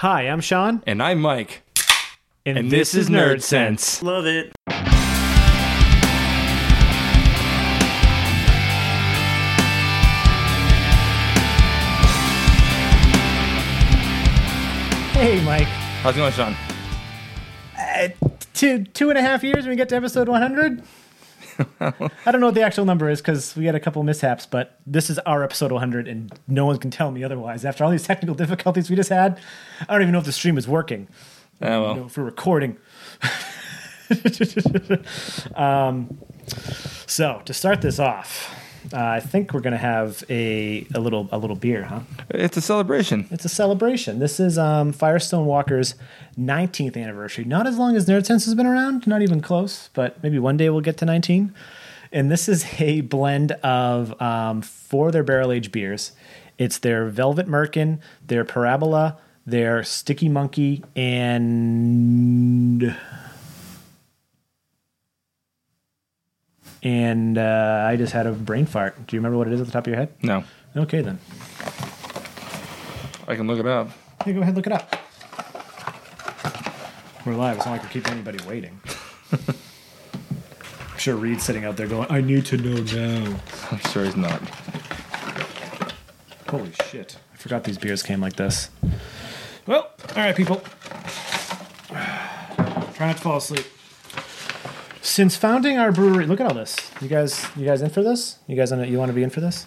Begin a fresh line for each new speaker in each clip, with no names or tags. Hi, I'm Sean,
And I'm Mike.
and,
And this, is Nerd Sense.
Love it.
Hey, Mike. Uh,
How's it going, Sean?
Two two and a half years, when we get to episode 100. I don't know what the actual number is because we had a couple mishaps, but this is our episode 100, and no one can tell me otherwise. After all these technical difficulties we just had, I don't even know if the stream is working.
Oh,
I don't
well.
know if we're recording. um, so to start this off, uh, I think we're gonna have a a little a little beer, huh?
It's a celebration.
It's a celebration. This is um, Firestone Walker's 19th anniversary. Not as long as NerdSense has been around, not even close, but maybe one day we'll get to 19. And this is a blend of um, four of their barrel aged beers. It's their Velvet Merkin, their Parabola, their Sticky Monkey, and and uh, I just had a brain fart. Do you remember what it is at the top of your head?
No,
Okay, then.
I can look it up.
Hey, go ahead, look it up. We're live. It's not like we're keeping anybody waiting. I'm sure Reed's sitting out there going, I need to know now.
I'm sure he's not.
Holy shit. I forgot these beers came like this. Well, all right, people. Try not to fall asleep. Since founding our brewery, look at all this. You guys, you guys in for this? You guys, on it? you want to be in for this?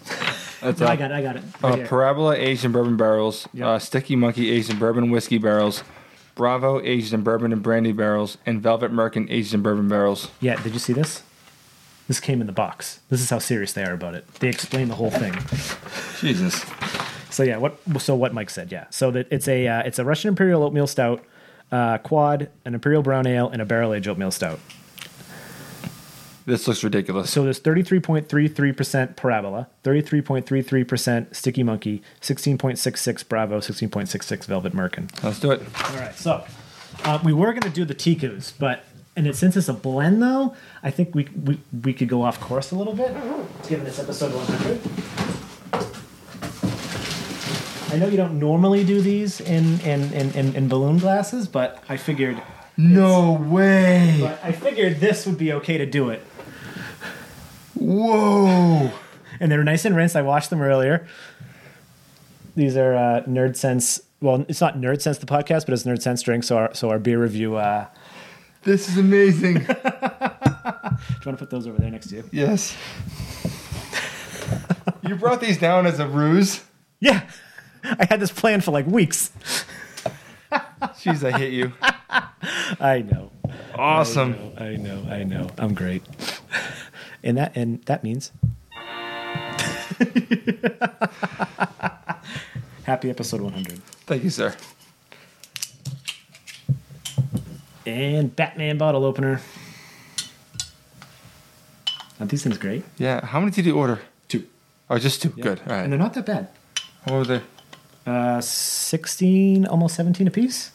That's
I
uh,
got, it, I got it.
uh,
Right here.
Parabola aged in bourbon barrels,
Yep.
uh, Sticky Monkey aged in bourbon whiskey barrels, Bravo aged in bourbon and brandy barrels, and Velvet Merkin aged in bourbon barrels.
Yeah, did you see this? This came in the box. This is how serious they are about it. They explain the whole thing.
Jesus.
So yeah, what so what Mike said, yeah. So that it's a uh, it's a Russian Imperial Oatmeal Stout, uh, quad, an Imperial Brown Ale, and a barrel aged oatmeal stout.
This looks ridiculous.
So there's 33.33% Parabola, 33.33% Sticky Monkey, 16.66 Bravo, 16.66 Velvet Merkin.
Let's do it.
All right, so uh, we were gonna do the tikus, but and it, since it's a blend though, I think we we, we could go off course a little bit, given it's episode 100. I know you don't normally do these in in, in, in, in balloon glasses, but I figured
No way.
but I figured this would be okay to do it.
Whoa.
And they're nice and rinsed. I washed them earlier. These are uh, Nerd Sense. Well, it's not Nerd Sense the podcast, but it's Nerd Sense drink. So our so our beer review. Uh,
This is amazing.
do you want to put those over there next to you?
yes. You brought these down as a ruse?
Yeah. I had this planned for like weeks.
Jeez, I hate you.
I know.
Awesome.
I know. I know. I'm great. and that and that means Happy episode 100.
Thank you, sir.
And Batman bottle opener. Aren't these things great?
Yeah, how many did you order?
Two.
Oh, just two. Good. All
And
right.
they're not that bad.
What were they?
Uh, 16, almost 17 apiece.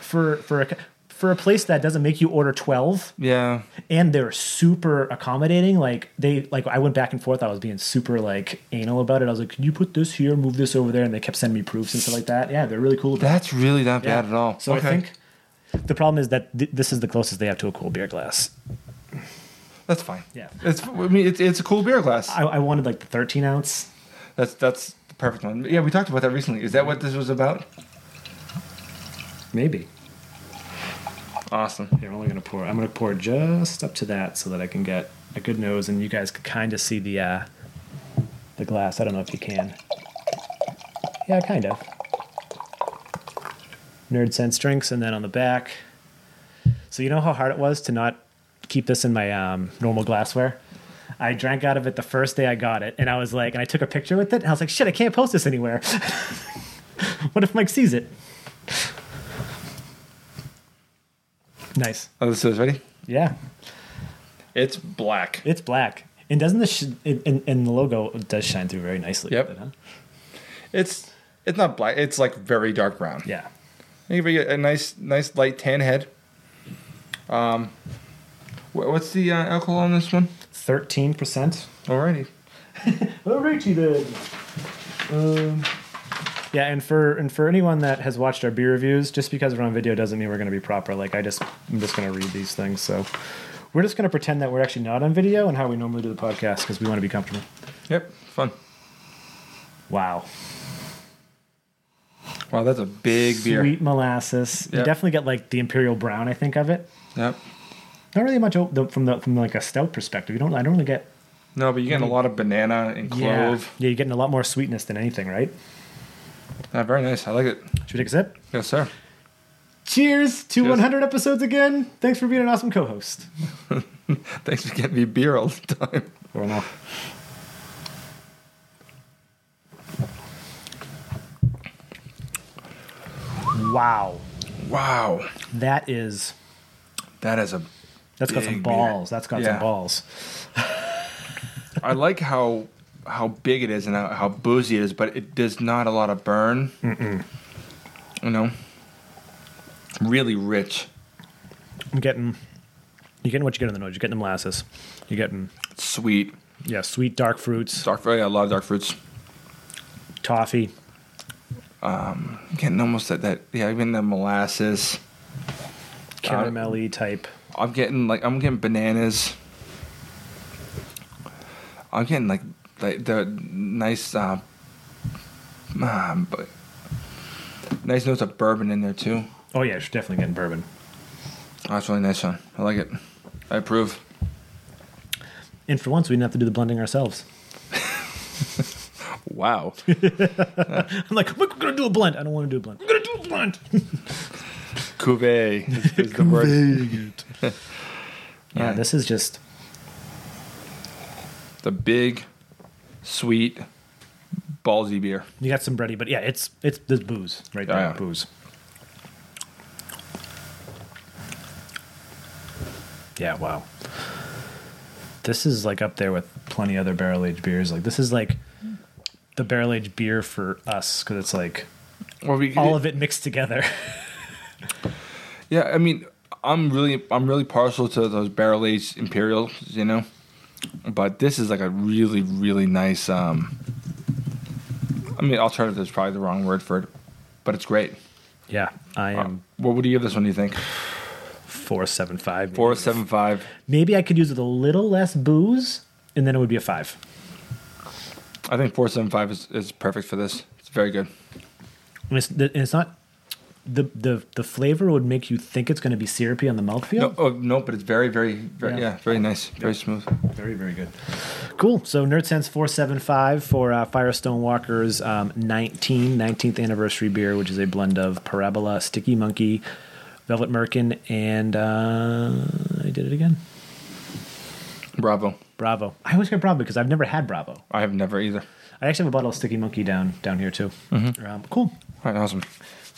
For for a for a place that doesn't make you order 12.
Yeah.
and they're super accommodating like they like i went back and forth i was being super like anal about it i was like can you put this here move this over there and they kept sending me proofs and stuff like that yeah they're really cool about
That's really not
it. Yeah.
bad at all.
so i think the problem is that th- this is the closest they have to a cool beer glass
that's fine.
Yeah.
It's I mean it's, it's a cool beer glass.
i, I wanted like the 13 ounce
That's that's the perfect one. Yeah, we talked about that recently. Is that what this was about?
maybe
Awesome.
here i'm only gonna pour i'm gonna pour just up to that so that i can get a good nose and you guys can kind of see the uh the glass i don't know if you can yeah kind of nerd sense drinks and then on the back so you know how hard it was to not keep this in my um, normal glassware i drank out of it the first day i got it and i was like and i took a picture with it and i was like shit i can't post this anywhere what if mike sees it nice
Oh, this is ready.
yeah
It's black.
It's black. And doesn't the sh- it, and, and the logo does shine through very nicely.
Yep.
with it, huh?
It's it's not black. It's like very dark brown.
Yeah.
You get a nice nice light tan head. Um, wh- what's the uh, alcohol on this one?
Thirteen percent.
Alrighty.
Alrighty then. Um, Yeah, and for and for anyone that has watched our beer reviews, just because we're on video doesn't mean we're going to be proper. Like I just I'm just going to read these things. So we're just going to pretend that we're actually not on video and how we normally do the podcast because we want to be comfortable.
Yep, fun.
Wow,
Wow, that's a big beer.
sweet molasses. You
Yep.
definitely get like the imperial brown. I think of it.
Yep.
Not really much o- the- from the from like a stout perspective. You don't I don't really get
No, but you're getting a lot of banana and
yeah
clove.
yeah you're getting a lot more sweetness than anything, right?
Ah, very nice. I like it.
Should we take a sip?
Yes, sir.
Cheers to
Cheers.
100 episodes again. Thanks for being an awesome co-host.
Thanks for getting me beer all the time.
Or no. Wow,
Wow,
that is
that is a.
that's got some
Big beer.
balls. That's got some
Yeah.
balls.
I like how how big it is and how, how boozy it is, but it does not a lot of burn. Mm-mm. You know, really rich.
I'm getting you're getting what you get in the nose. You're getting the molasses. You're getting
sweet.
yeah sweet dark fruits,
Dark fruit. I love dark fruits.
toffee.
I'm getting almost that, that yeah, even the molasses.
caramelly type.
I'm getting like I'm getting bananas. I'm getting like like the nice uh, um, but nice notes of bourbon in there too.
Oh yeah, it's definitely getting bourbon.
Oh, that's really nice one. I like it. I approve.
And for once, we didn't have to do the blending ourselves.
Wow.
I'm like, we're gonna do a blend. I don't want to do a blend. I'm gonna do a blend.
Cuvée is, is the word.
yeah, this is just
The big, sweet, ballsy beer.
you got some bready, but yeah, it's it's there's booze right there,
Yeah.
booze. Yeah, wow. This is like up there with plenty other barrel aged beers. Like this is like the barrel aged beer for us because it's like
Well, we,
all of it mixed together.
Yeah, I mean, I'm really, I'm really partial to those barrel aged imperials, you know. But this is like a really, really nice. um I mean, alternative is probably the wrong word for it, but it's great.
yeah, I am
What would you give this one? Do you think
four seven five.
four seven five?
Maybe I could use it a little less booze, and then it would be a five.
I think four seven five is, is perfect for this. It's very good.
And it's, and it's not the the the flavor would make you think it's going to be syrupy on the mouthfeel.
No, oh, no, but it's very, very, very,
Yeah.
yeah, very nice, very smooth.
Very very good. Cool. So Nerd Sense four seven five for uh, Firestone Walker's um, 19 19th anniversary beer, which is a blend of Parabola, Sticky Monkey, Velvet Merkin, and uh, I did it again.
Bravo.
Bravo. I always get Bravo because I've never had Bravo.
I have never either.
I actually have a bottle of Sticky Monkey down down here too. Um, cool.
All right, awesome.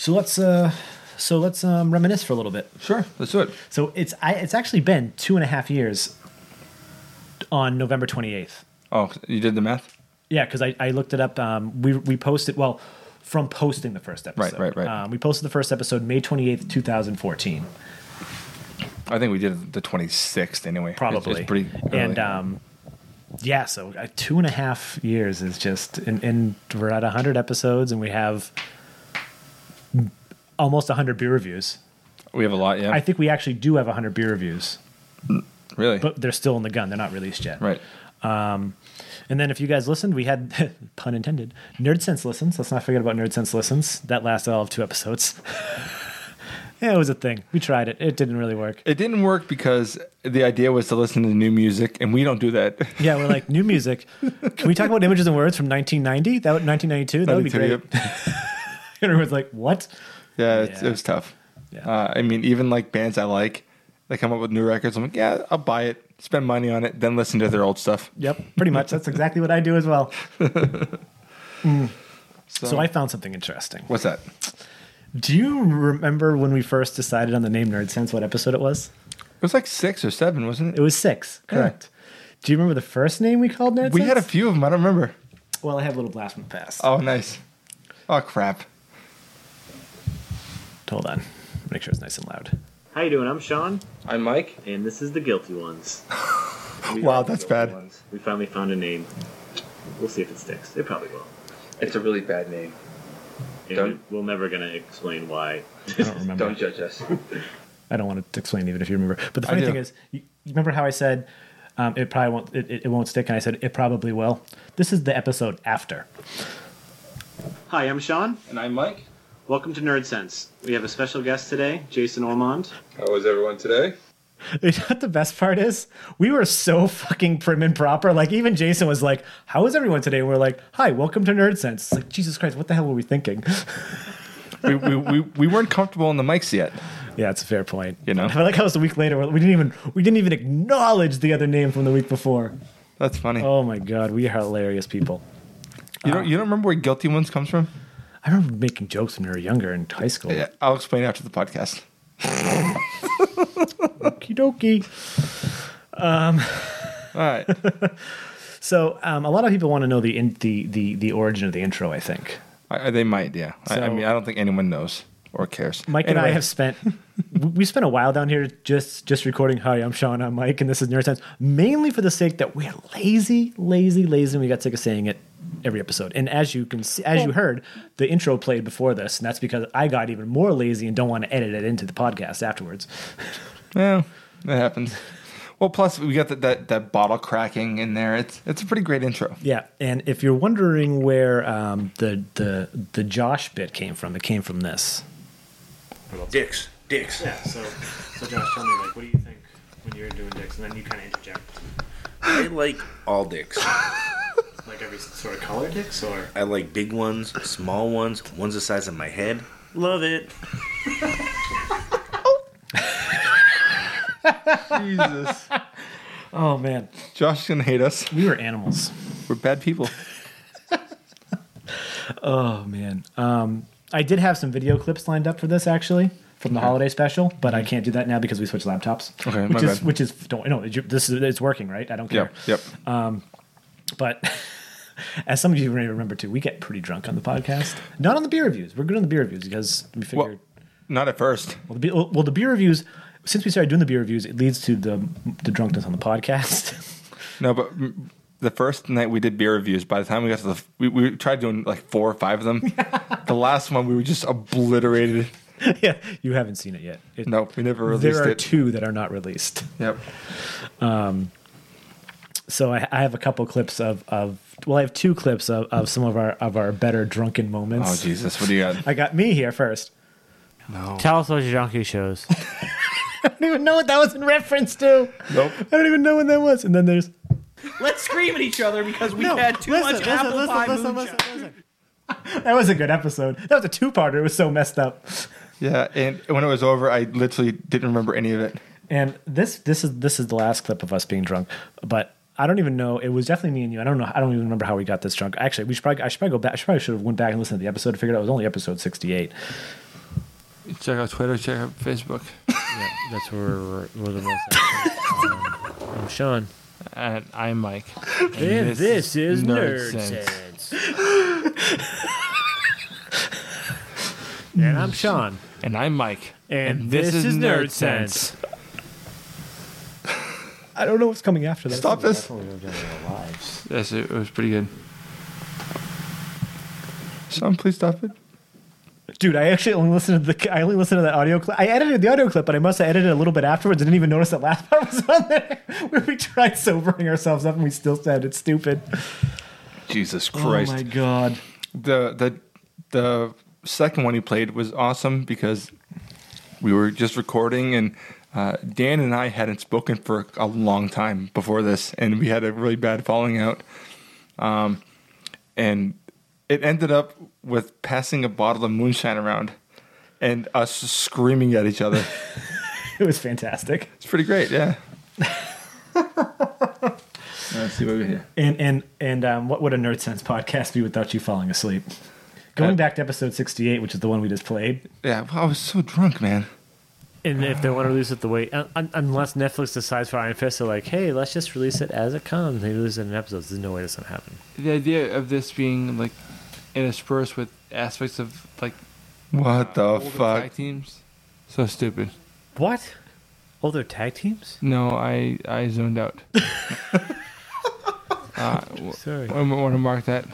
So let's uh, so let's um, reminisce for a little bit.
Sure, let's do it.
So it's I, it's actually been two and a half years. On November twenty eighth,
Oh, you did the math.
yeah, because I, I looked it up. Um, we we posted well from posting the first episode.
right, right.
Um, we posted the first episode May twenty eighth, two thousand fourteen,
I think we did the twenty sixth anyway. It's-
probably.
It's, pretty. Early.
And um, yeah, so uh, two and a half years is just, and, and we're at hundred episodes, and we have almost hundred beer reviews.
We have a lot, yeah.
I think we actually do have hundred beer reviews,
really?
but they're still in the gun; they're not released yet.
right.
And then if you guys listened, we had pun intended Nerd Sense listens. Let's not forget about Nerd Sense listens. That lasted all of two episodes. yeah, it was a thing. We tried it. It didn't really work.
It didn't work because the idea was to listen to new music, and we don't do that.
Yeah, we're like new music. Can we talk about images and words from 1990? That would 1992. That would be great. And everyone's like, what?
yeah, it's
Yeah.
it was tough.
Yeah.
Uh, I mean, even like bands I like, they come up with new records. I'm like, yeah, I'll buy it, spend money on it, then listen to their old stuff.
Yep, pretty much. That's exactly what I do as well.
So,
So I found something interesting.
what's that? It
Do you remember when we first decided on the name Nerd Sense? What episode it was?
was like six or seven, wasn't it?
It was six. Correct. Do you remember the first name we called Nerd
we
Sense?
had a few of them. I don't remember.
well, I had a little blast from the past.
Oh, nice. Oh, crap.
Hold on. Make sure it's nice and loud.
How you doing? I'm Sean,
I'm Mike.
and this is the Guilty Ones. We
Wow,
are the
Oh, that's
Guilty
bad.
Ones. We finally found a name. We'll see if it sticks. It probably will.
It's a really bad name.
And
Done.
we're never gonna explain why.
I don't remember.
Don't judge us.
I don't want to explain even if you remember. But the
I
funny
do.
thing is, you, you remember how I said um, it probably won't it, it, it won't stick, and I said it probably will. This is the episode after.
Hi, I'm Sean.
and I'm Mike.
Welcome to Nerd Sense. We have a special guest today, Jason Ormond.
How was everyone today?
You know what the best part is? We were so fucking prim and proper. Like even Jason was like, "How is everyone today?" And we're like, "Hi, welcome to Nerd Sense." It's like Jesus Christ, what the hell were we thinking?
we, we, we, we weren't comfortable on the mics yet.
yeah, it's a fair point.
You know?
I feel like how it was a week later. where We didn't even we didn't even acknowledge the other name from the week before.
That's funny.
Oh my god, we are hilarious people.
you don't you don't remember where guilty ones comes from?
I remember making jokes when we were younger in high school.
Yeah, I'll explain after the podcast.
Okie dokie.
All right.
So um, a lot of people want to know the, in, the the the origin of the intro. I think
I, I- they might, yeah. I, I
So-
mean, I don't think anyone knows or cares.
Mike and I
Anyway,
have spent we- we spent a while down here just just recording. Hi, I'm Sean. I'm Mike, and this is Nerdsense. Mainly for the sake that we're lazy, lazy, lazy, and we got sick of saying it every episode. And as you can see, as you heard, the intro played before this, and that's because I got even more lazy and don't want to edit it into the podcast afterwards.
Yeah, that happens. Well, plus we got that, that that bottle cracking in there. It's it's a pretty great intro.
Yeah, and if you're wondering where um, the the the Josh bit came from, it came from this.
Dicks. Dicks.
Yeah, so, so Josh, tell me, like, what do you think when you're doing dicks? And then you kind of interject,
I like all dicks.
like, every sort of color dicks, or?
I like big ones, small ones, ones the size of my head. Love it.
Jesus,
Oh man,
Josh is gonna hate us.
we were animals.
We're bad people.
Oh man, um, I did have some video clips lined up for this actually from the holiday special, but I can't do that now because we switched laptops.
Okay,
which
my
is
bad.
which is don't no, you- this is it's working right. I don't care.
Yep, yep.
But as some of you may remember too, we get pretty drunk on the podcast. Not on the beer reviews. We're good on the beer reviews because we figured.
well, not at first.
Well, the, be- well, the beer reviews. Since we started doing the beer reviews, it leads to the the drunkenness on the podcast.
No, but mm, the first night we did beer reviews. By the time we got to the, we, we tried doing like four or five of them. the last one we were just obliterated.
yeah, you haven't seen it yet. It,
No, we never released
there are
it.
two that are not released.
Yep.
So I, I have a couple clips of, of well, I have two clips of, of some of our of our better drunken
Oh
moments.
Jesus, what do you got?
I got me here first.
Tell us what your donkey shows.
I don't even know what that was in reference to.
Nope.
I don't even know when that was. And then there's
Let's scream at each other because we had too much apple pie moonshine.
that was a good episode. That was a two parter. It was so messed up.
Yeah, and when it was over, I literally didn't remember any of it.
And this this is this is the last clip of us being drunk, but. I don't even know. It was definitely me and you. I don't know. I don't even remember how we got this drunk. Actually, we should probably. I should probably go back. I should probably should have went back and listened to the episode. and Figured out it was only episode sixty-eight.
Check out Twitter. Check out Facebook.
Yeah, that's where we're, we're the most. active. um, I'm Sean.
And I'm Mike.
And this, is Nerd,
Sense.
Sense. and I'm Sean.
And I'm Mike.
And, this, is, Nerd Sense.
I don't know what's coming after that.
Stop this.
Yes, it was pretty good.
Sean, please stop it.
Dude, I actually only listened to the I only listened to that audio clip. I edited the audio clip, but I must have edited it a little bit afterwards. I didn't even notice that last part was on there. Where we tried sobering ourselves up and we still sounded stupid.
Jesus Christ.
Oh my god.
the the the second one he played was awesome because we were just recording and uh, Dan and I hadn't spoken for a long time before this, and we had a really bad falling out. Um, and it ended up with passing a bottle of moonshine around and us screaming at each other.
It was fantastic.
it's pretty great, yeah. Let's see what we here.
And and and um, what would a Nerd Sense podcast be without you falling asleep?
Uh,
Going back to episode 68, which is the one we just played.
Yeah, well, I was so drunk, man.
And if they want to release it the way, un- un- unless Netflix decides for Iron Fist, they're like, hey, let's just release it as it comes. They release it in episodes. There's no way this going to happen.
The idea of this being like interspersed with aspects of like
What the
older
fuck?
tag teams, so stupid.
What? Oh, they're tag teams?
No, I I zoned out. uh, w-
Sorry.
I want to mark that.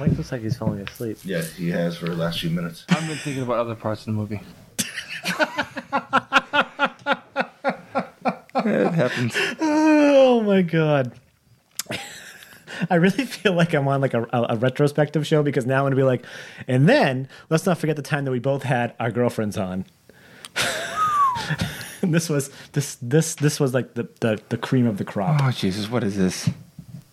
Mike looks like he's falling asleep.
Yeah, he has for the last few minutes.
I've been thinking about other parts of the movie.
it happens.
Oh my god. I really feel like I'm on like a, a, a retrospective show because now I'm gonna be like, and then let's not forget the time that we both had our girlfriends on. and this was this this this was like the, the the cream of the crop.
Oh Jesus, what is this?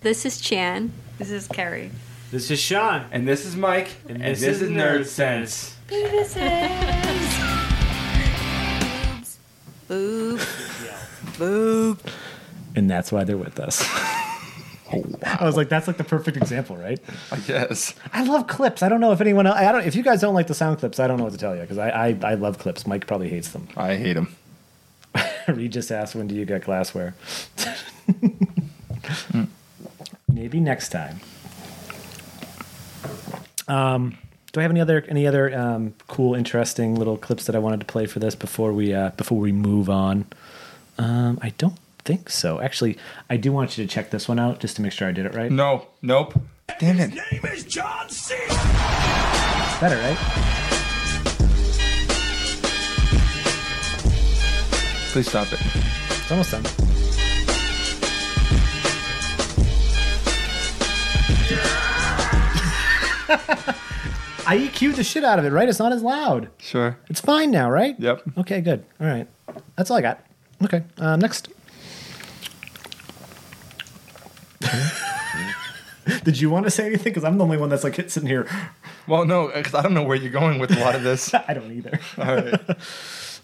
This is Chan. This is Carrie.
This is Sean.
And this is Mike. And, this, is Nerd Sense.
Boo.
And that's why they're with us. I was like, that's like the perfect example, right?
I guess.
I love clips. I don't know if anyone else, I don't, if you guys don't like the sound clips, I don't know what to tell you because I, I, I love clips. Mike probably hates them.
I hate him.
Regis asked, when do you get glassware? Maybe next time. Um, do I have any other any other um, cool, interesting little clips that I wanted to play for this before we uh, before we move on? Um, I don't think so. Actually, I do want you to check this one out just to make sure I did it right.
No. Nope. Damn it.
It's better, right?
Please stop it.
It's almost done. I EQ'd the shit out of it, right? It's not as loud.
Sure.
It's fine now, right?
Yep.
Okay, good. All right. That's all I got. Okay, uh, next. Did you want to say anything? Because I'm the only one that's like sitting here.
Well, no, because I don't know where you're going with a lot of this.
I don't either.
All right.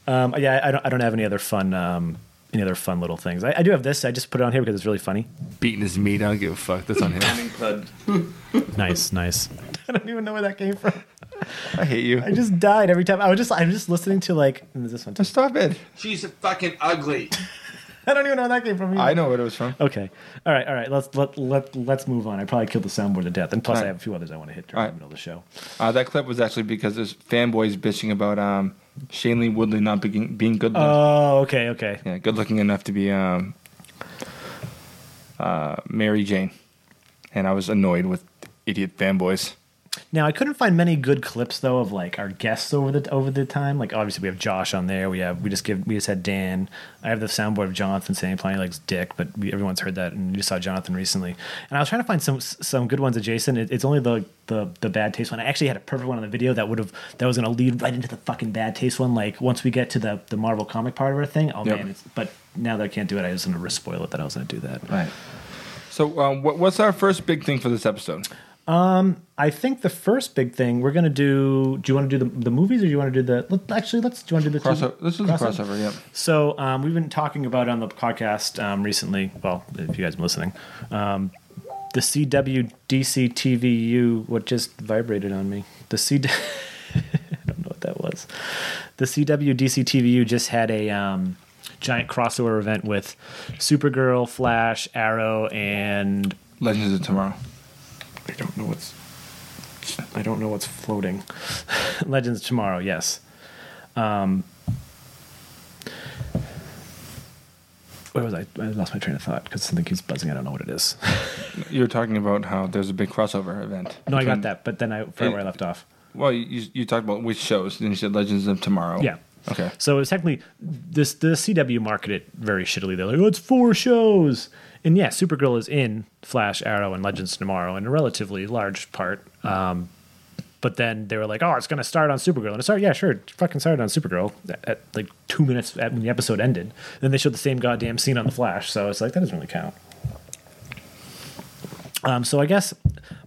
Um, yeah, I don't. I don't have any other fun. Um, any other fun little things? I, I do have this. I just put it on here because it's really funny.
Beating his meat. I don't give a fuck. That's on him.
Nice, nice.
I don't even know where that came from.
I hate you.
I just died every time. I was just. I was just listening to like this one.
Stop it.
She's fucking ugly.
I don't even know where that came from. either.
I know what it was from. All
Okay. All right. All right. Let's let let let's move on. I probably killed the soundboard to death, and plus
All
I
right.
have a few others I want to hit during
All right.
the middle of the show.
Uh, that clip was actually because there's fanboys bitching about um, Shane Lee Woodley not being, being good looking.
Oh, okay, okay.
yeah, good looking enough to be um, uh, Mary Jane. And I was annoyed with idiot fanboys.
Now I couldn't find many good clips though of like our guests over the over the time. Like obviously we have Josh on there. We have we just give we just had Dan. I have the soundboard of Jonathan saying playing like dick, but we, everyone's heard that, and you saw Jonathan recently. And I was trying to find some some good ones adjacent. It, it's only the, the the bad taste one. I actually had a perfect one on the video that would have that was going to lead right into the fucking bad taste one. Like once we get to the the Marvel comic part of our thing, oh
Yep.
man! It's, but now that I can't do it, I was going to risk spoil it that I was going to do that.
Right. So, um, what, what's our first big thing for this episode?
I think the first big thing we're gonna do. Do you want to do the, the movies or do you want to do the? Let, actually, let's. Do you want to do the two-
Crossover. This is a crossover, yeah.
So um, we've been talking about on the podcast um, recently. Well, if you guys have been listening, um, the CW DC TVU. What just vibrated on me? The CW. I don't know what that was. The CW DC TVU just had a um, giant crossover event with Supergirl, Flash, Arrow, and
Legends of Tomorrow.
I don't know what's. I don't know what's floating. Legends of Tomorrow, yes. Um, where was I? I lost my train of thought because something keeps buzzing. I don't know what it is.
You were talking about how there's a big crossover event.
no, I
between-
got that, but then I forgot where I left off.
Well, you, you talked about which shows, and you said Legends of Tomorrow.
Yeah.
Okay.
So it was technically this the CW marketed it very shittily. They're like, oh, it's four shows. And yeah, Supergirl is in Flash, Arrow, and Legends Tomorrow in a relatively large part. Um, but then they were like, oh, it's going to start on Supergirl. And it started, yeah, sure, it fucking started on Supergirl at, at like two minutes at, when the episode ended. Then they showed the same goddamn scene on The Flash. So it's like, that doesn't really count. Um, so I guess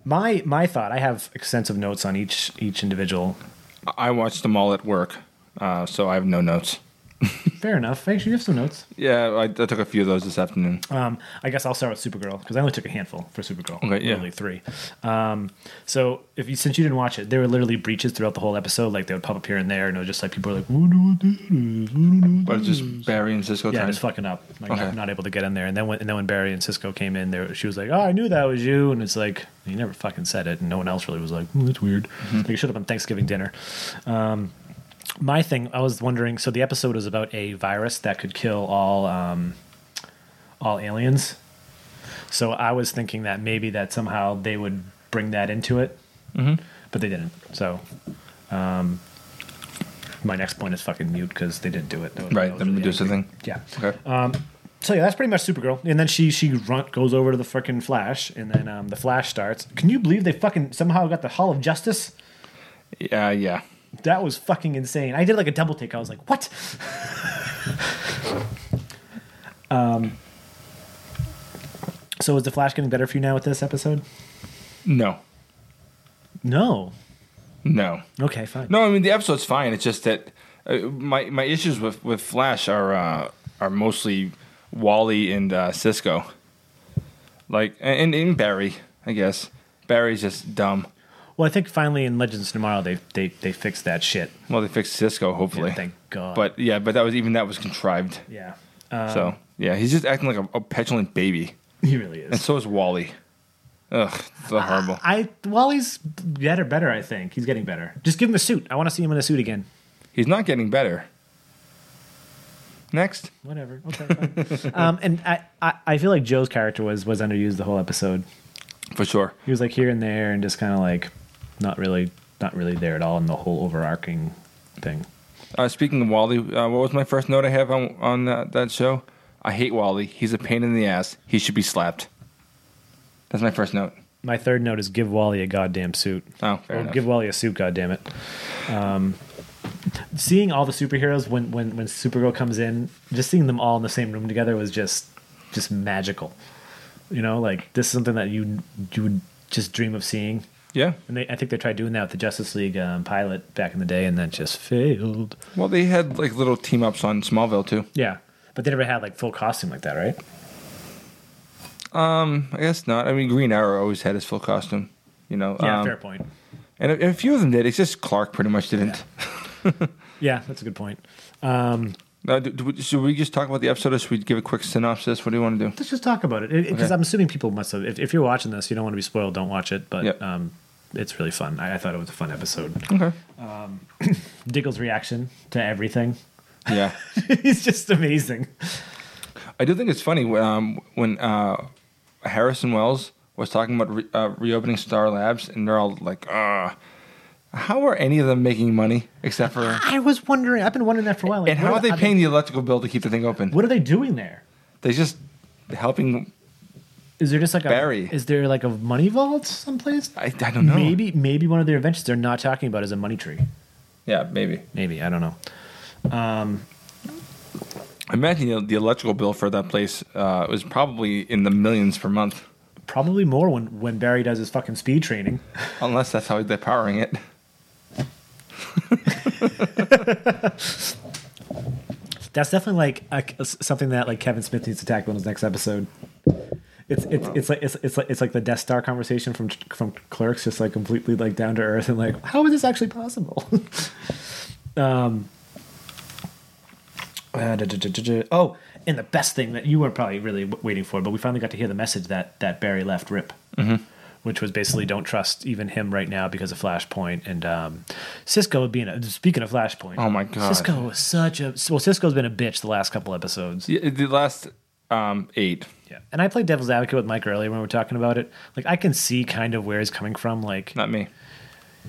my my thought, I have extensive notes on each each individual
I watched them all at work, uh, so I have no notes.
Fair enough. Actually, you have some notes.
Yeah, I, I took a few of those this afternoon.
Um, I guess I'll start with Supergirl because I only took a handful for Supergirl.
Okay, yeah.
Only three. Um, so if you, since you didn't watch it, there were literally breaches throughout the whole episode. Like they would pop up here and there, and it was just like people were like, "What do I do?"
But it's just Barry and Cisco
yeah,
time.
just fucking up, like
Okay.
not, not able to get in there. And then when and then when Barry and Cisco came in, there she was like, "Oh, I knew that was you," and it's like you never fucking said it, and no one else really was like, "Hmm, "That's weird."
Mm-hmm.
Like it showed up on Thanksgiving dinner. Um, my thing, I was wondering. So the episode was about a virus that could kill all um, all aliens. So I was thinking that maybe that somehow they would bring that into it
Mm-hmm.
but they didn't. So, um, my next point is fucking mute because they didn't do it. That was- that
Right,
was
the
really
Medusa
angry.
thing.
Yeah. Uh,
Okay.
So yeah, that's pretty much Supergirl, and then she she run, goes over to the fucking Flash, and then um, the Flash starts. Can you believe they fucking somehow got the Hall of Justice?
yeah, yeah.
That was fucking insane. I did like a double take. I was like, what? um. So is the Flash getting better for you now with this episode?
No,
No.
no,
Okay, fine.
no. I mean, the episode's fine. It's just that uh, my my issues with with Flash are uh, are mostly Wally and uh, Cisco, like and, and Barry, I guess. Barry's just dumb.
Well, I think finally in Legends Tomorrow they they they fixed that shit.
Well, they fixed Cisco, hopefully.
Yeah, thank God. Um,
But yeah, but that was even that was contrived.
Yeah,
so yeah, he's just acting like a, a petulant baby,
he really
and
is.
so is Wally. Ugg, it's horrible.
Uh, I Wally's better, better. I think he's getting better. Just give him a suit. I want to see him in a suit again.
He's not getting better. Next.
Whatever. Okay. fine. um, and I, I I feel like Joe's character was was underused the whole episode.
For sure.
He was like here and there and just kind of like not really not really there at all in the whole overarching thing.
Uh, speaking of Wally, uh, what was my first note I have on, on that, that show? I hate Wally. He's a pain in the ass. He should be slapped. That's my first note.
My third note is give Wally a goddamn suit.
Oh, fair
Or
enough.
give Wally a suit, goddamn it. Um, seeing all the superheroes when, when when Supergirl comes in, just seeing them all in the same room together was just just magical. You know, like this is something that you you would just dream of seeing.
yeah.
And they, I think they tried doing that with the Justice League um, pilot back in the day, and that just failed.
Well, they had like little team ups on Smallville too.
Yeah, but they never had like full costume like that, right?
I guess not. I mean, Green Arrow always had his full costume. You know.
Yeah,
um,
fair point.
And a, and a few of them did. It's just Clark pretty much didn't.
Yeah, that's a good point.
Now, do, do we, should we just talk about the episode, or should we give a quick synopsis? What do you want to do?
Let's just talk about it because
Okay.
I'm assuming people must have. If, if you're watching this, you don't want to be spoiled. Don't watch it, but
Yep.
um, it's really fun. I, I thought it was a fun episode.
Okay.
Diggle's reaction to everything
Yeah.
is just amazing.
I do think it's funny when, um, when uh, Harrison Wells was talking about re- uh, reopening Star Labs, and they're all like, "Ah, how are any of them making money except for?"
I was wondering. I've been wondering that for a while. like,
And how
what
are they
are
paying the electrical bill to keep the thing open?
What are they doing there?
They're just helping.
Is there just like a
Barry.
Is there like a money vault someplace?
I, I don't know.
Maybe maybe one of their inventions they're not talking about is a money tree.
Yeah, maybe.
Maybe I don't know.
Imagine the, the electrical bill for that place uh, was probably in the millions per month,
Probably more when when Barry does his fucking speed training.
unless that's how they're powering it.
That's definitely like a, a- something that like Kevin Smith needs to tackle in his next episode. It's it's it's like it's, it's like it's like the Death Star conversation from from Clerks, just like completely like down to earth and like how is this actually possible? um. uh, duh, duh, duh, duh, duh. Oh, and the best thing that you were probably really w- waiting for, but we finally got to hear the message that that Barry left Rip,
Mm-hmm.
which was basically don't trust even him right now because of Flashpoint and um, Cisco being a, speaking of Flashpoint.
Oh my God.
Cisco was such a well. Cisco's been a bitch the last couple episodes.
The, the last um, eight.
Yeah, and I played devil's advocate with Mike earlier when we were talking about it. Like, I can see kind of where he's coming from. Like,
Not me.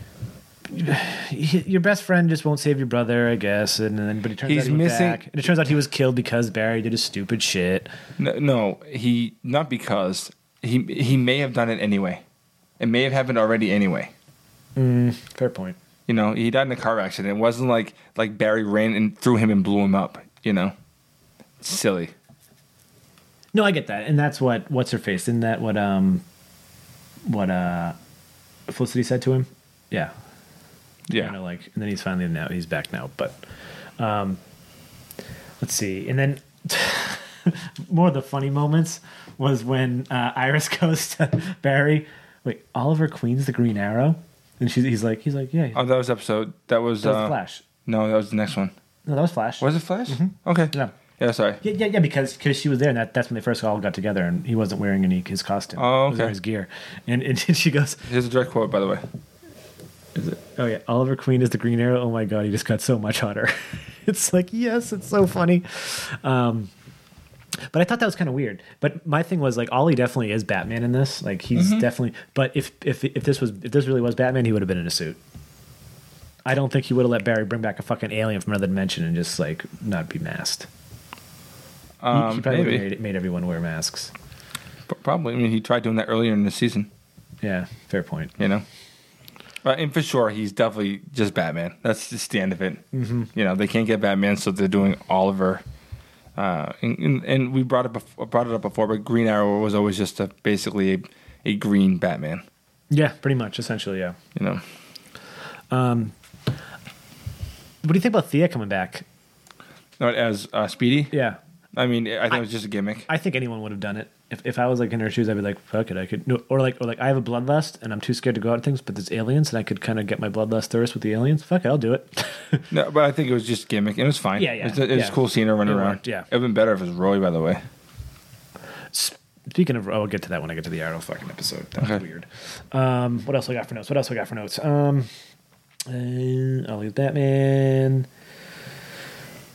y- your best friend just won't save your brother, I guess. And then, but it turns
He's
out he went
missing-
back, and it turns out he was killed because Barry did his stupid shit.
No, no, he not because he he may have done it anyway. It may have happened already anyway.
Fair point.
You know, he died in a car accident. It wasn't like like Barry ran and threw him and blew him up. You know, silly.
No, I get that, and that's what what's her face? Isn't that what um what uh Felicity said to him? Yeah,
Yeah,
kind of like and then he's finally now he's back now but um let's see and then more of the funny moments was when uh, iris goes to barry wait oliver queen's the green arrow and she's, he's like he's like yeah
Oh, that was episode. That was,
that was
uh,
flash
No, that was the next one.
no that was flash
Was it Flash? Okay.
Mm-hmm. Yeah.
Yeah. Sorry.
yeah, yeah, yeah, because because she was there, and that, that's when they first all got together, and he wasn't wearing any his costume.
Oh,
He was
okay.
wearing his gear, and, and she goes,
Here's a direct quote, by the way.
"Oh yeah, Oliver Queen is the Green Arrow." Oh my god, he just got so much hotter. it's like yes, it's so funny. Um, But I thought that was kind of weird. But my thing was like Ollie definitely is Batman in this. Like he's
Mm-hmm.
definitely. But if if if this was if this really was Batman, he would have been in a suit. I don't think he would have let Barry bring back a fucking alien from another dimension and just like not be masked. He- he
Um,
probably would've
maybe.
made, made everyone wear masks.
P- Probably. I mean, he tried doing that earlier in the season,
Yeah, fair point.
you know? But, and for sure, he's definitely just Batman. That's just the end of it. Mm-hmm. You know, they can't get Batman, so they're doing Oliver. Uh, and, and, and we brought it before, brought it up before, but Green Arrow was always just a, basically a, a green Batman.
Yeah, pretty much, essentially. Yeah.
You know,
What do you think about Thea coming back?
not as uh, Speedy.
Yeah,
I mean, I think it was just a gimmick.
I think anyone would have done it. If, if I was like in her shoes, I'd be like, fuck it, I could. No, or like, or like, I have a bloodlust and I'm too scared to go out and things, but there's aliens and I could kind of get my bloodlust thirst with the aliens. Fuck it, I'll do it.
No, but I think it was just gimmick, and it was fine.
Yeah, yeah,
It was, it was
yeah.
cool seeing her run
It
around.
worked, yeah.
it'd been better if it was Roy, by the way.
Speaking of, oh, I'll get to that when I get to the Arrow fucking episode. That was
Okay.
weird. Um, what else I got for notes? What else I got for notes? Um, uh, I'll leave Batman.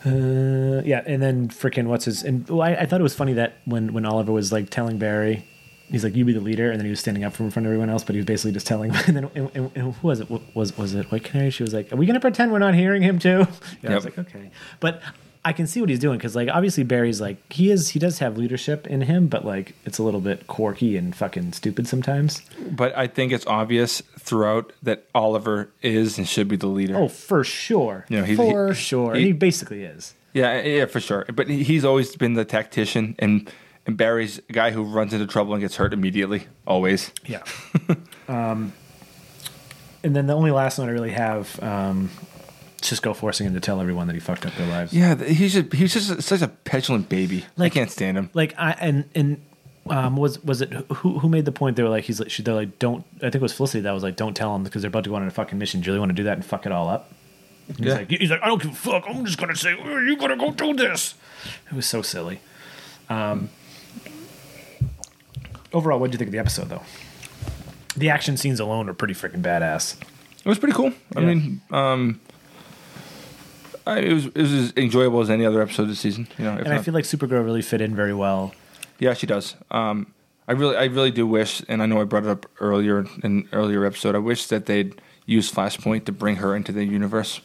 Uh, yeah, and then freaking what's his? And well, I, I thought it was funny that when when Oliver was like telling Barry, he's like, "You be the leader," and then he was standing up from in front of everyone else, but he was basically just telling. And then and, and, and who was it? Wa- Was was it White Canary? She was like, "Are we gonna pretend we're not hearing him too?" Yeah, I was
Yep.
like, okay, but. I can see what he's doing because, like, obviously Barry's like he is he does have leadership in him, but like it's a little bit quirky and fucking stupid sometimes.
But I think it's obvious throughout that Oliver is and should be the leader.
Oh, for sure.
You know, he-
for
he-
sure.
he-
and he basically is.
Yeah, yeah, for sure. But he- he's always been the tactician, and and Barry's a guy who runs into trouble and gets hurt immediately. Always.
Yeah. um, and then the only last one I really have, um, Cisco forcing him to tell everyone that he fucked up their lives.
Yeah, th- he's just he's just such a petulant baby.
Like-
I can't stand him.
Like I and and um, was was it who who made the point? They were like he's like she, they're like don't I think it was Felicity that was like don't tell him because they're about to go on a fucking mission. Do you really want to do that and fuck it all up? And He's
Yeah.
like he's like I don't give a fuck. I'm just gonna say "Oh, you gotta go do this. It was so silly. Um, overall, what would you think of the episode though? The action scenes alone are pretty freaking badass.
It was pretty cool. I
Yeah.
mean, um, I, it was it was as enjoyable as any other episode this season. You know, if
and I
not-
feel like Supergirl really fit in very well.
Yeah, she does. Um, I really, I really do wish, and I know I brought it up earlier in an earlier episode. I wish that they'd use Flashpoint to bring her into the universe.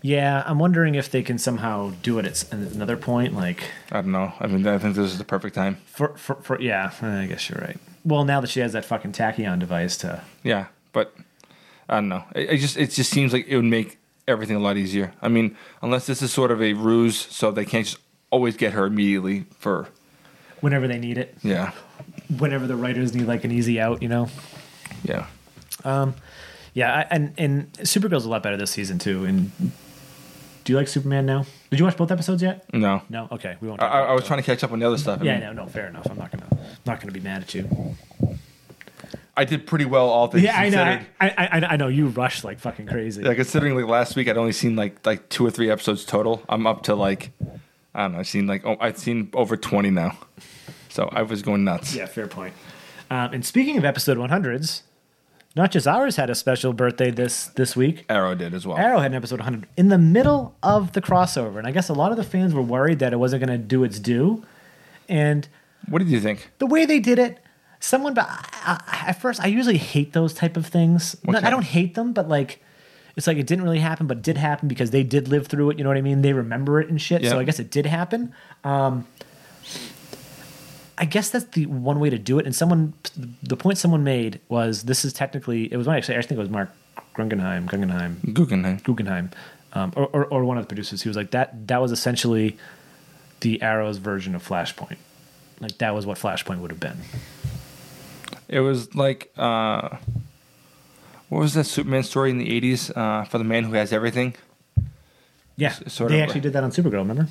Yeah, I'm wondering if they can somehow do it at s- another point. Like,
I don't know. I mean, I think this is the perfect time.
for, for, for yeah, I guess you're right. Well, now that she has that fucking tachyon device to.
Yeah, but I don't know. It, it just, it just seems like it would make everything a lot easier. I mean, unless this is sort of a ruse, so they can't just always get her immediately for.
Whenever they need it,
Yeah,
whenever the writers need like an easy out, you know. Um,
yeah.
Yeah, I, and and Supergirl's a lot better this season too. And do you like Superman now? Did you watch both episodes yet?
No,
No. Okay, we won't.
I,
talk
I
about
I was
it.
trying to catch up on the other stuff. I
Yeah,
mean,
no, no, fair enough. I'm not gonna not gonna be mad at you.
I did pretty well all things.
Yeah, I know. I,
considered.
I, I, I know you rushed like fucking crazy.
Yeah, considering like last week I'd only seen like like two or three episodes total. I'm up to like I don't know. I've seen like oh I've seen over twenty now, so I was going nuts.
Yeah, fair point. Um, and speaking of episode 100s, not just ours had a special birthday this this week.
Arrow did as well.
Arrow had an episode 100 in the middle of the crossover, and I guess a lot of the fans were worried that it wasn't going to do its due. And
What did you think?
the way they did it, someone. But I, I, at first, I usually hate those type of things. Not- I
kind?
don't hate them, but like. It's like it didn't really happen, but it did happen because they did live through it. You know what I mean? They remember it and shit.
Yeah.
So I guess it did happen. Um, I guess that's the one way to do it. And someone, the point someone made was this is technically it was actually I think it was Mark Guggenheim, Guggenheim,
Guggenheim.
Guggenheim, um, or, or or one of the producers. He was like that. That was essentially the Arrow's version of Flashpoint. Like that was what Flashpoint would have been.
It was like uh, what was that Superman story in the eighties uh, for the man who has everything?
Yeah,
S- sort
they
of
actually
like-
did that on Supergirl. Remember?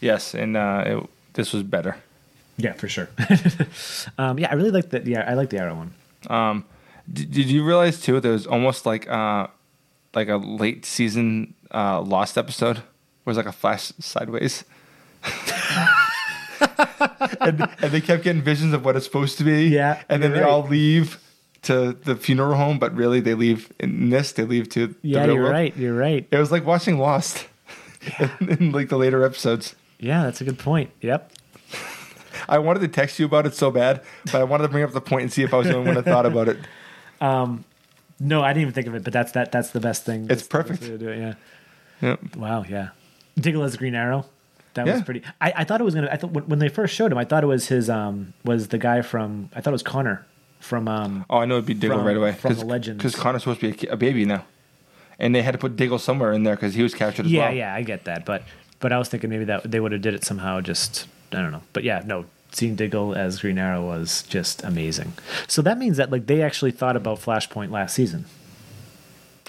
Yes, and uh, it, this was better.
Yeah, for sure. um, yeah, I really like the yeah I like the Arrow one.
Did, did you realize too? There was almost like uh, like a late season uh, Lost episode. Where it was like a flash sideways. and, and they kept getting visions of what it's supposed to be.
Yeah,
and then
you're
they all
right.
leave to the funeral home, but really they leave in this. They leave to
Yeah,
the real
you're
world.
right. You're right.
It was like watching Lost in, in like the later episodes.
Yeah, that's a good point. Yep.
I wanted to text you about it so bad, but I wanted to bring up the point and see if I was the only one that thought about it.
No, I didn't even think of it, but that's that. That's the best thing.
It's
That's the best
perfect.
way to do it, yeah.
Yep.
Wow. Yeah. Diggle as a Green Arrow. That was
Yeah.
pretty. I, I thought it was gonna. I thought when, when they first showed him, I thought it was his. Um, was the guy from? I thought it was Connor from. Um,
Oh, I know it'd be Diggle
From-
right away.
from the legends.
Because Connor's supposed to be a, ki- a baby now. And they had to put Diggle somewhere in there because he was captured as
yeah,
well.
yeah, I get that, but but I was thinking maybe that they would have did it somehow. Just I don't know, but yeah, no. Seeing Diggle as Green Arrow was just amazing. So that means that like they actually thought about Flashpoint last season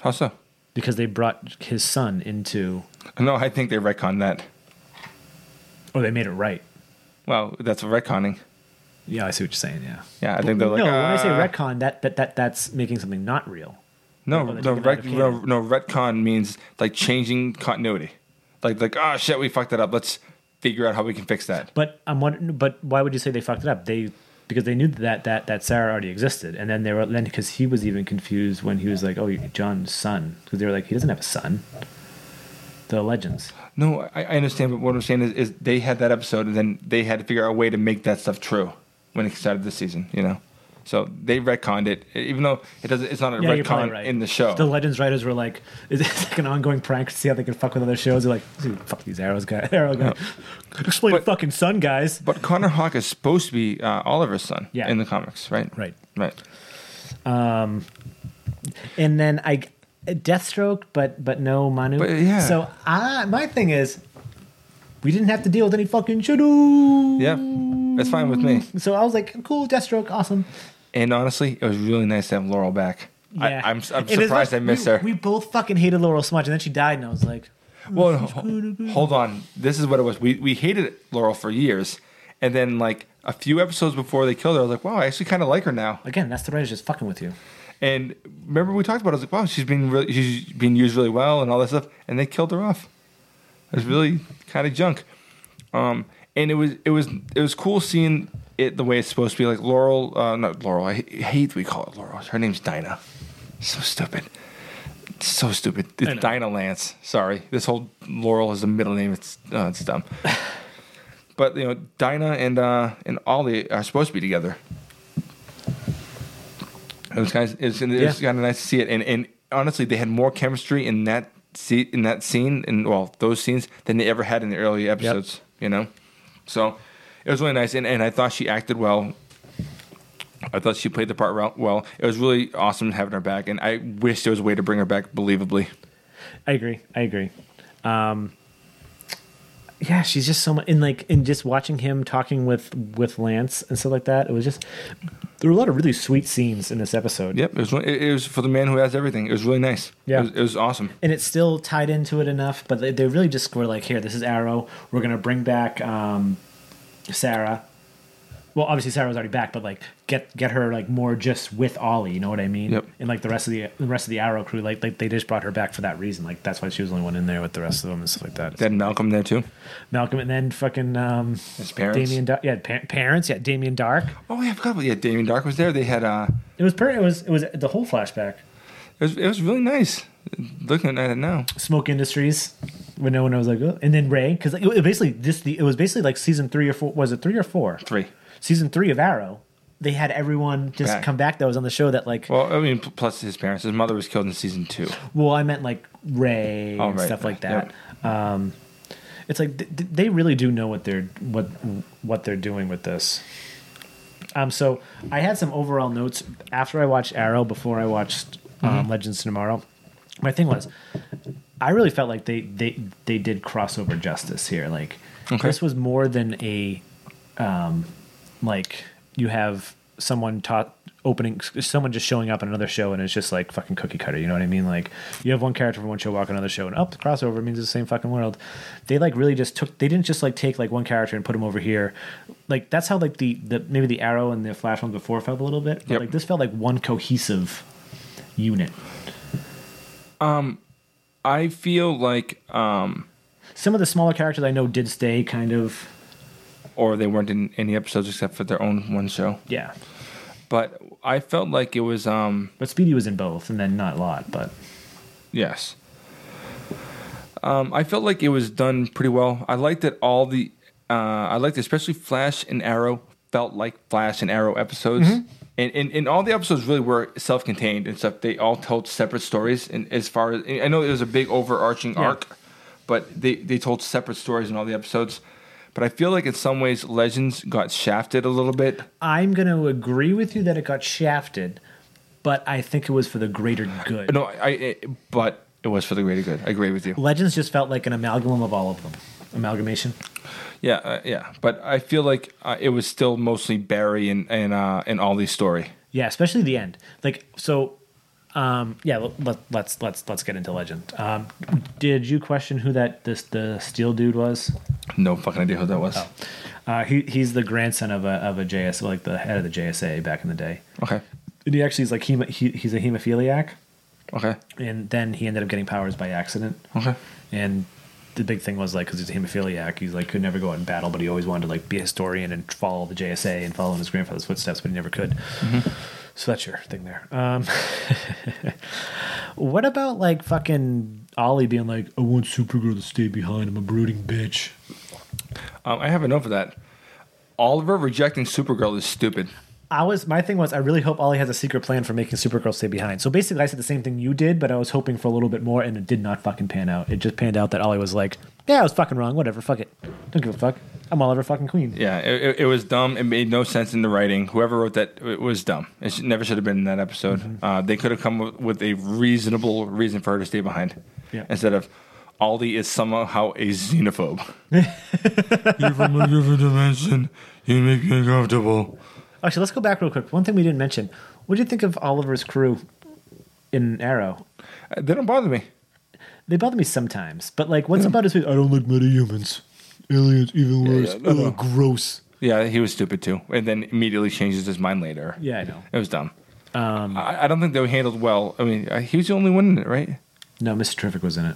How so?
because they brought his son into,
No, I think they retconned that.
or they made it right.
Well, that's retconning.
Yeah, I see what you're saying. Yeah.
Yeah, I think they're like,
no, when I say
"Ah."
retcon, that, that that that's making something not real.
No,
Well, they
no,
took it out
ret-
of
no,
canon.
no, retcon means like changing continuity. Like, like, oh shit, we fucked it up. Let's figure out how we can fix that.
But I'm wondering. But why would you say they fucked it up? They because they knew that that that Sarah already existed, and then they were then because he was even confused when he was like, "Oh, John's son," because they were like, "He doesn't have a son." The legends.
No, I, I understand, but what I'm saying is, is they had that episode, and then they had to figure out a way to make that stuff true when it started the season. You know, so they retconned it, e, even though it doesn't. It's not a
Yeah, you're probably
retcon
right.
in the show.
The legends writers were like, "Is this like an ongoing prank to see how they can fuck with other shows?" They're like, "Dude, "Fuck these arrows, guy. Arrow guy. Explain
But-
fucking son, guys."
but Connor Hawk is supposed to be uh, Oliver's son
Yeah.
in the comics, right?
Right.
Right.
and then I Deathstroke, but but no Manu.
But, yeah.
So I, my thing is, we didn't have to deal with any fucking shadow.
Yeah, that's fine with me.
So I was like, cool, Deathstroke, awesome.
And honestly, it was really nice to have Laurel back.
Yeah,
I, I'm, I'm
And as
surprised
much-
I missed
we,
her.
We both fucking hated Laurel so much, and then she died, and I was like,
Well, no, ho- hold on. This is what it was. We we hated Laurel for years, and then like a few episodes before they killed her, I was like, wow, I actually kind of like her now.
again, that's the writers just fucking with you.
And remember we talked about? it, I was like, wow, she's been really, she's been used really well and all that stuff, and they killed her off. It was really kind of junk. Um, and it was it was it was cool seeing it the way it's supposed to be. Like Laurel, uh, not Laurel. I h- hate we call it Laurel. Her name's Dinah. So stupid. So stupid. It's Dinah Lance. Sorry, this whole Laurel is a middle name. It's uh, it's dumb. but you know, Dinah and uh, and Ollie are supposed to be together. It was kind of it was, it was
Yeah.
kind of nice to see it. And and honestly, they had more chemistry in that se- in that scene and well those scenes than they ever had in the early episodes. You know, so it was really nice. And and I thought she acted well. I thought she played the part rel- well. It was really awesome having her back, and I wish there was a way to bring her back believably.
I agree. I agree. Um, yeah, she's just so much in like in just watching him talking with with Lance and stuff like that. It was just there were a lot of really sweet scenes in this episode.
Yep, it was. It, it was for the man who has everything. It was really nice.
Yeah.
it was, it was awesome.
and it's still tied into it enough. But they, they really just were like, here, this is Arrow. We're gonna bring back um, Sarah. Well, obviously Sarah was already back, but like get get her like more just with Ollie. You know what I mean?
Yep.
And like the rest of the the rest of the Arrow crew, like, like they just brought her back for that reason. Like that's why she was the only one in there with the rest of them and stuff like that.
They had Malcolm there too.
Malcolm and then fucking um,
His parents.
Damien. Dar- yeah, pa- parents. Yeah, Damien Dark.
Oh yeah, I forgot about yeah. Damien Dark was there. They had uh,
It was per- it was it was the whole flashback.
it was, it was really nice. Looking at it now,
Smoke Industries when no one was like, oh. and then Ray because it, it basically just the it was basically like season three or four was it three or four
three.
season three of Arrow. They had everyone just
Back.
come back that was on the show that like well,
Well, I mean, p- plus his parents. His mother was killed in season two.
I meant like Ray
Oh,
and
right.
stuff like that. Um, it's like th- th- they really do know what they're what what they're doing with this. Um, so I had some overall notes after I watched Arrow before I watched
Mm-hmm.
um, Legends Tomorrow. My thing was, I really felt like they they they did crossover justice here. Like
Okay.
this was more than a, um, like you have someone taught opening someone just showing up on another show and it's just like fucking cookie cutter. You know what I mean? Like you have one character from one show walk on another show and up the crossover means it's the same fucking world. They like really just took. They didn't just like take like one character and put him over here. Like that's how like the the maybe the Arrow and the Flash ones before felt a little bit. But
Yep.
like this felt like one cohesive unit.
I feel like, um,
Some of the smaller characters I know did stay kind of
or they weren't in any episodes except for their own one show.
yeah.
But I felt like it was, um,
But Speedy was in both, and then not a lot, but
yes. Um, I felt like it was done pretty well. I liked that all the Uh, I liked especially Flash and Arrow felt like Flash and Arrow episodes. And, and, and all the episodes really were self contained and stuff. They all told separate stories. And as far as I know, there was a big overarching arc, but they, they told separate stories in all the episodes. But I feel like in some ways, Legends got shafted a little bit.
I'm going to agree with you that it got shafted, but I think it was for the greater good.
No, I, I but it was for the greater good. I agree with you.
Legends just felt like an amalgam of all of them. Amalgamation.
Yeah, uh, yeah, but I feel like uh, it was still mostly Barry and and uh, and Ollie's story.
Yeah, especially the end. Like so. Um, yeah, let, let, let's let's let's get into legend. Um, did you question who that this the steel dude was?
No fucking idea who that was.
Uh, he he's the grandson of a of a JS like the head of the JSA back in the day.
Okay,
And he actually is like hema, he, he's a hemophiliac,
okay,
and then he ended up getting powers by accident.
okay.
And the big thing was like because he's a hemophiliac, he's like could never go out in battle, but he always wanted to like be a historian and follow the JSA and follow in his grandfather's footsteps, but he never could. So that's your thing there. Um, what about like fucking Ollie being like, "Oh, I want Supergirl to stay behind. I'm a brooding bitch.
Um, I have enough of that. Oliver rejecting Supergirl is stupid.
I was my thing was I really hope Ollie has a secret plan for making Supergirl stay behind. So basically, I said the same thing you did, but I was hoping for a little bit more, and it did not fucking pan out. It just panned out that Ollie was like, "Yeah, I was fucking wrong. Whatever, fuck it. Don't give a fuck. I'm Oliver fucking Queen."
Yeah, it, it- it was dumb. It made no sense in the writing. Whoever wrote that it was dumb. It should, never should have been in that episode. Uh, they could have come with, with a reasonable reason for her to stay behind
Yeah.
instead of Ollie is somehow a xenophobe. You're from a different dimension. You make me uncomfortable.
Actually, let's go back real quick. One thing we didn't mention. What do you think of Oliver's crew in Arrow?
Uh, They don't bother me.
They bother me sometimes, but like once about his I don't like metahumans. Aliens even worse.
no, no.
Ugh, gross.
Yeah, he was stupid too, and then immediately changes his mind later.
Yeah, I know.
It was dumb.
Um,
I, I don't think they were handled well. I mean, uh, he was the only one in it, right?
No, Mr. Terrific was in it.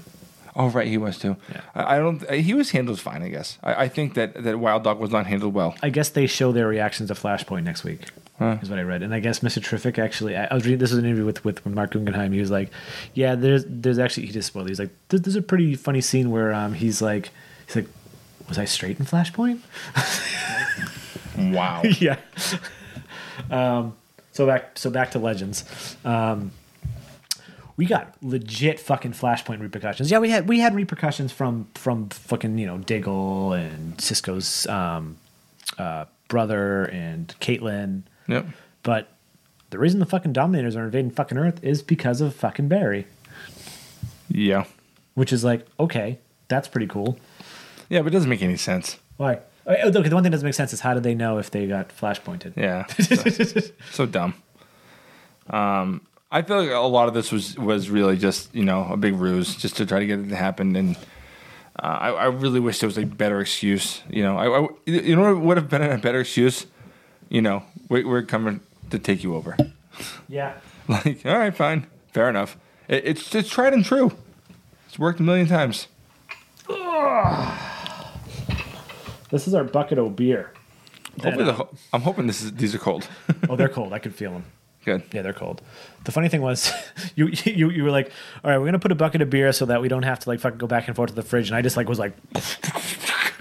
Oh, right, he was too.
Yeah.
I, I don't. uh, He was handled fine, I guess. I, I think that that Wild Dog was not handled well.
I guess they show their reactions to Flashpoint next week. Is what I read, and I guess Mr. Terrific actually. I, I was reading this was an interview with with Mark Guggenheim. He was like, "Yeah, there's there's actually he just spoiled. it. He's like, there's, there's a pretty funny scene where um he's like he's like, was I straight in Flashpoint?
Wow.
yeah. Um, so back so back to Legends. Um, we got legit fucking Flashpoint repercussions. Yeah, we had we had repercussions from from fucking you know Diggle and Cisco's um, uh, brother and Caitlyn,
yep.
but the reason the fucking Dominators are invading fucking Earth is because of fucking Barry,
Yeah.
which is like okay, that's pretty cool.
Yeah, but it doesn't make any sense.
Why? Oh, Okay, the one thing that doesn't make sense is how did they know if they got flashpointed?
Yeah. so, so dumb. Um, I feel like a lot of this was was really just you know a big ruse just to try to get it to happen and. Uh, I, I really wish there was a better excuse. You know, I, I- you know what would have been a better excuse. You know, we, we're coming to take you over.
Yeah.
Like, all right, fine, fair enough. It, it's it's tried and true. It's worked a million times.
This is our bucket of beer.
Hopefully, the, ho- I'm hoping this is these are cold.
Oh, they're cold. I could feel them.
Good.
Yeah, they're cold. The funny thing was, you you you were like, all right, we're gonna put a bucket of beer so that we don't have to like fucking go back and forth to the fridge. And I just like was like,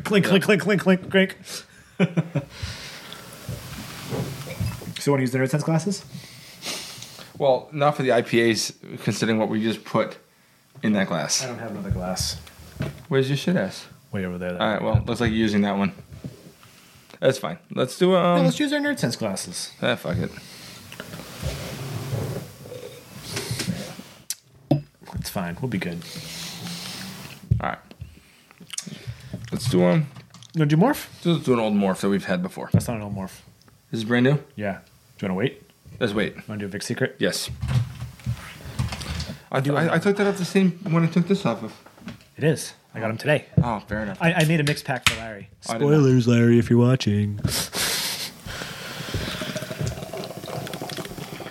clink clink clink clink clink clink. so, want to use the nerd sense glasses?
Well, not for the IPAs, considering what we just put in that glass.
don't have another glass.
Where's your shit ass?
Way over there.
All right. Well, looks like you're using that one. That's fine. Let's do
Yeah,
um.
let's use our nerd sense glasses.
ah, fuck it.
It's fine. We'll be good.
All right. Let's do um.
No, do you morph?
Let's do an old morph that we've had before.
That's not an old morph.
This is brand new.
Yeah. Do you want to wait?
Let's wait.
Want to do a big secret?
Yes. I do. I, I took that off the same when I took this off of.
It is. I got them today.
Oh, fair enough.
I, I made a mix pack for Larry.
I did not-
Larry, if you're watching.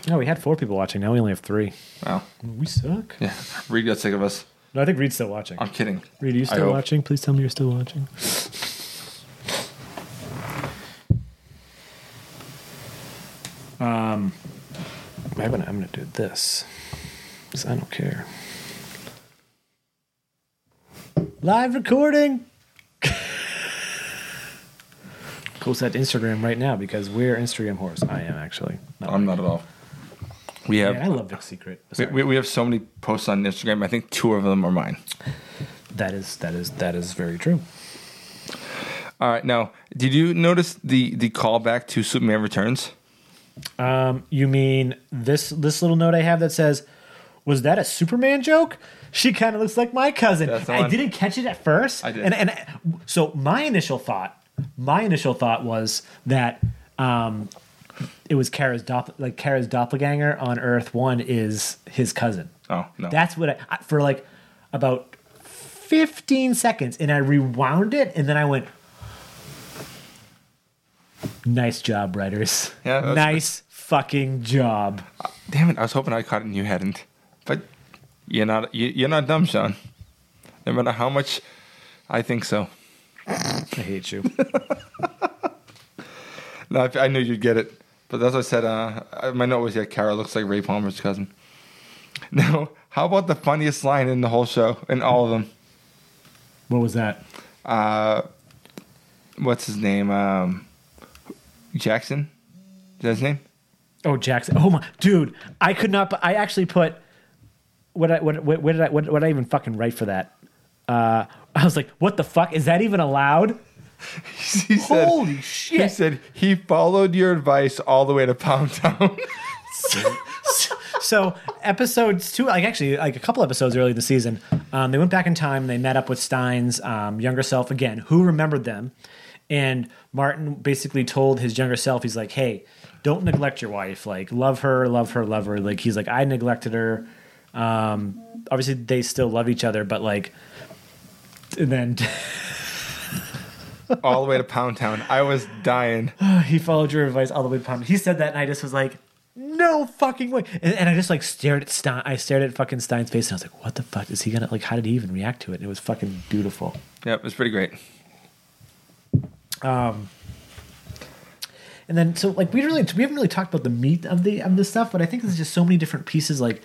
No, we had four people watching. Now we only have three.
Wow.
We suck.
Yeah. Reed got sick of us.
No, I think Reed's still watching.
I'm kidding.
Reed, are you
I
still
hope.
watching? Please tell me you're still watching. Um, I'm gonna, I'm gonna do this because I don't care. Live recording. post that to Instagram right now because we're Instagram whores. I am actually. Not
I'm not at all. We have
Man, I love Vic's Secret.
we,
Sorry.
we, we have so many posts on Instagram. I think two of them are mine.
that is that is that is very true.
All right. Now, did you notice the the callback to Superman Returns?
Um, you mean this this little note I have that says, "Was that a Superman joke?" She kind of looks like my cousin.
That's the
I
one.
didn't catch it at first.
I did.
And and I- so my initial thought, my initial thought was that um, it was Kara's dopp- like Kara's doppelganger on Earth One is his cousin.
Oh no.
That's what I, I for like about 15 seconds and I rewound it and then I went Nice job, writers.
Yeah, that's
nice fucking job.
Damn it! I was hoping I caught it and you hadn't. But you're not you, you're not dumb, Sean. No matter how much I think so.
I hate you.
No, I, I knew you'd get it. But that's what I said. Uh, I- my note was, yeah, Kara looks like Ray Palmer's cousin. Now, how about the funniest line in the whole show, in all of them?
what was that?
What's his name? Um, Jackson? Is that his name?
Oh, Jackson. Oh my dude, I could not I actually put what I what what, what did I what, what did I even fucking write for that? Uh I was like, what the fuck? Is that even allowed?
He said,
Holy
He
shit.
said, he followed your advice all the way to Pound Town.
so episodes two, like actually like a couple episodes early in the season, um, they went back in time. They met up with Stein's um, younger self again, who remembered them, and Martin basically told his younger self, he's like, "Hey, don't neglect your wife. Like, love her, love her, love her." Like he's like, "I neglected her." Um, obviously, they still love each other, but like, and then
all the way to Pound Town. I was dying.
he followed your advice all the way to Palm. He said that, and I just was like, no fucking way. And, and I just like stared at Stein. I stared at fucking Stein's face, and I was like, what the fuck is he gonna like? How did he even react to it? And it was fucking beautiful.
Yep, it's pretty great.
And then so like we really we haven't really talked about the meat of the of the stuff, but I think there's just so many different pieces. Like,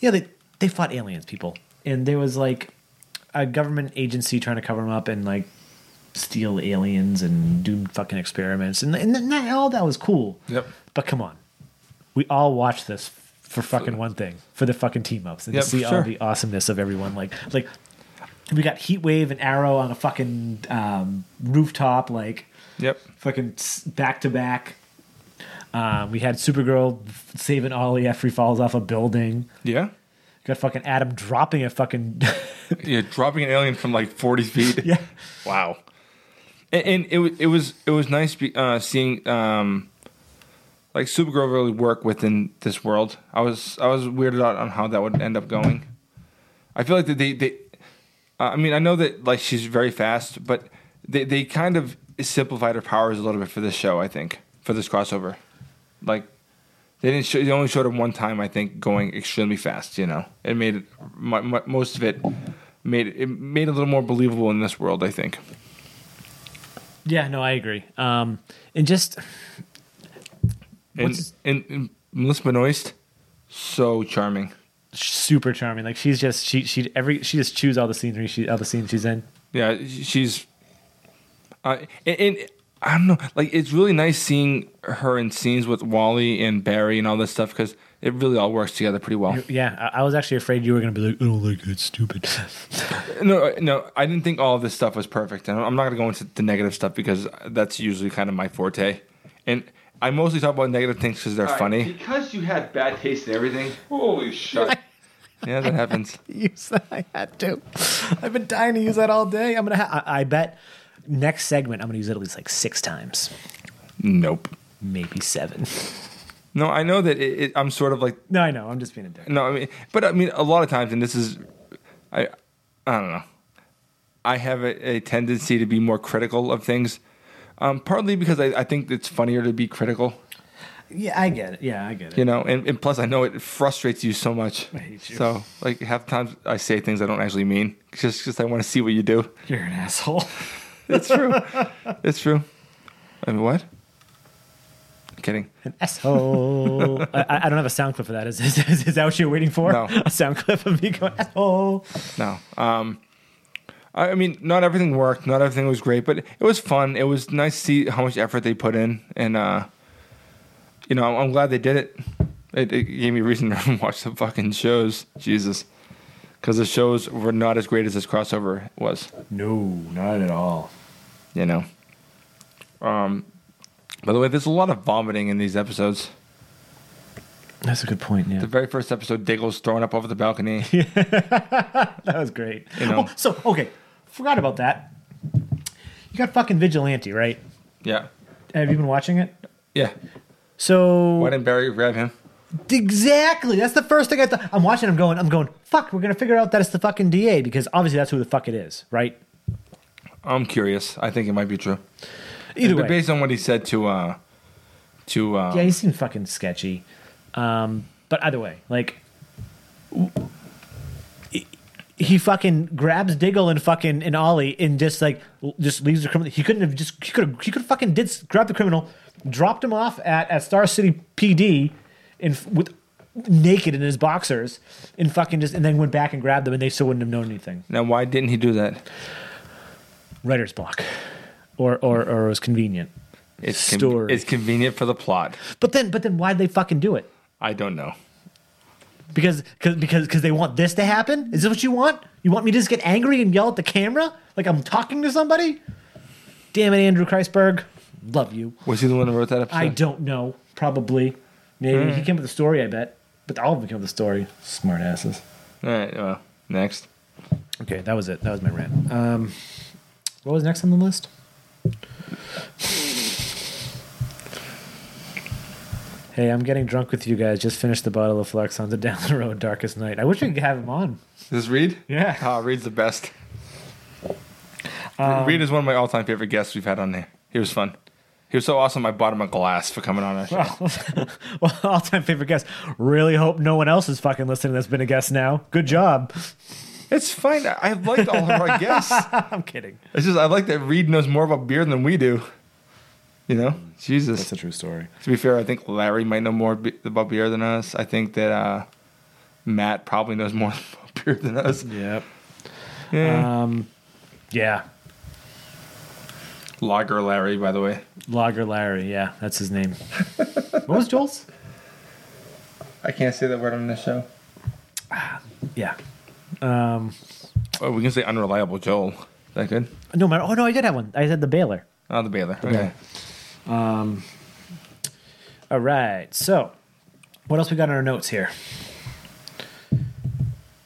yeah, they they fought aliens, people, and there was like a government agency trying to cover them up and like steal aliens and do fucking experiments, and and that, all that was cool.
Yep.
But come on, we all watched this for fucking one thing for the fucking team ups and
Yep,
to see all
sure.
the awesomeness of everyone. Like like we got Heat Wave and Arrow on a fucking um, rooftop, like
Yep.
fucking back to back. Um, we had Supergirl f- saving Ollie after he falls off a building.
Yeah?
Got fucking Adam dropping a fucking
Yeah, dropping an alien from like 40 feet.
yeah.
Wow. And, and it wa- it was it was nice be, uh, seeing um, like Supergirl really work within this world. I was I was weirded out on how that would end up going. I feel like that they they uh, I mean I know that like she's very fast, but they they kind of simplified her powers a little bit for this show. I think for this crossover, like they didn't show, they only showed her one time. I think going extremely fast. You know, it made it mu mu most of it made it made it a little more believable in this world. I think.
Yeah, no, I agree. Um, and just
and,
What's-
and, and Melissa Benoist, so charming.
super charming. Like she's just she she every she just chews all the scenery she all the scenes she's in.
Yeah, she's. Uh, and, and I don't know, like it's really nice seeing her in scenes with Wally and Barry and all this stuff because it really all works together pretty well.
Yeah, I, I was actually afraid you were gonna be like, I don't like that stupid.
No, uh, no, I didn't think all of this stuff was perfect, and I'm not gonna go into the negative stuff because that's usually kind of my forte, and I mostly talk about negative things because they're funny.
Because you had bad taste in everything.
Holy shit! yeah, that happens.
use that. I had to. I've been dying to use that all day. I'm gonna. Ha- I, I bet next segment I'm gonna use it at least like six times,
Nope.
maybe seven.
No, I know that it, it, I'm sort of like
No, I know. I'm just being a dick.
No, I mean, but I mean, a lot of times, and this is, I, I don't know. I have a, a tendency to be more critical of things, um, partly because I, I think it's funnier to be critical,
Yeah, I get it. Yeah, I get it.
you know, and, and plus I know it frustrates you so much. I
hate you.
So like half the times I say things I don't actually mean, just because I want to see what you do.
You're an asshole.
It's true. it's true. I mean, what? kidding.
An asshole. I, I I don't have a sound clip for that. Is, is, is that what you're waiting for?
No.
A sound clip of me going asshole.
No. Um, I I mean, not everything worked, not everything was great, but it was fun. It was nice to see how much effort they put in, and uh, you know, I'm, I'm glad they did it. it. It gave me a reason to watch the fucking shows, Jesus, because the shows were not as great as this crossover was,
No, not at all.
you know. Um, by the way, there's a lot of vomiting in these episodes.
That's a good point. Yeah,
The very first episode, Diggle's thrown up over the balcony.
that was great.
You know.
Oh, so okay, forgot about that. You got fucking vigilante, right?
yeah,
Have you been watching it?
yeah.
So
Why didn't Barry grab him?
Exactly. That's the first thing I thought. I'm watching. I'm going. I'm going. Fuck. We're gonna figure out that it's the fucking DA because obviously that's who the fuck it is, right?
I'm curious. I think it might be true.
Either
But
way.
based on what he said to uh to uh
yeah, he seemed fucking sketchy. Um, but either way, like w- he he fucking grabs Diggle and fucking and Ollie and just like l- just leaves the criminal. He couldn't have just he could have he could have fucking did s- grab the criminal, dropped him off at at Star City PD, and f- with naked in his boxers and fucking just and then went back and grabbed them and they still wouldn't have known anything.
now why didn't he do that?
writer's block or or or it was convenient
It's con-
Story.
it's convenient for the plot.
but then but then why'd they fucking do it
I don't know.
because cause, because because they want this to happen is this what you want you want me to just get angry and yell at the camera like i'm talking to somebody damn it andrew kreisberg love you
Was he the one who wrote that episode?
i don't know probably maybe he came up with the story i bet but all of them came up with the story smart asses
All right, well, next.
okay that was it that was my rant um what was next on the list Hey, I'm getting drunk with you guys. Just finished the bottle of Flex on the Down the Road Darkest Night. I wish we could have him on.
This is Reed?
Yeah.
Ah, Reed's the best. Reed is one of my all-time favorite guests we've had on there. He was fun. He was so awesome. I bought him a glass for coming on our show.
well, all time favorite guest. Really hope no one else is fucking listening that's been a guest now. Good job.
It's fine. I- I've liked all of our guests.
I'm kidding.
It's just I like that Reed knows more about beer than we do. You know, Jesus.
true story.
To be fair, I think Larry might know more be- about beer than us. I think that uh, Matt probably knows more about beer than us.
Yep.
Yeah.
Um, yeah.
Lager Larry, by the way.
Lager Larry. Yeah, that's his name. what was Joel's?
I can't say that word on this show.
Yeah. Um,
Oh, we can say unreliable Joel. Is that good?
No matter. Oh no, I did have one. I said the Baylor.
Oh, the Baylor. Okay.
All right. So, what else we got on our notes here?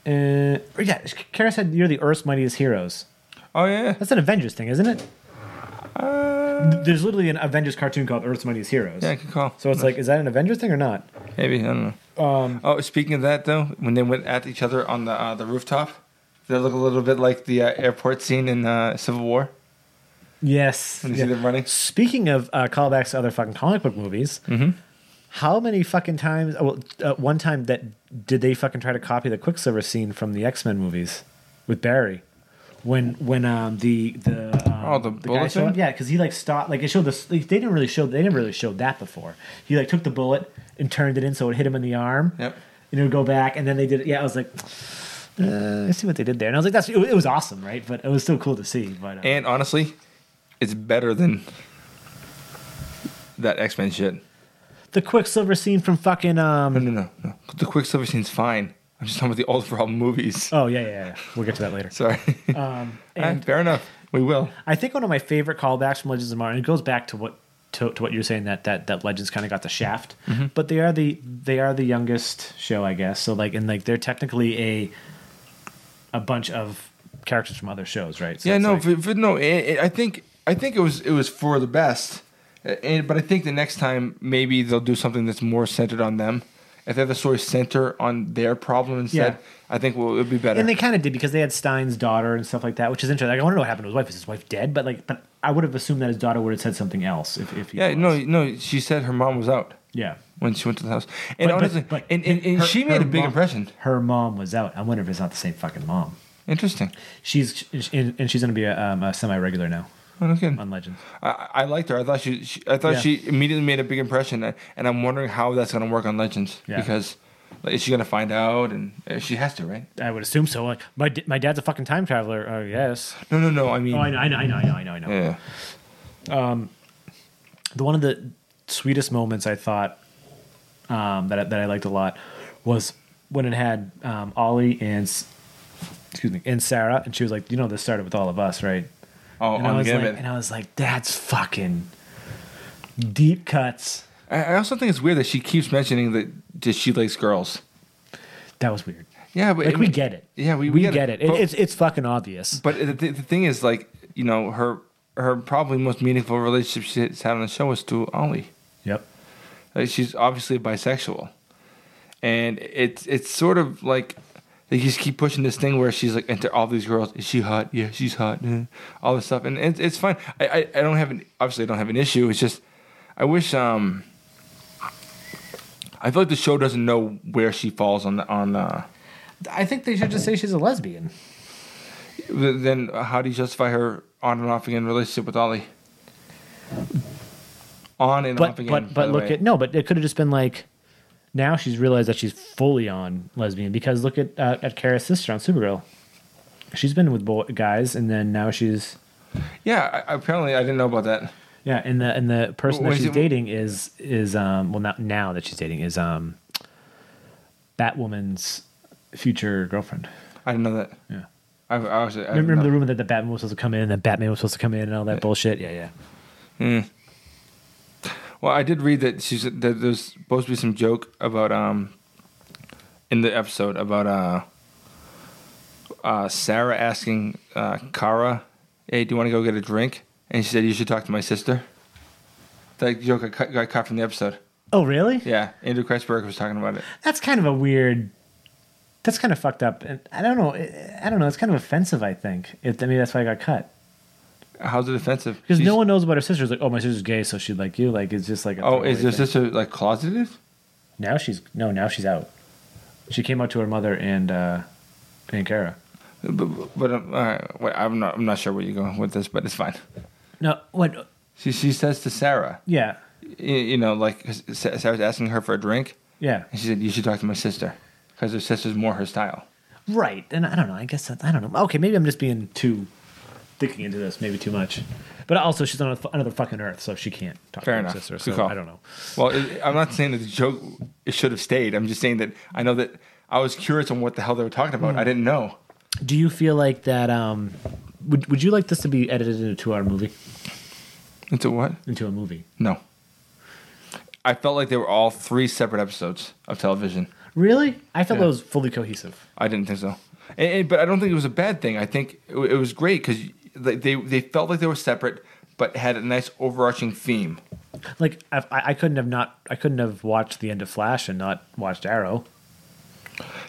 Uh, yeah, Kara said you're the Earth's mightiest heroes.
Oh yeah.
That's an Avengers thing, isn't it?
Uh,
There's literally an Avengers cartoon called Earth's Mightiest Heroes.
yeah, I could call.
So it's like, is that an Avengers thing or not? Um,
Maybe I don't know. oh, speaking of that though, when they went at each other on the uh, the rooftop, they look a little bit like the uh, airport scene in uh, Civil War.
Yes.
When you
Yeah.
see them running.
Speaking of uh, callbacks to other fucking comic book movies, how many fucking times? oh, Well, uh, one time that did they fucking try to copy the Quicksilver scene from the X Men movies with Barry? When when um the the um,
Oh, the bullet
showed up?
thing?
yeah because he like stopped like it showed this like, they didn't really show they never really showed that before he like took the bullet and turned it in so it hit him in the arm
Yep.
and it would go back and then they did it yeah I was like uh, I see what they did there and I was like that's it, was awesome right but it was still cool to see but uh,
And honestly, it's better than that X Men shit.
the Quicksilver scene from fucking um
No, no, no, no. The Quicksilver scene's fine. I'm just talking about the overall movies.
Oh yeah, yeah, yeah. We'll get to that later.
Sorry. Eh,
And
fair enough. We will.
I think one of my favorite callbacks from Legends of Tomorrow, and it goes back to what to, to what you're saying that that that Legends kind of got the shaft,
Mm-hmm.
but they are the they are the youngest show, I guess. So like, and like they're technically a a bunch of characters from other shows, right? So
yeah,
it's
no,
like-
for, for- no. eh, eh, I think I think it was it was for the best. Eh, eh, but I think the next time maybe they'll do something that's more centered on them. If they have the story center on their problem instead,
Yeah.
I think we'll, it'll be better.
and they kind of did because they had Stein's daughter and stuff like that, which is interesting. Like, I want to know what happened to his wife. Is his wife dead? But like, but I would have assumed that his daughter would have said something else if if he
yeah,
was.
no, no. She said her mom was out
yeah.
when she went to the house, and
But- but-
honestly,
but
and, and, and
her-
she
her
made a big
mom-
impression.
Her mom was out. I wonder if it's not the same fucking mom.
Interesting.
She's and and she's gonna be a, um, a semi-regular now
Oh, that's good.
on Legends.
I, I liked her. I thought she, she I thought
Um, Yeah.
she immediately made a big impression, and I'm wondering how that's going to work on Legends
Yeah.
because Like, is she gonna find out? And uh, she has to, right?
I would assume so. Like my d- my dad's a fucking time traveler. Oh yes.
No, no, no. I mean,
Oh, I know, I know, I know, I know, I know. I know.
yeah.
The one of the sweetest moments I thought um, that I- that I liked a lot was when it had um, Ollie and S- excuse me and Sarah, and she was like, "You know, this started with all of us, right?"
Oh,
and I
on
was
the
like, and I was like, "That's fucking deep cuts."
I, I also think it's weird that she keeps mentioning that, that she likes girls.
That was weird.
Yeah, but
Like
I
we
mean-
get it.
Yeah, we,
We,
we
get, it. It-
But,
It's it's fucking obvious.
but the, th- the thing is, like, you know, her her probably most meaningful relationship she's had on the show was to Ollie.
Yep.
Like, she's obviously bisexual, and it's it's sort of like they just keep pushing this thing where she's like into all these girls. Is she hot? Yeah, she's hot. eh, All this stuff, and it's it's fine. I, I I don't have an obviously I don't have an issue. It's just I wish um. I feel like the show doesn't know where she falls on the, on uh,
I think they should just say she's a lesbian.
then how do you justify her on and off again relationship with Ollie? On and
But
off again.
but
by
but
the
look
way.
at no. But it could have just been like. Now she's realized that she's fully on lesbian because look at uh, at Kara's sister on Supergirl. She's been with boy, guys, and then now she's
yeah. I, apparently, I didn't know about that.
yeah. And the and the person
Wait,
that
is
she's
it-
dating is is um well not now that she's dating is um Batwoman's future girlfriend.
I didn't know that.
Yeah.
I, I was. I didn't
Remember, remember the
know.
rumor that the Batman was supposed to come in, that Batman was supposed to come in, and all that bullshit. Yeah, yeah.
Well, I did read that she's that there's supposed to be some joke about um in the episode about uh uh Sarah asking uh Kara, "Hey, do you want to go get a drink?" And she said, "You should talk to my sister." That joke got cut, got cut from the episode.
Oh, really?
Yeah, Andrew Kreisberg was talking about it.
That's kind of a weird. That's kind of fucked up, and I don't know. I don't know. It's kind of offensive. I think. It, I mean, that's why I got cut
How's it offensive?
because
She's-
no one knows about her sister. It's like, oh, my sister's gay, so she'd like you. Like, it's just like. a
Oh, is
throwaway
your
thing.
sister like closeted?
Now she's no. Now she's out. She came out to her mother and uh and Kara.
But, but um, all right, wait, I'm not. I'm not sure where you're going with this, but it's fine.
No, what?
She she says to Sarah,
Yeah,
y- you, know, like 'cause Sa- Sarah's asking her for a drink,
yeah.
and she said you should talk to my sister because her sister's more her style.
Right, and I don't know. I guess that, I don't know. Okay, maybe I'm just being too thinking into this, maybe too much. But also, she's on a- another fucking Earth, so she can't talk
Fair
to
enough.
her sister.
Good
So
call.
I don't know.
Well, it, I'm not saying that the joke it should have stayed. I'm just saying that I know that I was curious on what the hell they were talking about. I didn't know.
Do you feel like that? Um, would Would you like this to be edited into a two hour movie?
Into what?
Into a movie?
No. I felt like they were all three separate episodes of television.
Really? I felt
Yeah.
it was fully cohesive.
I didn't think so. And, and- but I don't think it was a bad thing. I think it, wa- it was great because they, they they felt like they were separate, but had a nice overarching theme.
Like I, I I couldn't have not. I couldn't have watched the end of Flash and not watched Arrow.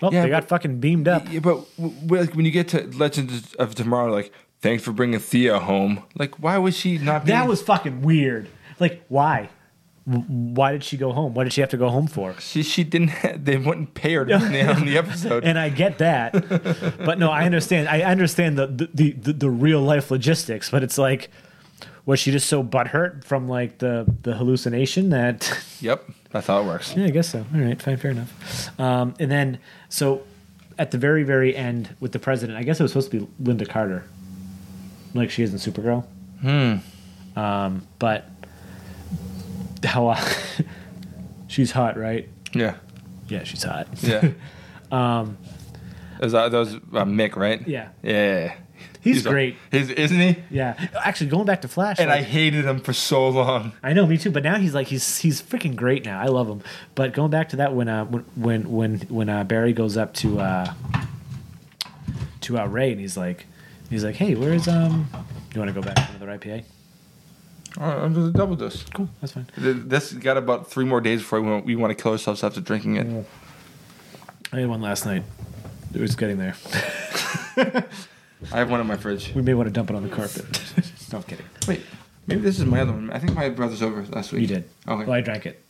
Well,
Yeah,
they got
but-
fucking beamed up.
Yeah, but w- w- like, when you get to Legends of Tomorrow, like thanks for bringing Thea home. Like why was she not?
That
being-
was fucking weird. Like why? W- Why did she go home? What did she have to go home for?
she. She didn't. They wouldn't pay her to be on the- on the episode.
and I get that. but no, I understand. I understand the the, the the real life logistics, but it's like, was she just so butthurt from like the the hallucination that?
yep, that's how it works.
yeah, I guess so. All right, fine, fair enough. Um, and then so at the very very end with the president, I guess it was supposed to be Linda Carter, like she is in Supergirl. Hmm. Um, but how? uh, she's hot, right?
Yeah,
Yeah, she's hot.
yeah. um, that was, uh, that was, uh, Mick, right?
Yeah.
yeah.
He's,
a-
great.
he's, isn't he?
Yeah, actually, going back to Flash,
And
like-
I hated him for so long.
I know, me too. But now he's like he's he's freaking great now. I love him. But going back to that when uh when when when, when uh, Barry goes up to uh to uh, Ray and he's like he's like, hey, where's um? You want to go back to another IPA?
All right, I'm just double this.
Cool, that's fine.
Th- This got about three more days before we want, we want to kill ourselves after drinking it.
I had one last night. It was getting there.
I have one in my fridge.
We may want to dump it on the carpet. no, I'm kidding.
Wait, maybe this is my other one. I think my brother's over last week.
You did.
Okay.
Well, I drank it.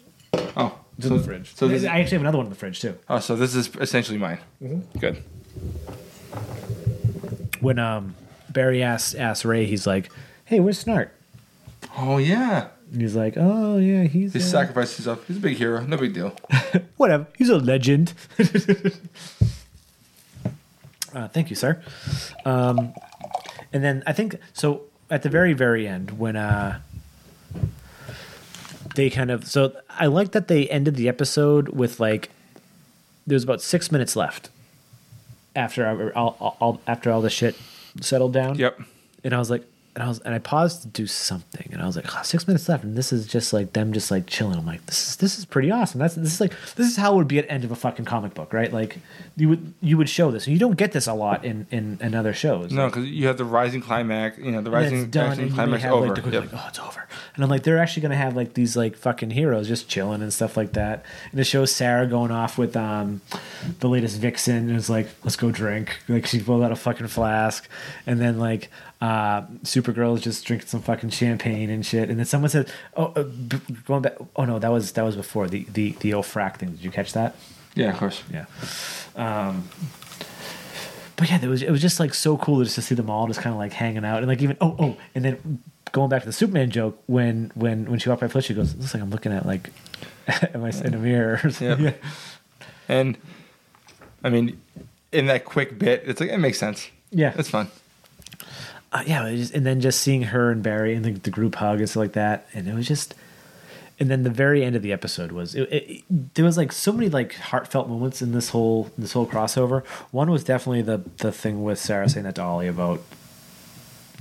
oh,
It's in the fridge. So
So this,
I actually have another one in the fridge too.
oh, so this is essentially mine.
Mm-hmm.
Good.
When um Barry asks asks Ray, he's like, hey, where's Snart?
Oh yeah,
And he's like, oh yeah, he's
he
a-
sacrificed himself. He's a big hero. No big deal.
whatever. He's a legend. uh, thank you, sir. Um, and then I think so. At the very, very end, when uh, they kind of so I like that they ended the episode with like there's about six minutes left after I- all, all, all after all the shit settled down.
Yep.
And I was like, and I was, and I paused to do something, and I was like, "Ah, six minutes left, and this is just like them just like chilling. I'm like, this is this is pretty awesome. That's this is like this is how it would be at end of a fucking comic book, right? Like you would you would show this. You don't get this a lot in in, in other shows.
No, because you have the rising climax. You know the
And then
rising
it's done,
action
and you may
climax
have
over.
like the quick,
Yep.
like, oh, it's over. And I'm like, they're actually gonna have like these like fucking heroes just chilling and stuff like that. And it shows Sarah going off with um the latest vixen and it's like, let's go drink. Like she pulled out a fucking flask, and then like uh Supergirl is just drinking some fucking champagne and shit. And then someone said, oh, uh, b- going back. Oh no, that was that was before the the the Ofrac thing. Did you catch that?
Yeah, of course.
Yeah. Um, but yeah, it was it was just like so cool just to see them all just kind of like hanging out and like even oh oh and then going back to the Superman joke when when when she walked by Fletch, she goes, "Looks like I'm looking at like am I in a mirror?" or something.
Yeah. And I mean, in that quick bit, it's like it makes sense.
Yeah.
it's fun.
uh, yeah, it just, and then just seeing her and Barry and the, the group hug and stuff like that, and it was just. And then the very end of the episode was it, it, it- there was like so many like heartfelt moments in this whole this whole crossover. One was definitely the the thing with Sarah saying that to Ollie about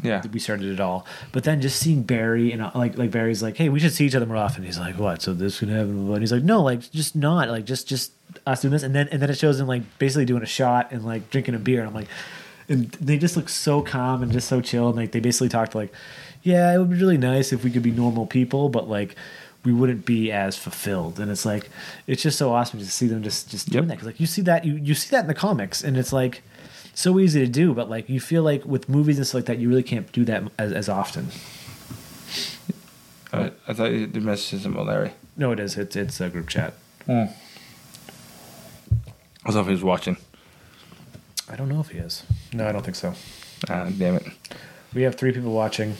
Yeah,
we started it all. But then just seeing Barry and uh, like like Barry's like, hey, we should see each other more often. He's like, what? So this could happen. And he's like, no, like just not like just just us doing this. And then and then it shows him like basically doing a shot and like drinking a beer. And I'm like, and they just look so calm and just so chill. And like they basically talked like, yeah, it would be really nice if we could be normal people, but like. We wouldn't be as fulfilled, and it's like it's just so awesome to see them just just doing
Yep.
that. 'Cause, like you see that you you see that in the comics, and it's like so easy to do, but like you feel like with movies and stuff like that, you really can't do that as, as often.
I, I thought you did messages about Larry.
No, it is. It's it's a group chat.
I was hoping he was watching.
I don't know if he is. No, I don't think so.
Ah, damn it.
We have three people watching.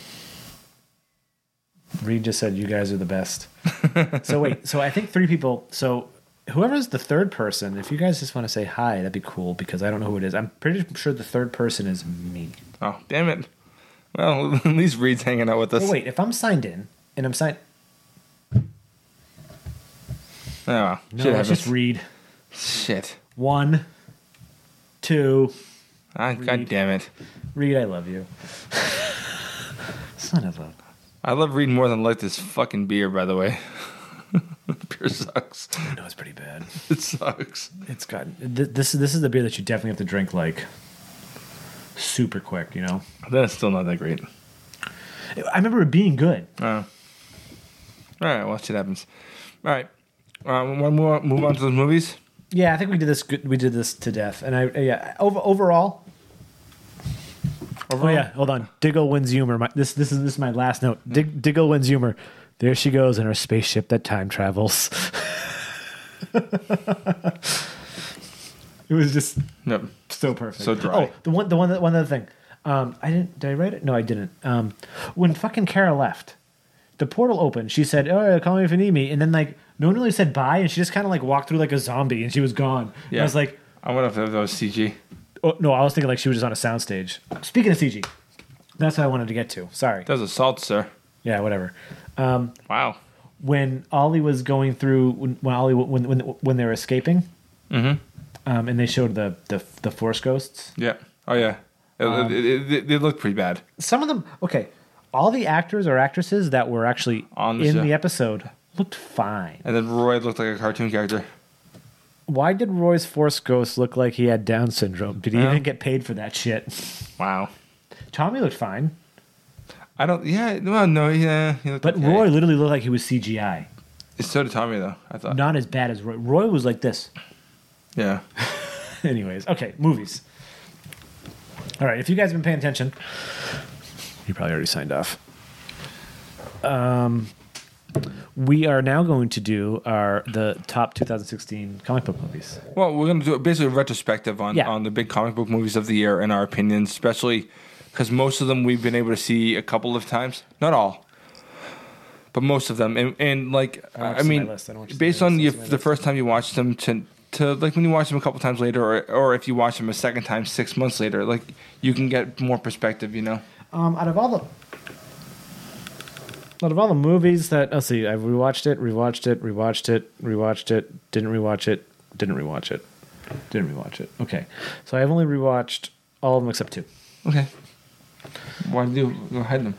Reed just said you guys are the best. so wait, so I think three people. So whoever's the third person, if you guys just want to say hi, that'd be cool because I don't know who it is. I'm pretty sure the third person is me.
Oh, damn it. Well, at least Reed's hanging out with us.
But Oh, wait, if I'm signed in and I'm signed,
Oh, well.
no, it's
Shit happens.
just Reed.
Shit.
One, two.
Ah, God
Reed.
damn it.
Reed, I love you. Son of a.
I love Reed more than I like this fucking beer, by the way. beer sucks.
I know it's pretty bad.
It sucks.
It's got th- this. is This is the beer that you definitely have to drink like super quick. You know.
That's still not that great.
I remember it being good.
Oh. All right, well, shit happens. All right. Uh, we want to move on, move on to those movies.
Yeah, I think we did this. Good, we did this to death. And I yeah. Over, overall. Oh yeah, hold on. Diggle wins humor. My, this this is this is my last note. Dig, Diggle wins humor. There she goes in her spaceship that time travels. it was just
Yep.
so perfect.
So dry.
Oh, the one, the one, that one other thing. Um, I didn't. Did I write it? No, I didn't. Um, when fucking Kara left, the portal opened. She said, "All right, call me if you need me." And then like no one really said bye, and she just kind of like walked through like a zombie, and she was gone. And I was like,
I wonder if that was CG.
oh no, I was thinking like she was just on a soundstage. Speaking of CG, that's what I wanted to get to. Sorry.
That was assault, sir.
Yeah, whatever.
Wow.
When Ollie was going through, when, when Ollie when when when they were escaping, mm-hmm. um, and they showed the the the force ghosts.
Yeah. Oh, yeah. It,
Um.
it, it, it, it looked pretty bad.
some of them okay all the actors or actresses that were actually
On the
in
show.
the episode looked fine
And then Roy looked like a cartoon character.
why did roy's force ghost look like he had down syndrome did he
Yeah.
even get paid for that shit
Wow.
tommy looked fine
I don't. Yeah. Well, no. Yeah. He looked
but
okay.
roy literally looked like he was cgi
So did Tommy, though. I thought.
not as bad as roy roy was like this
Yeah.
anyways okay movies all right if you guys have been paying attention you probably already signed off um, we are now going to do our the top 2016 comic book movies
Well, we're gonna do basically a retrospective on
Yeah.
on the big comic book movies of the year and our opinions, especially because most of them we've been able to see a couple of times, not all. but most of them. And, and like,
I want
I,
to see my
mean,
list. I don't want to see
based
my
on
list.
the,
Let's see my
the
list.
first time you watch them to, to like when you watch them a couple times later, or, or if you watch them a second time six months later, like you can get more perspective, you know?
Um, out of all the out of all the movies that let's see, I rewatched it, rewatched it, rewatched it, rewatched it, didn't rewatch it, didn't rewatch it, didn't rewatch it. Okay, so I've only rewatched all of them except two.
Okay. Why do you go ahead them?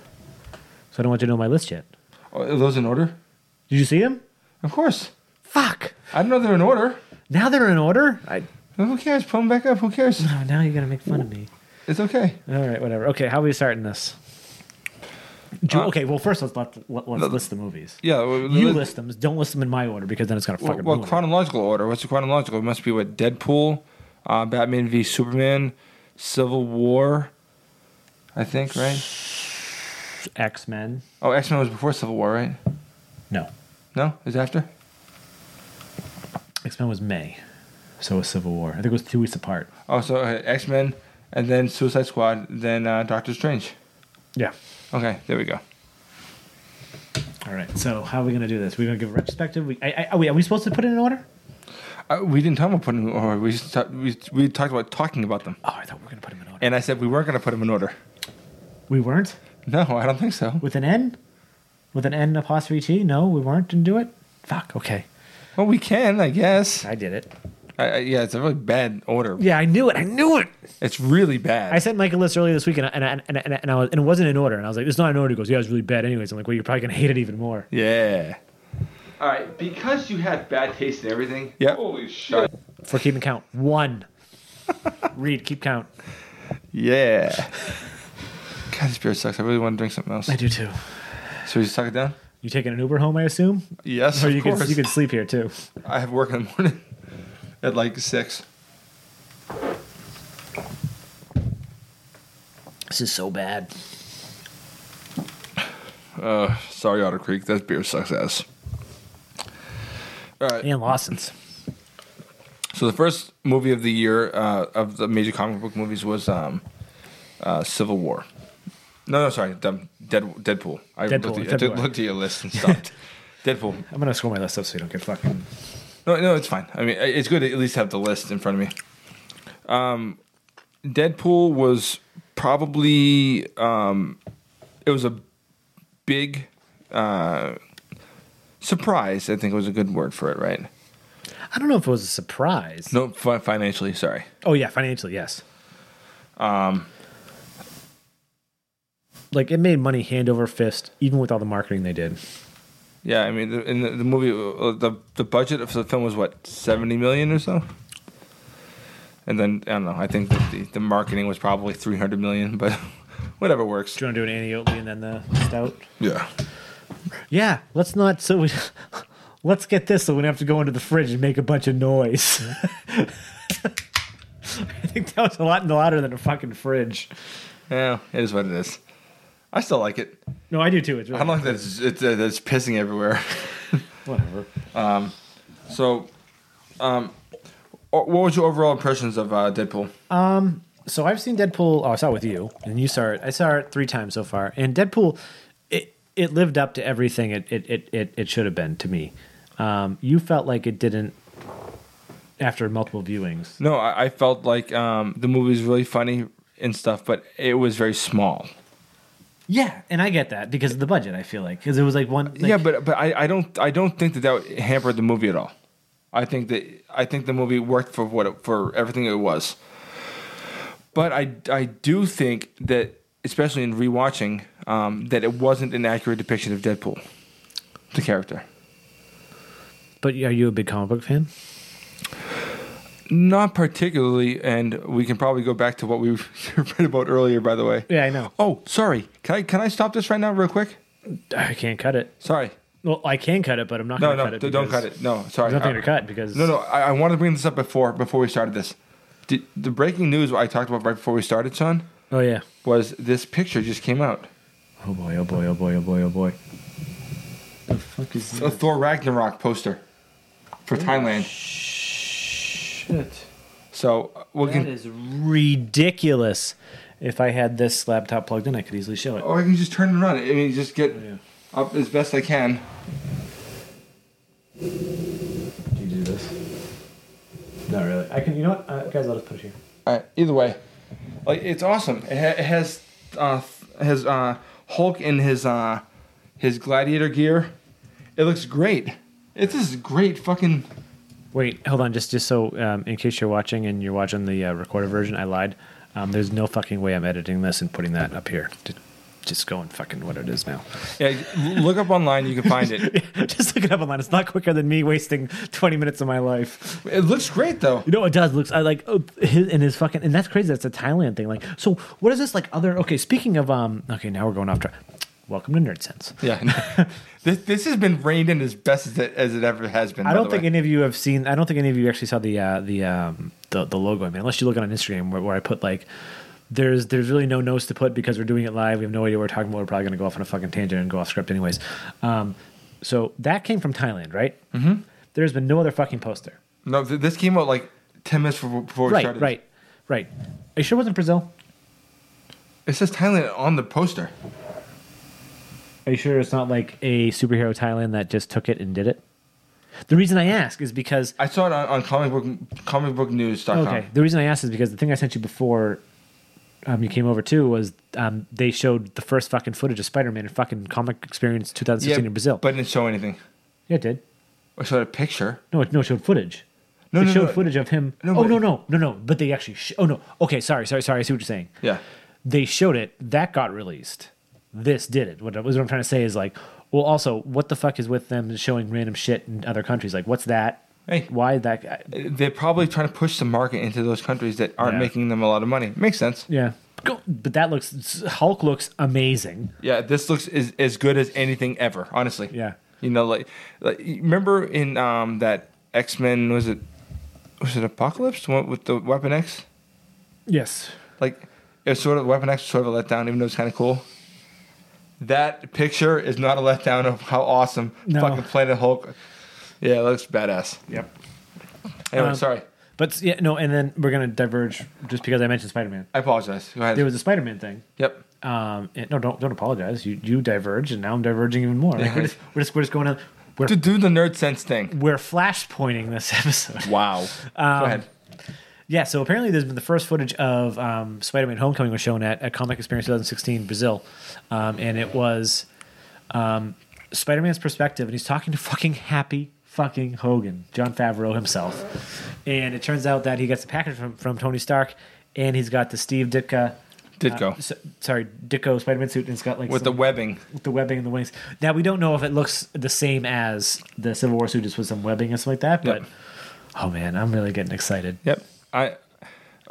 So I don't want you to know my list yet.
Are those in order?
Did you see them?
Of course.
Fuck!
I don't know they're in order.
Now they're in order. I
Who cares? Put them back up. Who cares?
oh, now you're gonna make fun of me.
It's okay.
All right, whatever. Okay, how are we starting this? Do-
Uh,
okay, well first let's let, let, let's list the movies.
Yeah.
You list them. Don't list them in my order because then it's gonna
Well,
fucking.
well,
ruin it.
chronological order. What's the chronological? It must be what Deadpool, uh, Batman v Superman, Civil War. I think right.
X Men.
Oh, X Men was before Civil War, right?
No,
No, it's after.
X Men was May, so was Civil War. I think it was two weeks apart.
Oh, so okay, X Men, and then Suicide Squad, then uh, Doctor Strange.
Yeah.
Okay, there we go.
All right. So how are we gonna do this? We're gonna give a retrospective. We, I, I, are we are we supposed to put it in order?
Uh, we didn't talk about putting them in order. We, just ta- we we talked about talking about them,
Oh, I thought we were gonna put them in order.
and I said we weren't going to put them in order.
we weren't
No, I don't think so.
with an N, with an N apostrophe T. No, we weren't. Didn't do it. Fuck. Okay.
Well, we can, I guess.
I did it.
I, I, yeah, it's a really bad order.
Yeah, I knew it. I knew it.
It's really bad.
I sent Mike a list earlier this week, and I, and I, and I, and, I, and, I was, and it wasn't in order. And I was like, "It's not in order." He goes, "Yeah, it's really bad." Anyways, I'm like, "Well, you're probably gonna hate it even more."
yeah.
All right, because you had bad taste in everything.
Yep.
Holy shit.
For keeping count, one. Read, keep count.
Yeah. God, this beer sucks. I really want to drink something else.
I do too.
So we just suck it down?
You taking an Uber home, I assume,
Yes,
or
of
you
course.
could you could sleep here too.
I have work in the morning at like 6.
This is so bad.
Uh, sorry, Otter Creek. That beer sucks ass. All right.
And Lawson's.
So the first movie of the year uh, of the major comic book movies was um, uh, Civil War. No, no, sorry, Dem- Dead, Deadpool. I
Deadpool,
looked, at, I
February.
did- looked at your list and stopped. Deadpool.
I'm gonna scroll my list up so you don't get fucking.
No, no, it's fine. I mean, i- it's good to at least have the list in front of me. Um, Deadpool was probably um, it was a big uh, surprise. I think was a good word for it, right?
I don't know if it was a surprise.
No, fi- financially, sorry.
Oh yeah, financially, yes. Um, like it made money hand over fist, even with all the marketing they did.
Yeah, I mean, the, in the, the movie, uh, the the budget of the film was what seventy million or so, and then I don't know. I think that the, the marketing was probably three hundred million, but whatever works.
Do you want to do an Annie Oatley and then the stout?
Yeah,
Yeah, let's not. So we, let's get this so we don't have to go into the fridge and make a bunch of noise. I think that was a lot louder than a fucking fridge.
yeah, it is what it is. I still like it.
No, I do too. It's
I
really
don't like that it's, it's, uh, that it's pissing everywhere.
whatever.
So, um, o- what was your overall impressions of uh, Deadpool?
so I've seen Deadpool. Oh, I saw it with you, and you saw it. I saw it three times so far, and Deadpool, it it lived up to everything it it it it, it should have been to me. Um, you felt like it didn't after multiple viewings.
No, I, I felt like um, the movie was really funny and stuff, but it was very small.
Yeah, and I get that because of the budget. I feel like because it was like one. like-
yeah, but but I, I don't I don't think that that would hamper the movie at all. I think that I think the movie worked for what it, for everything it was. But I I do think that especially in rewatching um, that it wasn't an accurate depiction of Deadpool, the character.
but are you a big comic book fan?
Not particularly, and we can probably go back to what we read about earlier. By the way.
Yeah, I know.
Oh, sorry. Can I can I stop this right now, real quick?
I can't cut it.
Sorry.
Well, I can cut it, but I'm not.
No,
gonna
no,
cut it
d- don't
because
cut it. No, sorry. Uh,
There's nothing
I-
to cut because
No, no. I, I wanted to bring this up before before we started this. Did, the breaking news I talked about right before we started, son,
Oh yeah.
was this picture just came out.
Oh boy. Oh boy. Oh boy. Oh boy. Oh boy. The fuck is
A Thor Ragnarok poster for Thailand.
Shit.
So uh, we
That
can.
is
ridiculous. If I had this laptop plugged in, I could easily show it.
Oh, or I can just turn it around. I mean, just get. up as best I can.
Can you do this? Not really. I can. You know what, uh, guys? I'll just put it here.
All right. Uh, Either way, like it's awesome. It, ha- it has uh, th- has uh, Hulk in his uh, his gladiator gear. It looks great. It's this is great fucking.
Wait, hold on. Just just so um, in case you're watching and you're watching the uh, recorded version, I lied. Um, there's no fucking way I'm editing this and putting that up here. Just- Just going fucking what it is now.
Yeah, look up online. You can find it.
just look it up online. It's not quicker than me wasting 20 minutes of my life.
It looks great though.
You know, it does looks I like oh, his and his fucking and that's crazy. That's a Thailand thing. Like, so what is this like other? Okay, speaking of um, okay, now we're going off track. Welcome to Nerd Sense.
Yeah. this this has been reined in as best as it, as it ever has been.
I
by
don't
the
think
way.
any of you have seen. I don't think any of you actually saw the uh, the um, the the logo. I mean, unless you look on Instagram where, where I put like. There's there's really no notes to put because we're doing it live. We have no idea what we're talking about. We're probably going to go off on a fucking tangent and go off script, anyways. Um, so that came from Thailand, right? Mm-hmm. There's been no other fucking poster.
no. th- This came out like ten minutes before, before we
right,
started.
right, right. Are you sure it wasn't Brazil?
It says Thailand on the poster.
Are you sure it's not like a superhero Thailand that just took it and did it? The reason I ask is because
I saw it on, on comic book comic book
okay. The reason I asked is because the thing I sent you before um, you came over too was um, they showed the first fucking footage of Spider-Man in fucking Comic Experience 2016 in Brazil.
But it didn't show anything.
yeah, it did.
I showed a picture.
No, it, no, it showed footage.
No,
they
no,
showed
no.
footage of him.
No,
oh
but-
no, no, no, no. But they actually. Sh- oh no. Okay, sorry, sorry, sorry. I see what you're saying.
Yeah.
they showed it that got released this did it what, what i'm trying to say is like well also what the fuck is with them showing random shit in other countries like what's that
Hey.
why that I-
They're probably trying to push the market into those countries that aren't
Yeah.
making them a lot of money. Makes sense.
yeah Go- but that looks hulk looks amazing
Yeah, this looks as, as good as anything ever, honestly.
Yeah.
You know, like, like you remember in um that X Men was it was it Apocalypse? The one with the Weapon X?
yes
Like it was sort of Weapon X was sort of a letdown, even though it's kinda cool. That picture is not a letdown of how awesome
No.
fucking Planet Hulk. Yeah, it looks badass.
Yep.
Anyway,
Um,
sorry.
but yeah no and then we're gonna diverge just because i mentioned spider-man
I apologize. Go ahead.
there was a spider-man thing
yep.
um and- no don't don't apologize you you diverge and now i'm diverging even more Like,
Yeah.
we're, just, we're just we're just going on we're,
To do the nerd sense thing.
we're flash pointing this episode
Wow.
Um,
Go ahead.
Yeah, so apparently there's been the first footage of um, Spider-Man: Homecoming was shown at, at Comic Experience 2016 Brazil, um, and it was um, Spider-Man's perspective, and he's talking to fucking Happy fucking Hogan, John Favreau himself, and it turns out that he gets a package from, from Tony Stark, and he's got the Steve Ditka,
Did go.
s- sorry Ditko Spider-Man suit, and it's got like
With the
some-
webbing.
with the webbing and the wings. Now we don't know if it looks the same as the Civil War suit, just with some webbing and stuff like that, but.
Yep.
Oh man, I'm really getting excited.
Yep. I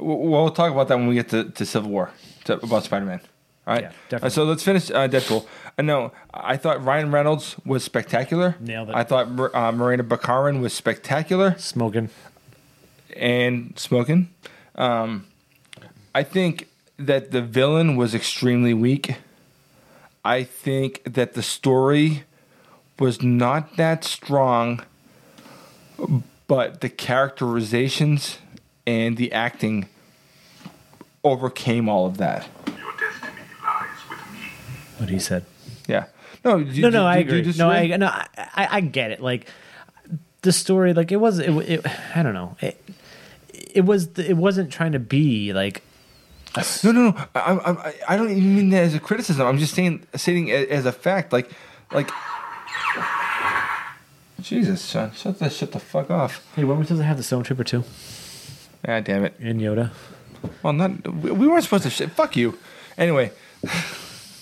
we'll, we'll talk about that when we get to, to Civil War to, about Spider Man. All right.
Yeah,
Uh, so let's finish uh, Deadpool. Uh, no, I thought Ryan Reynolds was spectacular.
Nailed it.
I thought uh, Marina Bakarin was spectacular
Smoking.
and smoking. Um, I think that the villain was extremely weak. I think that the story was not that strong, but the characterizations and the acting overcame all of that.
Your destiny lies with me.
What he said.
Yeah. No, you,
no, no, I
you
agree. No, I
disagree?
no, I, I I get it. Like the story, like it was, it, it I don't know, it it was, it wasn't trying to be like
No, no, no. I, I, I- I don't even mean that as a criticism. I'm just saying, stating a- as a fact. Like, like. Jesus, son, shut the shut the fuck off.
Hey, weren't we supposed to have the Stone Trooper too
Ah, damn it.
and Yoda?
Well, not we, we weren't supposed to. Shit. Fuck you. Anyway.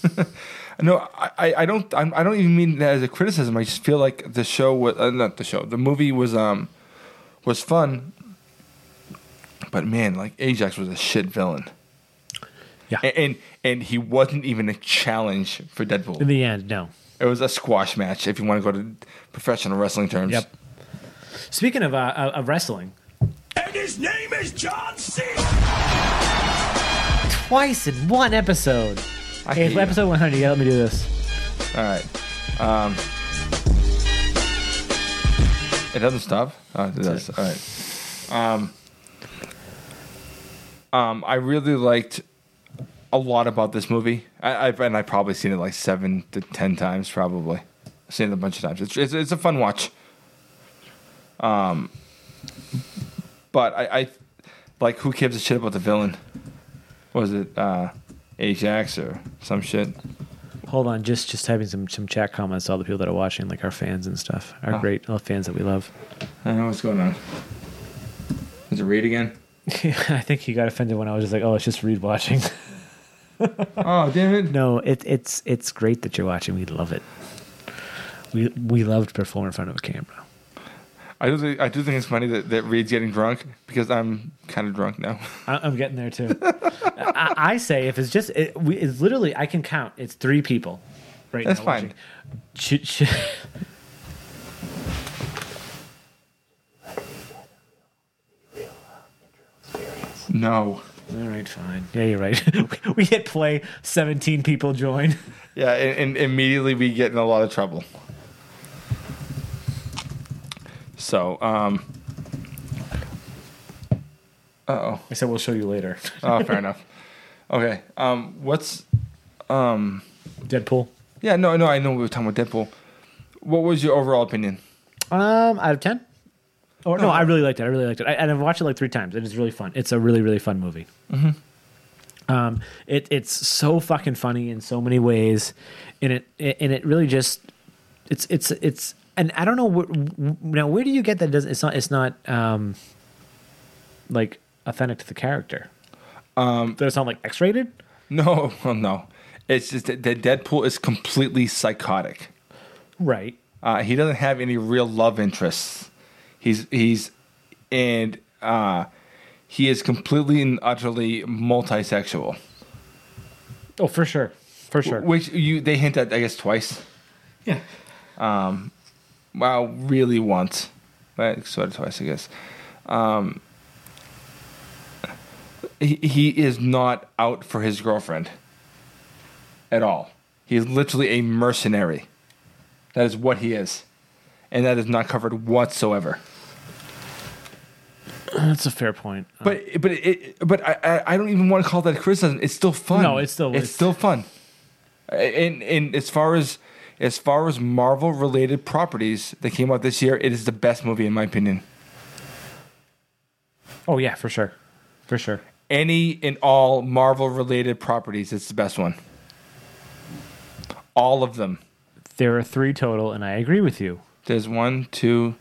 No, I, I- I don't. I'm, I don't even mean that as a criticism. I just feel like the show was uh, not the show. The movie was um was fun, but man, like Ajax was a shit villain.
Yeah.
A- and and he wasn't even a challenge for Deadpool.
In the end, no.
It was a squash match, if you want to go to professional wrestling terms.
Yep. Speaking of uh, of wrestling,
And his name is John C.
twice in one episode.
I
Hey,
hate
it's
you.
episode 100. Yeah, let me do this.
All right. Um, it doesn't stop. Oh, it does. All right. Um, um, I really liked a lot about this movie. I, I've and I've probably seen it like seven to ten times, probably. I've seen it a bunch of times. It's it's, it's a fun watch. Um, but I, I like who gives a shit about the villain? Was it uh, Ajax or some shit?
Hold on, just just typing some some chat comments. to All the people that are watching, like our fans and stuff, our great uh, fans that we love.
I don't know what's going on. Is it Reed again?
I think he got offended when I was just like, "Oh, it's just Reed watching."
Oh damn it!
no, it, it's it's great that you're watching. We love it. We we love to perform in front of a camera.
I do think I do think it's funny that, that Reed's getting drunk because I'm kind of drunk now.
I, I'm getting there too. I, I say if it's just it, we, it's literally I can count. It's three people, right?
That's
now
fine.
watching. Should- should-
No.
all right, fine. Yeah, you're right. we, we hit play. Seventeen people join.
Yeah, and, and immediately we get in a lot of trouble. So, um,
I said we'll show you later.
oh, fair enough. Okay, um, what's
Deadpool.
yeah? No, no, I know we were talking about Deadpool. What was your overall opinion?
Um, out of ten. Or Oh, no, I really liked it. I really liked it, I, and I've watched it like three times. It is really fun. It's a really really fun movie. Um, it it's so fucking funny in so many ways, and it and it really just it's it's it's and I don't know what now where do you get that it doesn't it's not it's not um like authentic to the character. Um, that it's not like X rated.
No, well, no, it's just that that Deadpool is completely psychotic.
Right.
Uh, he doesn't have any real love interests. He's he's and uh, he is completely and utterly multisexual,
Oh, for sure, for sure.
which you they hint at I guess twice.
Yeah.
Um, well, really once, right? Sort of twice, I guess. Um, he, he is not out for his girlfriend at all. He is literally a mercenary. That is what he is, and that is not covered whatsoever.
That's a fair point.
But but it but I- I I don't even want to call that a criticism. It's still fun.
No, it's still-
it's,
it's-
still fun. And and as far as as far as Marvel related properties that came out this year, it is the best movie in my opinion.
Oh yeah, for sure, for sure.
Any and all Marvel related properties, it's the best one. All of them.
There are three total, and I agree with you.
There's one, two.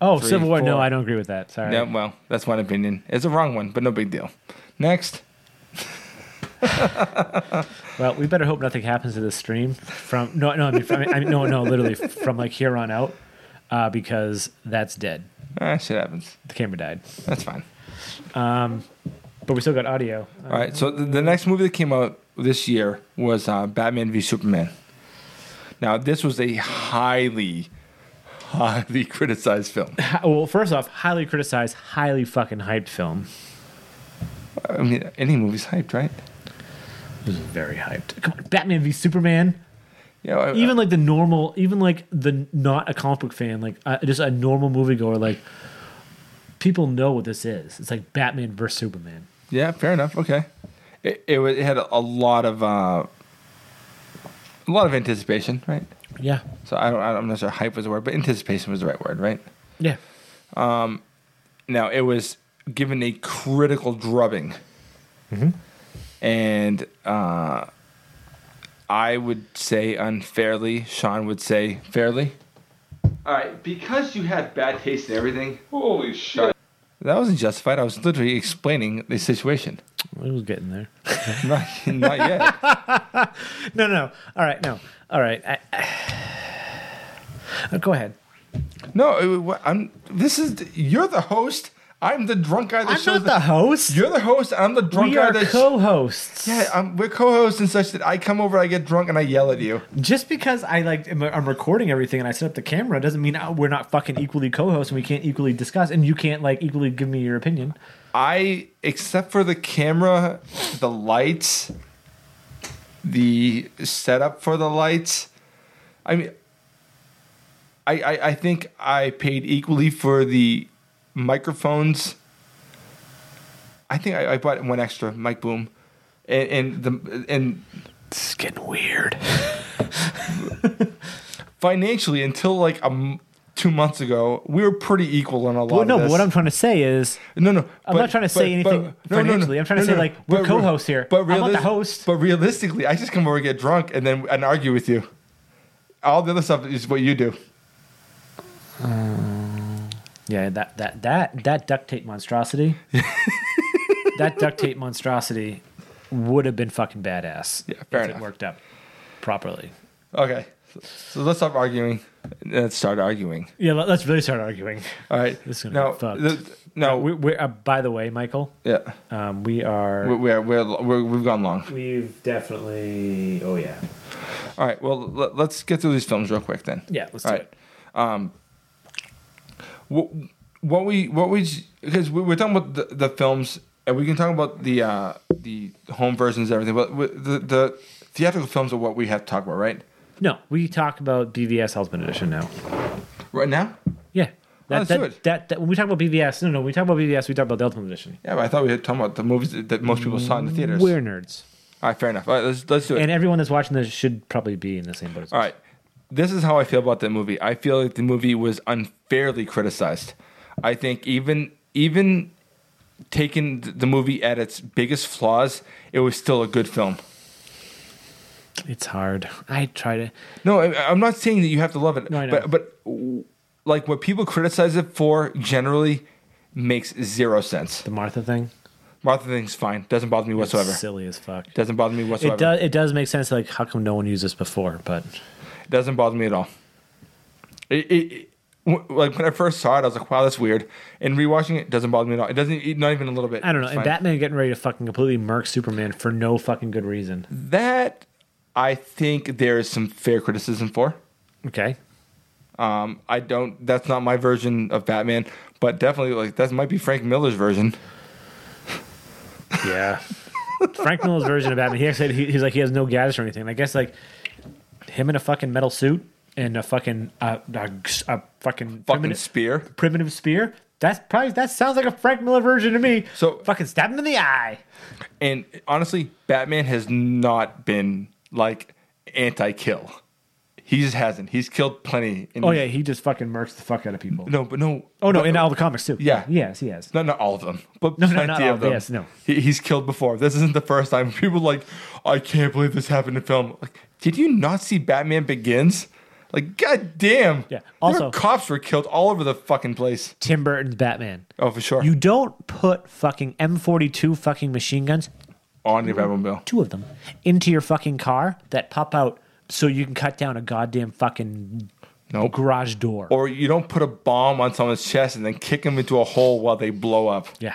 Oh,
Three,
Civil War. No,
four.
I don't agree with that. Sorry.
Yeah, well, that's one opinion. It's a wrong one, but no big deal. Next.
Well, we better hope nothing happens to this stream from no, no, I mean, from, I mean no, no, literally from like here on out, uh, because that's dead.
Ah, shit happens.
The camera died,
That's fine.
but we still got audio.
All right. So the, the next movie that came out this year was uh, Batman v Superman. Now this was a highly, highly criticized film.
Hi- Well, first off, highly criticized, highly fucking hyped film.
I mean, any movie's hyped, right?
Very hyped. Come on, Batman v Superman.
Yeah. I-
Even like the normal, even like the not a comic book fan, like uh, just a normal moviegoer, like people know what this is. It's like Batman versus Superman.
yeah. Fair enough. Okay. It it, wa- it had a, a lot of uh, a lot of anticipation, right?
Yeah,
So I don't. I'm not sure hype was the word, but anticipation was the right word, right?
yeah.
Now it was given a critical drubbing,
Mm-hmm.
and uh, I would say unfairly. Sean would say fairly.
All right, because you had bad taste in everything. Holy shit!
That wasn't justified. I was literally explaining the situation.
It was getting there.
Not, not yet.
No, no. All right, no. All right. I, Uh, go ahead.
No, it, wa- I'm. This is you're the host. I'm the drunk guy that
I'm
shows
not the host.
You're the host. I'm the drunk
We
guy
are
that.
co-hosts.
yeah, uh, I'm, we're co-hosts and such that I come over, I get drunk, and I yell at you.
Just because I like am- I'm recording everything and I set up the camera doesn't mean uh, we're not fucking equally co-hosts and we can't equally discuss and you can't like equally give me your opinion.
I, except for the camera, the lights, the setup for the lights, I mean, I, I, I think I paid equally for the microphones. I think I, I bought one extra mic boom. and, and the and it's getting weird. Financially, until like a m- two months ago, we were pretty equal on a lot.
Well,
of
no, but
this.
what I'm trying to say is,
No, no.
I'm not trying to say anything financially. I'm trying to say, like, we're
But-
co-hosts here.
But
I'm not the
realis-
host.
But realistically, I just come over and get drunk and then and argue with you. All the other stuff is what you do.
yeah, that that that that duct tape monstrosity, that duct tape monstrosity, would have been fucking badass.
Yeah, fair
if
enough.
It worked up properly.
Okay. So let's stop arguing. Let's start arguing.
Yeah, let, us really start arguing.
All right.
This is gonna
now,
get fucked.
the- no,
We, we're uh, by the way, Michael,
yeah,
um, we are.
we, we're, we're, we're, we've gone long.
We've definitely. Oh yeah.
All right. Well, let, let's get through these films real quick then.
Yeah, let's
All
do
right. what what we what we because we we're talking about the, the films and we can talk about the uh the home versions and everything but with the the theatrical films are what we have to talk about right
it. No, we talk about BVS Hellsman Edition now.
right now
Yeah. That,
let's
that,
do it.
That, that when we talk about BVS, no, no, when we talk about BVS, we talk about the Ultimate Edition.
yeah but I thought we had talking about the movies that, that most people saw in the theaters
We're nerds,
all right fair enough all right let's let's do it
and everyone that's watching this should probably be in the same boat. As
all
us.
right this is how I feel about the movie I feel like the movie was unfairly criticized I think even even taking th- the movie at its biggest flaws it was still a good film.
It's hard. I try to.
No, I, I'm not saying that you have to love it.
No, I know.
But but w- like what people criticize it for generally makes zero sense.
The Martha thing.
Martha thing's fine. Doesn't bother me whatsoever.
Silly as fuck.
Doesn't bother me whatsoever.
It does. It does make sense. Like, how come no one used this before? But
Doesn't bother me at all. It, it, it- w- like when I first saw it, I was like, "Wow, that's weird." And rewatching it doesn't bother me at all. It doesn't, it- not even a little bit.
I don't know.
It's
And
fine.
Batman getting ready to fucking completely murk Superman for no fucking good reason.
that I think there is some fair criticism for.
Okay.
Um, I don't. That's not my version of Batman, but definitely like that might be Frank Miller's version.
Yeah. Frank Miller's version of Batman. He actually he, he's like he has no gadgets or anything. And I guess like him in a fucking metal suit and a fucking uh, a, a fucking
Fucking
primitive,
spear.
primitive spear. That's probably that sounds like a Frank Miller version to me.
So-
fucking stab him in the eye.
And honestly, Batman has not been like anti-kill. He just hasn't. He's killed plenty. In
Oh yeah, he just fucking murks the fuck out of people.
No, but no.
oh no,
but-
in all the comics too.
Yeah.
Yes, he has.
No, not all of them, but
No, no,
plenty
not all
of
of
them.
them, yes, no.
He, he's killed before. This isn't the first time. People are like, I can't believe this happened in film. Like, did you not see Batman Begins? Like, goddamn.
Yeah,
There
also-
were cops were killed all over the fucking place.
Tim Burton's Batman.
Oh, for sure.
You don't put fucking M42 fucking machine guns,
on your Batmobile.
two of them, into your fucking car that pop out so you can cut down a goddamn fucking
Nope.
garage door.
Or you don't put a bomb on someone's chest and then kick them into a hole while they blow up.
yeah.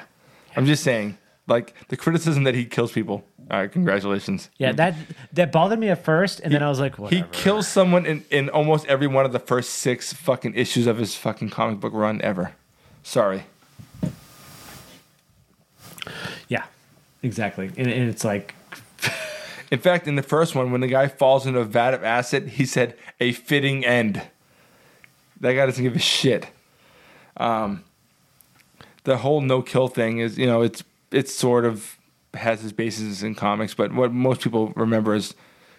I'm just saying, like the criticism that he kills people. All right, congratulations.
Yeah, that that bothered me at first, and then I was like,
He
whatever.
kills someone in, in almost every one of the first six fucking issues of his fucking comic book run ever. Sorry.
Yeah, exactly. And, and it's like,
In fact, in the first one, when the guy falls into a vat of acid, he said, a fitting end. That guy doesn't give a shit. Um, the whole no kill thing is, you know, it's it's sort of has its basis in comics, but what most people remember is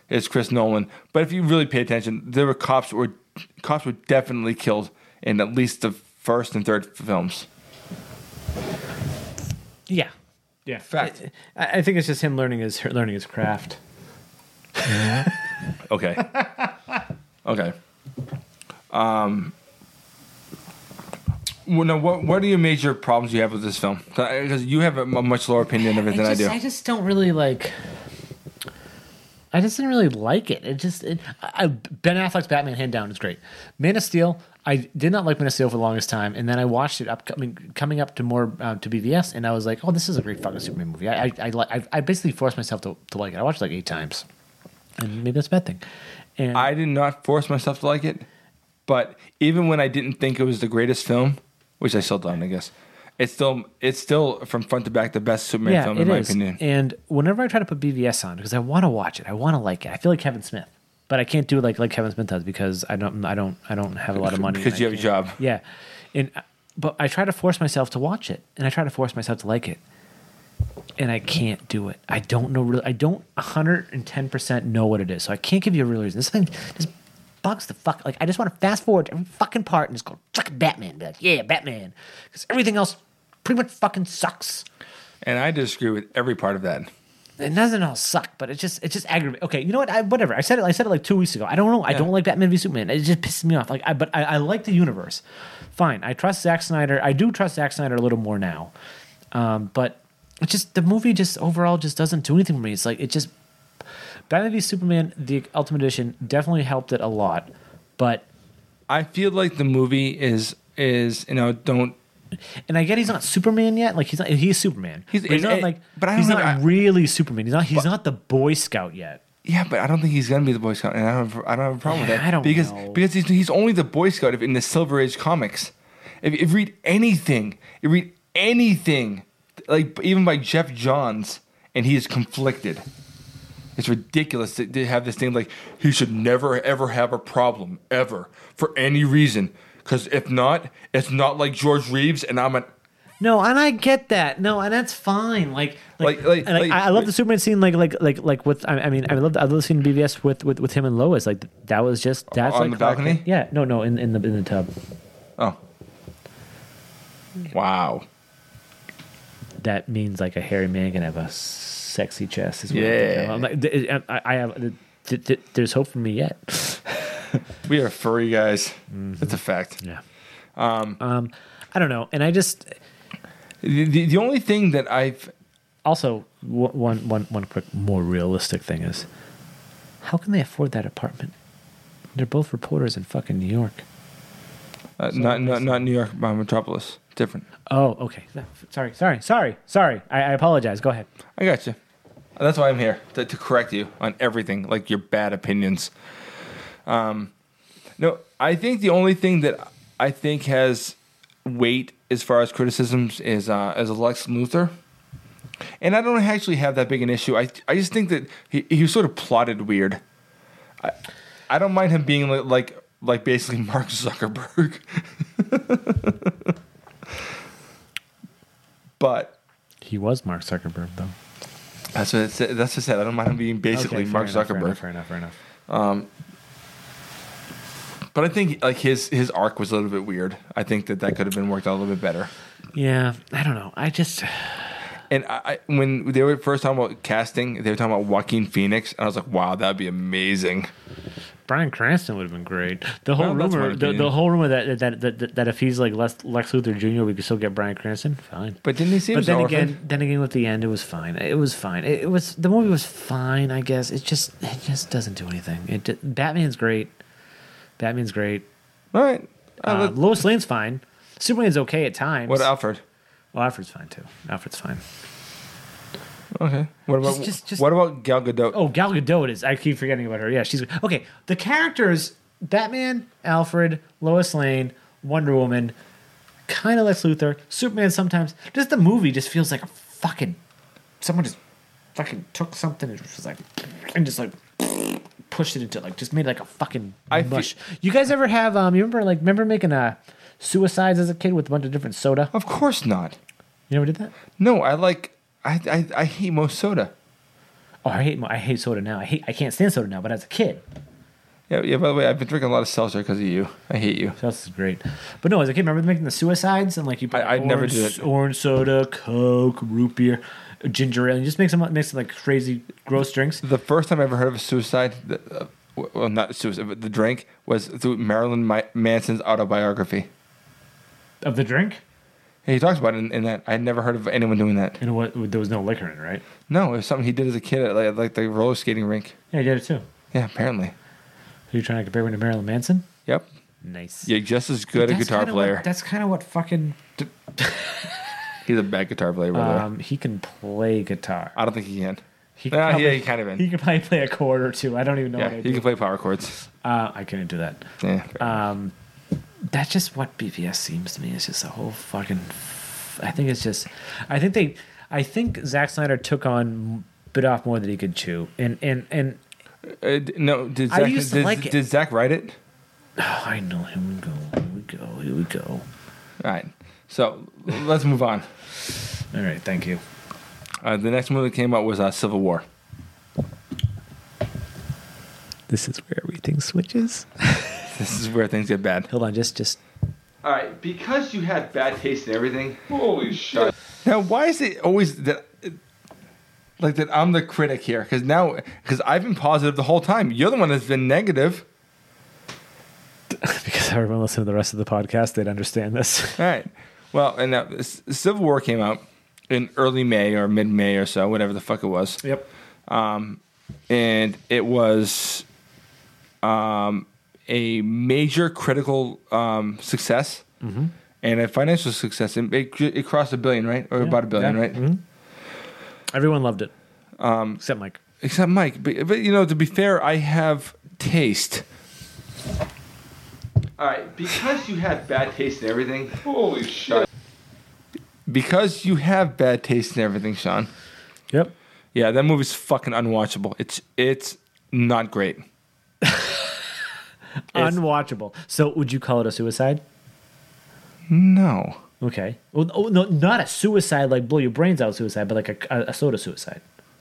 is Chris Nolan. But if you really pay attention, there were cops that were cops were definitely killed in at least the first and third films.
yeah, yeah.
Fact.
I, I think it's just him learning his learning his craft.
Okay. okay. Um. Well, now, what what are your major problems you have with this film? Because you have a m- much lower opinion of it than
I just,
I do.
just don't really like. I just didn't really like it. It just it, I, I- Ben Affleck's Batman hand down is great. Man of Steel. I did not like Man of Steel for the longest time, and then I watched it upcoming coming up to more uh, to BVS, and I was like, oh, this is a great fucking Superman movie. I I I, li- I, I basically forced myself to, to like it. I watched it like eight times, and maybe that's a bad thing. And
I did not force myself to like it, but even when I didn't think it was the greatest film, which I still don't, I guess, it's still it's still from front to back the best Superman
yeah,
film
it
in my
is.
opinion.
And whenever I try to put BVS on, because I want to watch it, I want to like it. I feel like Kevin Smith, but I can't do it like like Kevin Smith does because I don't I don't I don't have a lot of money and
Because
I
you have a
can't-
job.
Yeah, uh, and but I try to force myself to watch it, and I try to force myself to like it, and I can't do it. I don't know really. I don't 110% know what it is. So I can't give you a real reason. This thing just bugs the fuck. Like, I just want to fast forward to every fucking part and just go, fucking Batman. Be like, yeah, Batman. Because everything else pretty much fucking sucks.
And I disagree with every part of that.
It doesn't all suck, but it just it just aggravates. Okay, you know what? I, whatever. I said it. I said it like two weeks ago. I don't know. I don't like Batman v Superman. It just pisses me off. Like, I, but I, I like the universe. Fine. I trust Zack Snyder. I do trust Zack Snyder a little more now. Um, but it just the movie just overall just doesn't do anything for me. It's like it just Batman v Superman: The Ultimate Edition definitely helped it a lot, but
I feel like the movie is is you know don't
and I get he's not Superman yet. Like he's not he's Superman. He's,
He's-
but he's
it-
not
it-
like
but I
he's
don't
not
think I-
really Superman. He's not he's not the Boy Scout yet.
yeah, but I don't think he's gonna be the Boy Scout, and I don't have, I don't have a problem with that.
I don't
because
know.
because he's, he's only the Boy Scout if- in the Silver Age comics. If if you read anything, if you read anything, like even by Jeff Johns, and he is conflicted. It's ridiculous that they have this thing like he should never ever have a problem ever for any reason. Because if not, it's not like George Reeves, and I'm an
No, and I get that. No, and that's fine. Like, like,
Like- like-
and, like,
like-
I, I love the Superman scene. Like, like, like, like with. I, I mean, I love. I love the scene in BVS with, with with him and Lois. Like that was just that's
On
like
the
Clark
balcony?
Kent. Yeah, no, no, in, in the in the tub.
oh, wow.
That means like a hairy man can have a sexy chest. Is what
Yeah.
I'm, thinking of. I'm like, I, I have. th- th- there's hope for me yet.
We are furry guys. That's a fact.
Yeah. Um. Um. I don't know, and I just
The, the, the only thing that I've
also one one one one quick more realistic thing is, how can they afford that apartment? They're both reporters in fucking New York.
uh, not, not not New York by Metropolis different.
Oh, okay. Sorry, sorry, sorry, sorry. I, I apologize. Go ahead.
I got you. That's why I'm here to, to correct you on everything, like your bad opinions. Um, no, I think the only thing that I think has weight as far as criticisms is uh, is Lex Luthor, and I don't actually have that big an issue. I I just think that he he was sort of plotted weird. I I don't mind him being like like, like basically Mark Zuckerberg, but.
He was Mark Zuckerberg, though.
That's what it said. That's what it said. I don't mind him being basically Mark Zuckerberg,
Fair enough. Fair enough.
but I think like his his arc was a little bit weird. I think that that could have been worked out a little bit better.
Yeah, I don't know. I just
And I, I when they were first talking about casting, they were talking about Joaquin Phoenix, and I was like, wow, that'd be amazing.
Brian Cranston would have been great. The whole
Well, that's my
rumor, the,
opinion.
the whole rumor that that, that that that if he's like Les, Lex Luthor Jr., we could still get Brian Cranston. Fine.
But didn't he seem?
But
then
so
again,
orphaned?
then again, with the end, it was fine. It was fine. It, it was the movie was fine. I guess it just it just doesn't do anything. It d- Batman's great. Batman's great.
all right. I
Uh,
look-
Lois Lane's fine. Superman's okay at times.
what Alfred?
well, Alfred's fine too. Alfred's fine.
Okay. What about
Just- just- just-
what about Gal Gadot?
Oh, Gal Gadot is. I keep forgetting about her. Yeah, she's okay. The characters: Batman, Alfred, Lois Lane, Wonder Woman, kind of Lex Luthor, Superman. Sometimes just the movie just feels like a fucking someone just fucking took something and just was like and just like pushed it into like just made like a fucking
I fe-
mush. you guys ever have um? You remember like remember making a suicides as a kid with a bunch of different soda?
Of course not.
You never did that?
No, I like I I, I hate most soda.
Oh, I hate mo- I hate soda now. I hate I can't stand soda now. But as a kid,
Yeah, yeah. By the way, I've been drinking a lot of seltzer because of you. I hate you.
That's great. But no, as a kid, remember making the suicides and like you put
I- I'd
orange,
never do it.
orange soda, Coke, root beer, ginger ale, and you just make some mix some like crazy gross drinks.
The first time I ever heard of suicide, the, uh, well, not suicide, but the drink was through Marilyn Mi- Manson's autobiography.
Of the drink?
And he talks about it in, in that. I'd never heard of anyone doing that.
And what there was no liquor in it, right?
No, it was something he did as a kid at like, like the roller skating rink.
Yeah, you did it too.
Yeah, apparently.
Who you trying to compare me to Marilyn Manson?
Yep.
Nice.
You're just as good a
That's
guitar
kinda
player.
What, that's kind of what fucking
He's a bad guitar player, by the way.
um, he can play guitar.
I don't think he can.
He
Nah,
probably-
Ah, yeah, he kind of in.
He can probably play a chord or two. I don't even know
yeah,
what I
he
do.
can play power chords.
uh, I couldn't do that.
Yeah.
Um, that's just what BVS seems to me. It's just a whole fucking. I think it's just. I think they. I think Zack Snyder took on bit off more than he could chew, and and and
Uh, d- no, did
I
Zach,
used to
did,
like it.
did Zach write it?
oh, I know. Here we go. Here we go. Here we go.
All right. So let's move on.
All right. Thank you.
Uh, the next movie that came out was uh, Civil War.
This is where everything switches.
This is where things get bad.
Hold on, just just
All right, because you had bad taste in everything. Holy shit!
Now, why is it always that? Like that, I'm the critic here because now, because I've been positive the whole time. You're the one that's been negative.
because everyone listened to the rest of the podcast, they'd understand this.
All right. Well, and now S- Civil War came out in early May or mid May or so, whatever the fuck it was.
Yep.
and it was um, a major critical um, success and a financial success. It, it, it crossed a billion, right? Or about a billion,
yeah.
right?
Mm-hmm. Everyone loved it, um, except Mike.
Except Mike. But, but, you know, to be fair, I have taste.
All right, because you had bad taste in everything. Holy shit!
Because you have bad taste in everything, Sean.
Yep.
Yeah, that movie's fucking unwatchable. It's it's not great.
Unwatchable. So, would you call it a suicide?
No.
Okay. Well, oh, no, not a suicide like blow your brains out suicide, but like a, a, a soda suicide.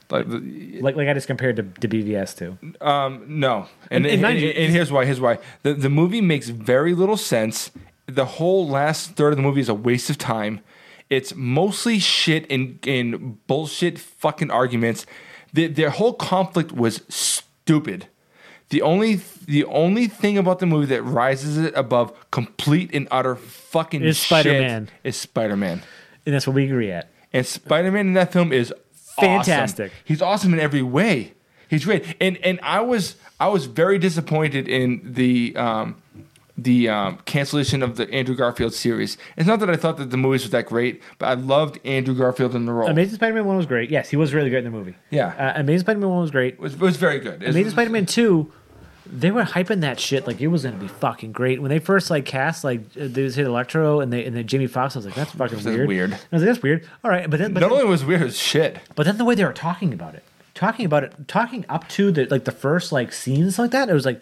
Like, the-
Like like I just compared to, to BVS too.
Um, no,
And- and
and, and,
mind you-
and here's why. Here's why. The the movie makes very little sense. The whole last third of the movie is a waste of time. It's mostly shit and and bullshit fucking arguments. The, their whole conflict was stupid. The only the only thing about the movie that rises it above complete and utter fucking
Is
shit
Spider-Man.
is Spider Man.
And that's what we agree at.
And Spider Man in that film is awesome.
Fantastic.
He's awesome in every way. He's great. And and I was I was very disappointed in the um, the um, cancellation of the Andrew Garfield series. It's not that I thought that the movies were that great, but I loved Andrew Garfield in the role.
Amazing Spider-Man one was great. Yes, he was really great in the movie.
Yeah.
Uh, Amazing Spider-Man one was great.
it, was, it was very good. It was-
Amazing Spider-Man two, they were hyping that shit like it was gonna be fucking great. When they first like cast like uh, they hit Electro and they and then Jamie Foxx, I was like that's fucking
is
weird.
weird.
I was like that's weird. All right, but then but
Not
then,
only was it weird as shit.
but then the way they were talking about it, talking about it, talking up to the like the first like scenes like that, it was like.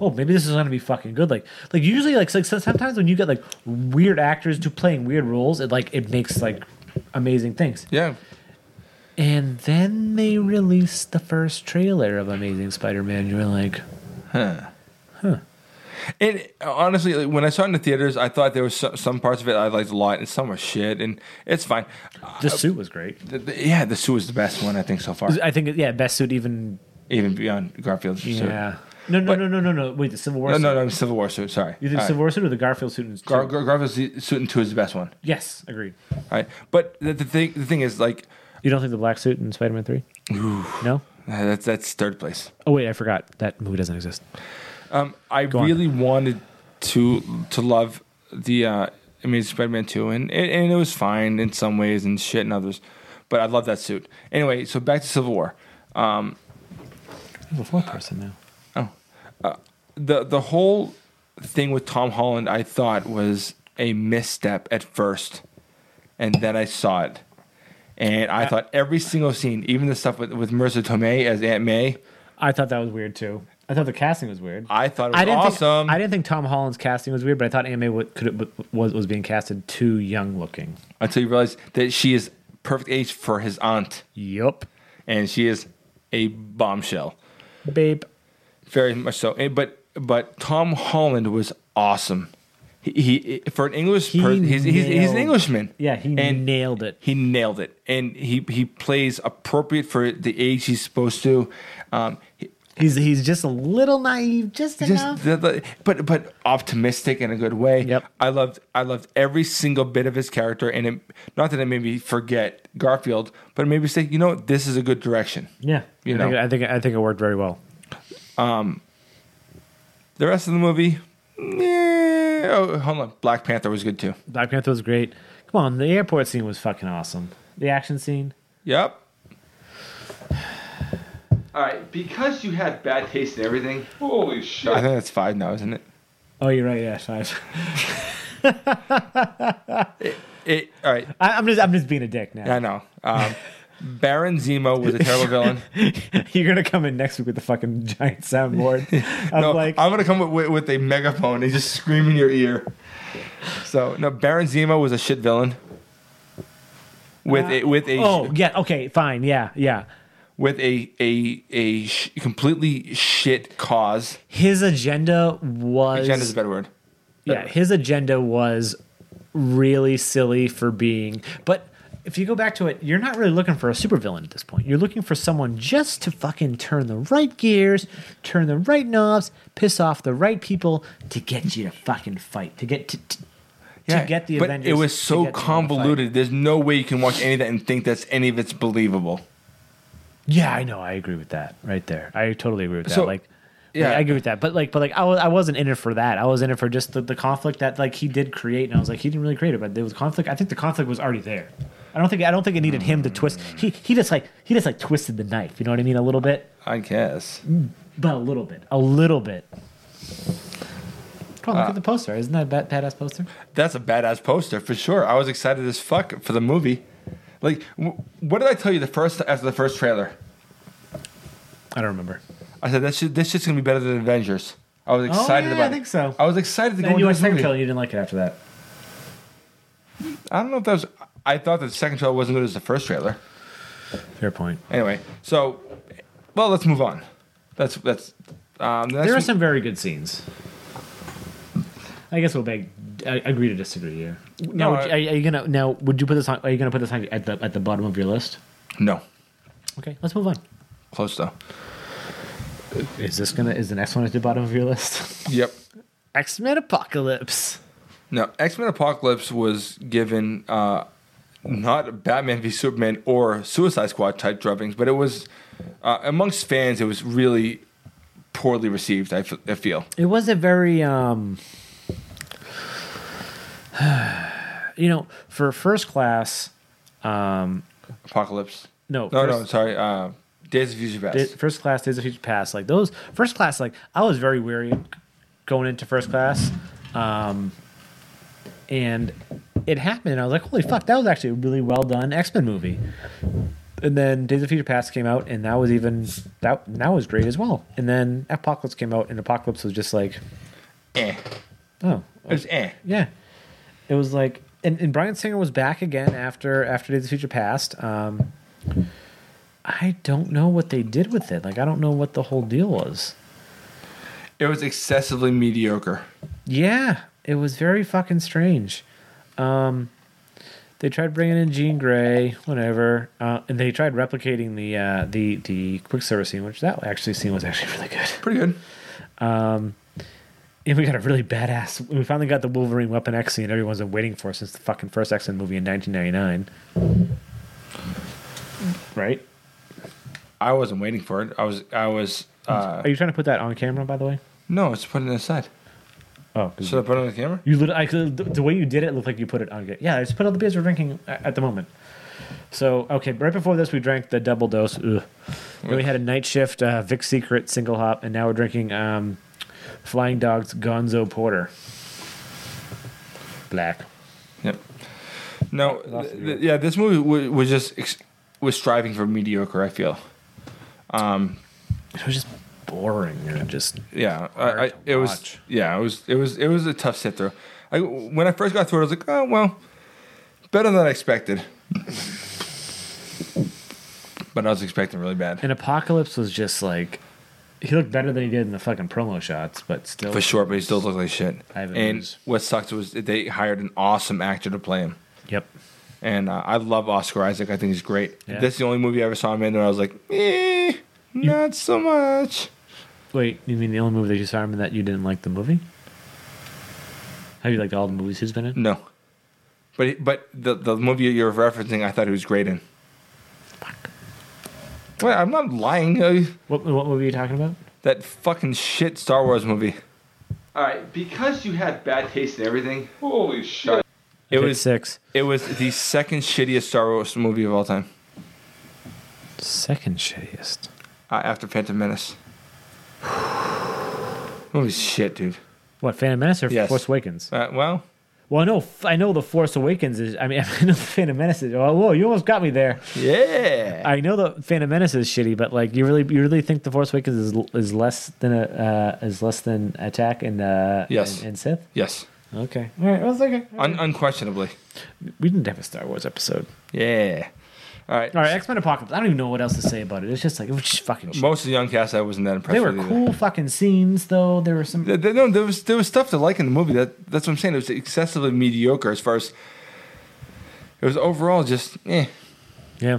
Oh, maybe this is gonna be fucking good. Like, like usually, like, like sometimes when you get like weird actors to playing weird roles, it like it makes like amazing things.
Yeah.
And then they released the first trailer of Amazing Spider-Man. You were like,
And uh, honestly, like, when I saw it in the theaters, I thought there was some, some parts of it I liked a lot, and some were shit. And it's fine.
"The suit was great."
The- the- yeah, the suit was the best one I think so far,
I think, yeah, best suit even.
even beyond Garfield's suit.
Yeah. No, no,
But-
no, no, no, no. Wait, the Civil War.
No,
suit.
no, no, Civil War suit. Sorry.
You think
All
Civil War suit or the Garfield suit? is-
right. Gar- Gar- Garfield's suit in two is the best one.
yes, agreed.
All right, but the, the thing, the thing is, like,
You don't think the black suit in Spider-Man Three? No.
uh, that's that's third place.
Oh wait, I forgot that movie doesn't exist.
Um, I
on.
really wanted to to love the uh, Amazing Spider-Man two, and it, and it was fine in some ways and shit in others, but I love that suit anyway. So back to Civil War.
I'm a fourth person now.
the the whole thing with Tom Holland, I thought was a misstep at first, and then I saw it, and I thought every single scene, even the stuff with with Marissa Tomei as Aunt May,
I thought that was weird too. I thought the casting was weird.
I thought it was
I didn't
awesome.
Think, I didn't think Tom Holland's casting was weird, but I thought Anime wa- could was was being casted too young looking.
until you realize that she is perfect age for his aunt,
Yup.
and she is a bombshell,
Babe.
very much so. And- But but Tom Holland was awesome. He, he for an English
He
person, he's, he's, he's
nailed-
an Englishman.
Yeah, he
And-
nailed it.
He nailed it, and he he plays appropriate for the age he's supposed to. Um, he-
He's he's just a little naive, just,
just
enough.
the, the- but but optimistic in a good way.
Yep.
I loved I loved every single bit of his character, and it, not that it made me forget Garfield, but it made me say, you know, what? this is a good direction.
yeah,
You
I think,
know.
I think I think it worked very well.
The rest of the movie, yeah. Oh, hold on, Black Panther was good too.
Black Panther was great. Come on, the airport scene was fucking awesome. The action scene.
Yep.
All right, because you had bad taste in everything. Holy shit!
I think that's five now, isn't it?
Oh, you're right. Yeah, five.
It all right.
I, I'm just I'm just being a dick
I
now.
know. Um, Baron Zemo was a terrible villain.
You're gonna come in next week with the fucking giant soundboard. I'm
no,
like,
I'm gonna come up with, with a megaphone and just scream in your ear. So no, Baron Zemo was a shit villain. with a with a
Oh yeah. Okay. Fine. Yeah. Yeah.
with a a a sh- completely shit cause.
His agenda was
Agenda is a better word.
yeah. His agenda was really silly for being, but. If you go back to it, you're not really looking for a supervillain at this point. You're looking for someone just to fucking turn the right gears, turn the right knobs, piss off the right people to get you to fucking fight, to get to, to, to get the
but
Avengers.
it was
to
so
get them to fight.
convoluted. There's no way you can watch any of that and think that's any of it's believable.
Yeah, I know. I agree with that right there. I totally agree with that.
So,
like,
yeah.
yeah, I agree with that. But like, but like, I, was, I wasn't in it for that. I was in it for just the, the conflict that like he did create, and I was like, he didn't really create it, but there was conflict. I think the conflict was already there. I don't think I don't think it needed him to twist. He he just like he just like twisted the knife. You know what I mean? A little bit,
I guess.
but a little bit, a little bit.
Uh,
Come on, look at the poster. Isn't that a bad, badass poster?
That's a badass poster for sure. I was excited as fuck for the movie. Like, w- what did I tell you the first after the first trailer?
I don't remember.
I said that shit, this shit's gonna be better than Avengers. I was excited
Oh, yeah,
about.
I
it.
think so.
I was excited to go
And you
into
watched
this
second
movie.
trailer, you didn't like it after that.
I don't know if that was. I thought that the second trailer wasn't good as the first trailer.
Fair point.
Anyway, so well, let's move on. That's that's. Um, the next
There are
one-
some very good scenes. I guess we'll beg, I, agree to disagree here. Now,
No,
would you- are, are you gonna now? Would you put this on? Are you gonna put this on at the at the bottom of your list?
no
Okay, let's move on.
close though.
Is this gonna? Is the next one at the bottom of your list?
Yep.
X Men Apocalypse.
No, X Men Apocalypse was given uh, not Batman v Superman or Suicide Squad type drubbings, but it was uh, amongst fans. It was really poorly received. I, f- I feel.
It was a very um. You know, for first class, um,
Apocalypse.
No,
no, no.
first-
Sorry. Uh, Days of Future Past.
Did- first class days of future past like those first class like i was very wary of going into first class um and it happened and i was like holy fuck that was actually a really well done x-men movie and then days of future past came out and that was even that and that was great as well and then apocalypse came out and apocalypse was just like
eh.
oh
It was eh.
yeah it was like and, and brian singer was back again after after days of future past um i don't know what they did with it like i don't know what the whole deal was
It was excessively mediocre.
Yeah, it was very fucking strange. Um, they tried bringing in Jean Grey, whatever, uh, and they tried replicating the uh, the the quick service scene, which that actually scene was actually really good.
Pretty good.
And we got a really badass. We finally got the Wolverine Weapon X scene everyone's been waiting for since the fucking first X Men movie in 1999. Right?
I wasn't waiting for it. I was. I was. Uh,
Are you trying to put that on camera, by the way?
no, it's putting it aside.
Oh, 'cause
Should I put it on the camera?
You literally, I, could- the, the way you did it looked like you put it on. Yeah, I just put all the beers we're drinking a- at the moment. So okay, right before this we drank the double dose. Ugh. Then we had a night shift uh, Vic Secret single hop, and now we're drinking um, Flying Dog's Gonzo Porter. Black.
Yep. No, th- th- yeah, this movie wa- was just ex- was striving for mediocre. I feel.
It was just boring and just
Yeah, I, I,
to
it was.
watch.
Yeah, it was. It was. It was a tough sit through. I, when I first got through it, I was like, oh well, better than I expected. but I was expecting really bad
and Apocalypse was just like he looked better than he did in the fucking promo shots, but still
for sure. But he still looked like shit.
I have a
And
bruise.
what sucked was that they hired an awesome actor to play him.
Yep.
And uh, I love Oscar Isaac. I think he's great.
Yeah.
That's the only movie I ever saw him in, and I was like, eh, not so much.
Wait, you mean the only movie that you saw him in that you didn't like the movie? Have you liked all the movies he's been in?
No. But but the the movie you're referencing, I thought he was great in. Fuck. Well, I'm not lying. uh,
What what movie are you talking about?
That fucking shit Star Wars movie.
All right, because you had bad taste in everything. Holy shit!
It
Hit
was
six.
it was the second shittiest Star Wars movie of all time,
Second shittiest.
uh, after Phantom Menace. Holy shit, dude.
What Phantom Menace or
Yes.
Force Awakens?
Uh, well,
Well, I know I know the Force Awakens is. I mean, I know the Phantom Menace is. Oh, whoa, you almost got me there.
yeah.
I know the Phantom Menace is shitty, but like you really you really think the Force Awakens is is less than a uh, is less than Attack and uh,
Yes.
and, and Sith?
yes.
Okay. All right. Well, it's okay.
Un- unquestionably.
We didn't have a Star Wars episode.
Yeah. All right.
All right. X Men Apocalypse. I don't even know what else to say about it. It's just like it was just fucking. Shit.
Most of the young cast, I wasn't that impressed.
They were
with either.
cool fucking scenes, though. There were some.
Th- th- No, there was there was stuff to like in the movie. That that's what I'm saying. It was excessively mediocre as far as it was overall just eh.
Yeah.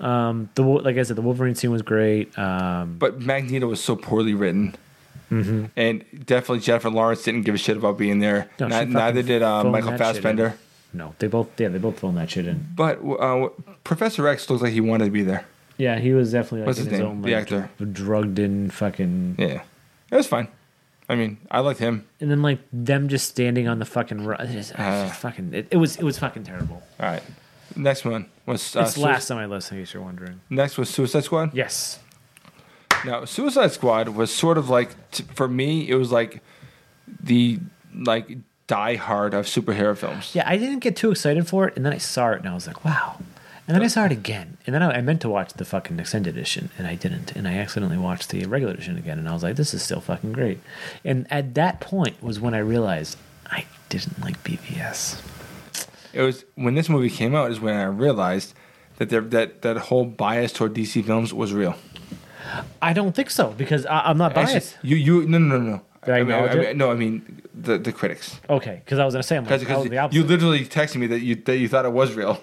Um. The Wo- like I said, the Wolverine scene was great. Um.
But Magneto was so poorly written, and definitely Jennifer Lawrence didn't give a shit about being there.
Mm-hmm. No, she
Ni-
fucking
neither did uh,
phoned
Michael
that shit in.
Fassbender.
No, they both. Yeah, they both thrown that shit in.
But uh, Professor X looked like he wanted to be there.
Yeah, he was definitely like
What's
in
his name?
own
The
like,
actor.
dr- drugged in fucking
Yeah, it was fine. I mean, I liked him.
and then like them just standing on the fucking ru- it's just,
Uh.
it's fucking it, it was it was fucking terrible.
All right. Next one was uh,
it's
Sui-
last on my list in case you're wondering.
Next was Suicide Squad.
Yes.
Now, Suicide Squad was sort of like t- for me, it was like the like die hard of superhero films.
Yeah, I didn't get too excited for it, and then I saw it and I was like, wow. And then I saw it again, and then I, I meant to watch the fucking extended edition, and I didn't, and I accidentally watched the regular edition again, and I was like, this is still fucking great. And at that point was when I realized I didn't like BVS.
It was when this movie came out is when I realized that there that that whole bias toward DC films was real.
I don't think so because I, I'm not biased.
Actually, you you no no no no.
Did I
mean,
acknowledge
I mean,
it?
no, I mean the the critics
Okay, because I was gonna say I'm like,
because
I was the opposite.
you literally texted me that you that you thought it was real.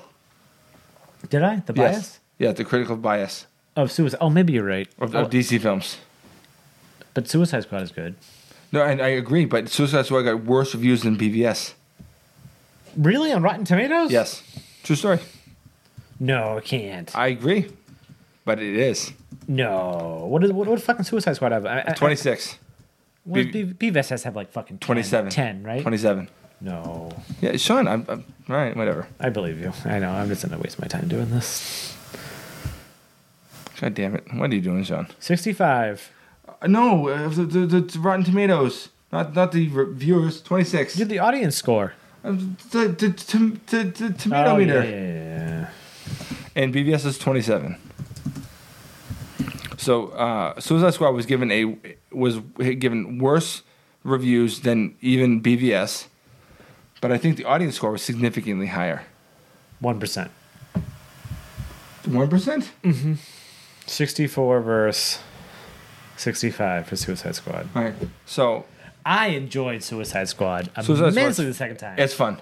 Did I the bias
Yes. Yeah, the critical bias
of Suicide? Oh, maybe you're right.
of,
Oh,
of DC films.
but Suicide Squad is good.
No, and I agree, but Suicide Squad got worse reviews than BVS.
Really on Rotten Tomatoes?
Yes, true story.
No, it can't.
I agree, but it is
no. What is what? What fucking Suicide Squad have? I, I,
twenty six.
What does
B-
B- BVS has have like fucking 10,
27.
10, right?
27.
No,
Yeah, Sean, I'm, I'm all right, whatever.
I believe you. I know. I'm just gonna waste my time doing this.
God damn it. What are you doing, Sean?
Sixty-five.
Uh, no, uh, the, the, the, Rotten Tomatoes, not not the viewers, 26.
Did the audience score?
Um, the, the, tom- the, the tomato
Oh, yeah,
meter.
yeah, yeah,
And BVS is 27. So, uh, Suicide Squad was given a was given worse reviews than even BVS, but I think the audience score was significantly higher.
One percent.
One percent.
Sixty-four versus sixty-five for Suicide Squad.
All right. So
I enjoyed Suicide Squad
Suicide
immensely
Squad's-
the second time
it's fun.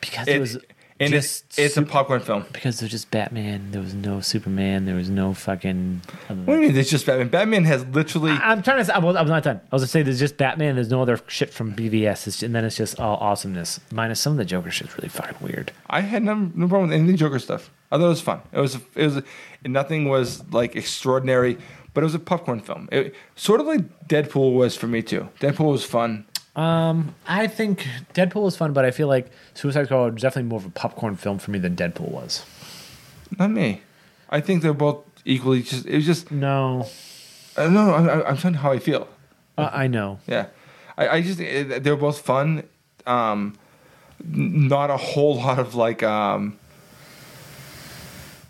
because
It,
it was
and it's
just
it's a
sup-
popcorn film.
because there's just Batman. There was no Superman. There was no fucking. other
What do
than-
you mean? It's just Batman. Batman has literally.
I- I'm trying to. Say, I was, I was not done. I was gonna say there's just Batman. There's no other shit from BVS, it's, and then it's just all awesomeness. Minus some of the Joker shit's really fucking weird.
I had no, no problem with any of the Joker stuff. I thought it was fun. It was it was nothing was like extraordinary, but it was a popcorn film. It sort of like Deadpool was for me too. Deadpool was fun.
Um, I think Deadpool was fun, but I feel like Suicide Squad was definitely more of a popcorn film for me than Deadpool was.
Not me. I think they're both equally. Just it was just
No,
I don't know. I'm, I'm telling you how I feel.
uh, I know.
Yeah, I, I just eh, they're both fun. Um, n- not a whole lot of like um,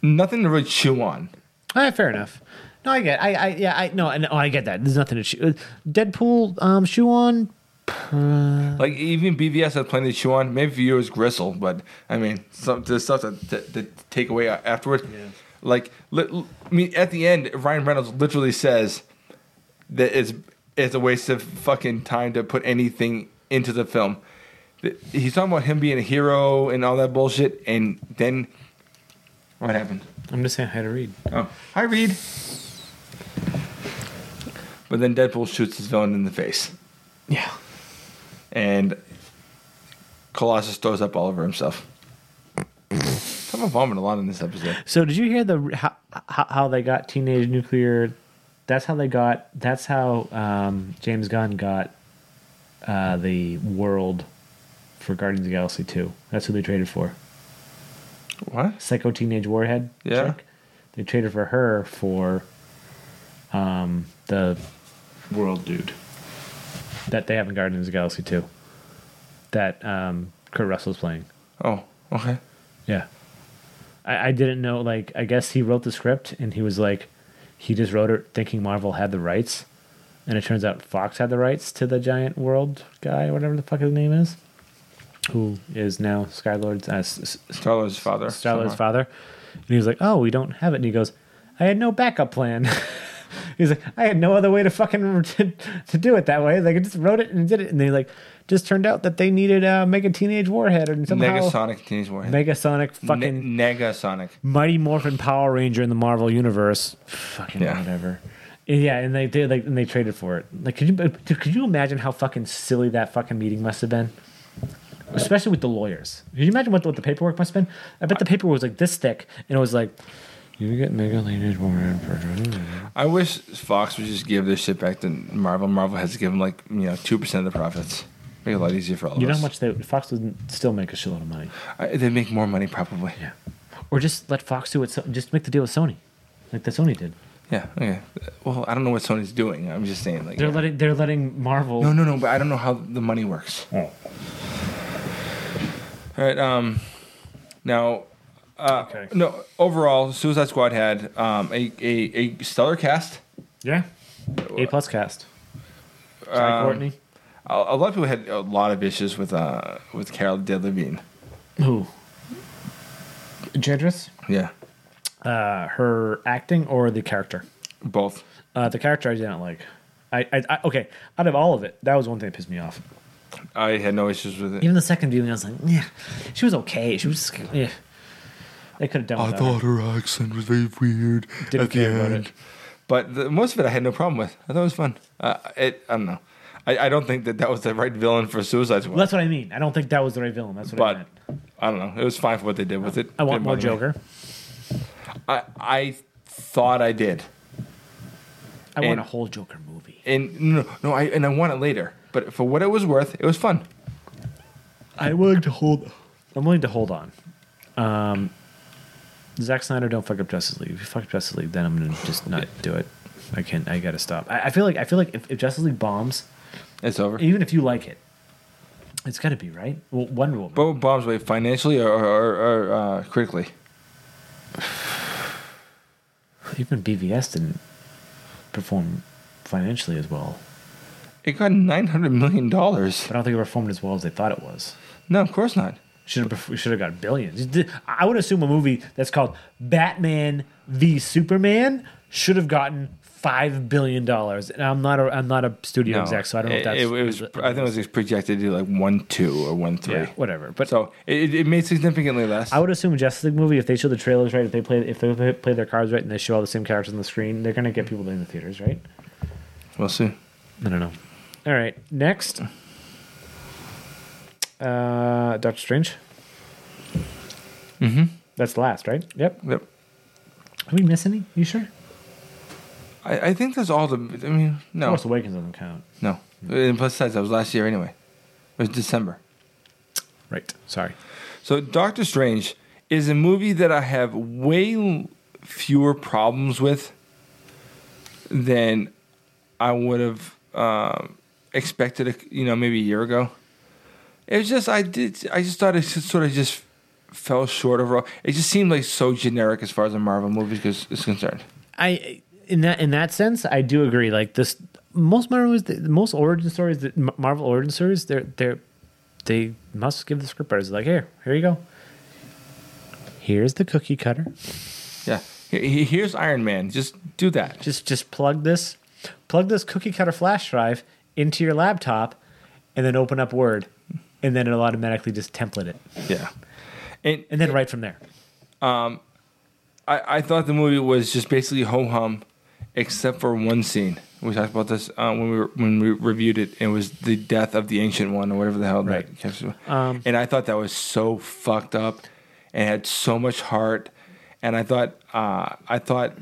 nothing to really chew on.
All right, Eh, fair enough. No, I get. I, I yeah, I no, and oh, I get that. There's nothing to shoe. Deadpool, um, shoe on.
Like even BVS had plenty to chew on. Maybe for you it was gristle, but I mean, some there's stuff to, to, to take away afterward. Like, li- l- I mean, at the end, Ryan Reynolds literally says that it's it's a waste of fucking time to put anything into the film. Th- He's talking about him being a hero and all that bullshit, and then what happened?
I'm just saying hi to read.
Oh, hi, Reed. But then Deadpool shoots his villain in the face.
Yeah.
and Colossus throws up all over himself. I'm vomiting a lot in this episode.
So did you hear the how, how, how they got teenage nuclear? That's how they got. That's how um, James Gunn got uh, the world for Guardians of the Galaxy Two. That's who they traded for.
What?
Psycho Teenage Warhead.
Yeah.
chick. They traded for her for um, the world dude that they have in Guardians of the Galaxy Two. That um, Kurt Russell's playing.
Oh, okay.
Yeah. I, I didn't know, like, I guess he wrote the script and he was like, he just wrote it thinking Marvel had the rights. and it turns out Fox had the rights to the giant world guy, whatever the fuck his name is, who is now Sky Lord's uh, S- S-
Starlord's father.
Starlord's
somehow.
father. And he was like, "Oh, we don't have it." And he goes, "I had no backup plan." He's like, "I had no other way to fucking to, to do it that way. Like I just wrote it and did it." And they like just turned out that they needed uh, make a teenage warhead and somehow
Negasonic Teenage Warhead.
Megasonic fucking
fucking Negasonic.
Mighty Morphin Power Ranger in the Marvel universe. Fucking
Yeah.
whatever. Yeah, and they did like and they traded for it. Like, could you dude, could you imagine how fucking silly that fucking meeting must have been? Especially with the lawyers. Could you imagine what, what the paperwork must have been? I bet the paperwork was like this thick, and it was like, "You get mega ladies woman for
I wish Fox would just give their shit back to Marvel. Marvel has to give them like you know two percent of the profits. Make it a lot easier for all
You
of
know
us.
how much they, Fox would still make a shitload of money,
I, they make more money probably. Yeah.
or just let Fox do it. So, just make the deal with Sony, like the Sony did.
Okay. Well, I don't know what Sony's doing. I'm just saying like.
They're
yeah.
letting they're letting Marvel.
no, no, no. But I don't know how the money works.
Oh.
All right. Um. Now. Uh,
Okay.
No. Overall, Suicide Squad had um, a, a a stellar cast.
Yeah. A plus cast. Sorry,
Um,
Courtney.
A, a lot of people had a lot of issues with uh with Carol Delevingne.
Who? Enchantress?
Yeah.
Uh, her acting or the character?
Both.
Uh, the character I didn't like. I, I, I okay. Out of all of it, that was one thing that pissed me off.
I had no issues with it.
Even the second viewing, I was like, yeah, she was okay. She was just, yeah. They could have done. without her.
her accent was very weird
Didn't care about it.
But the, most of it I had no problem with. I thought it was fun. Uh, it, I don't know. I, I don't think that that was the right villain for Suicide Squad.
Well, that's what I mean. I don't think that was the right villain. That's what I
but
meant.
I don't know. It was fine for what they did with it.
I want
Didn't
more
bother me.
Joker.
I, I thought I did.
I want
And-
a whole Joker movie.
And no, no, no, I and I want it later. But for what it was worth, it was fun.
I'm willing to hold. I'm willing to hold on. Um, Zack Snyder, don't fuck up Justice League. If you fuck up Justice League, then I'm gonna just not do it. I can't. I gotta stop. I, I feel like I feel like if, if Justice League bombs,
It's over.
even if you like it, it's gotta be right. Well, Wonder Woman.
But bombs way financially or, or, or uh, critically.
even BVS didn't perform financially as well.
It got nine hundred million dollars.
But I don't think it performed as well as they thought it was.
No, of course not.
Should have should have got billions. I would assume a movie that's called Batman v Superman should have gotten five billion dollars. And I'm not a I'm not a studio
No,
exec, so I don't know
it-
if that's
It, it was. I think it was projected to do like one two or one three.
yeah, whatever. But
So it, it made significantly less.
I would assume a Justice League movie if they show the trailers right, if they play if they play their cards right, and they show all the same characters on the screen, they're gonna get people in the theaters, right?
we'll see.
I don't know. All right, next, uh, Doctor Strange. Mm-hmm. That's last, right? Yep.
Mm-hmm. Yep.
Did we miss any? You sure?
I, I think that's all the. I mean, no,
Force Awakens doesn't count.
no. And besides, that was last year anyway. It was December.
Right. Sorry.
So Doctor Strange is a movie that I have way l- fewer problems with than I would have um, expected. a- You know, maybe a year ago. It was just I did. I just thought it just sort of just fell short overall. It just seemed like so generic as far as a Marvel movie is is concerned.
I in that in that sense, I do agree. Like this, most Marvel movies, the most origin stories, the M- Marvel origin stories, they're they're they must give the scriptwriters like here, here you go. Here's the cookie cutter.
Yeah. He- he- Here's Iron Man. Just do that.
just just plug this plug this cookie cutter flash drive into your laptop and then open up word and then it'll automatically just template it
Yeah. And
and then right from there
I, I thought the movie was just basically ho hum, except for one scene. We talked about this uh, when we were, when we reviewed it. It was the death of the ancient one or whatever the hell.
Right.
That character was.
Um,
and I thought that was so fucked up, and had so much heart. And I thought uh, I thought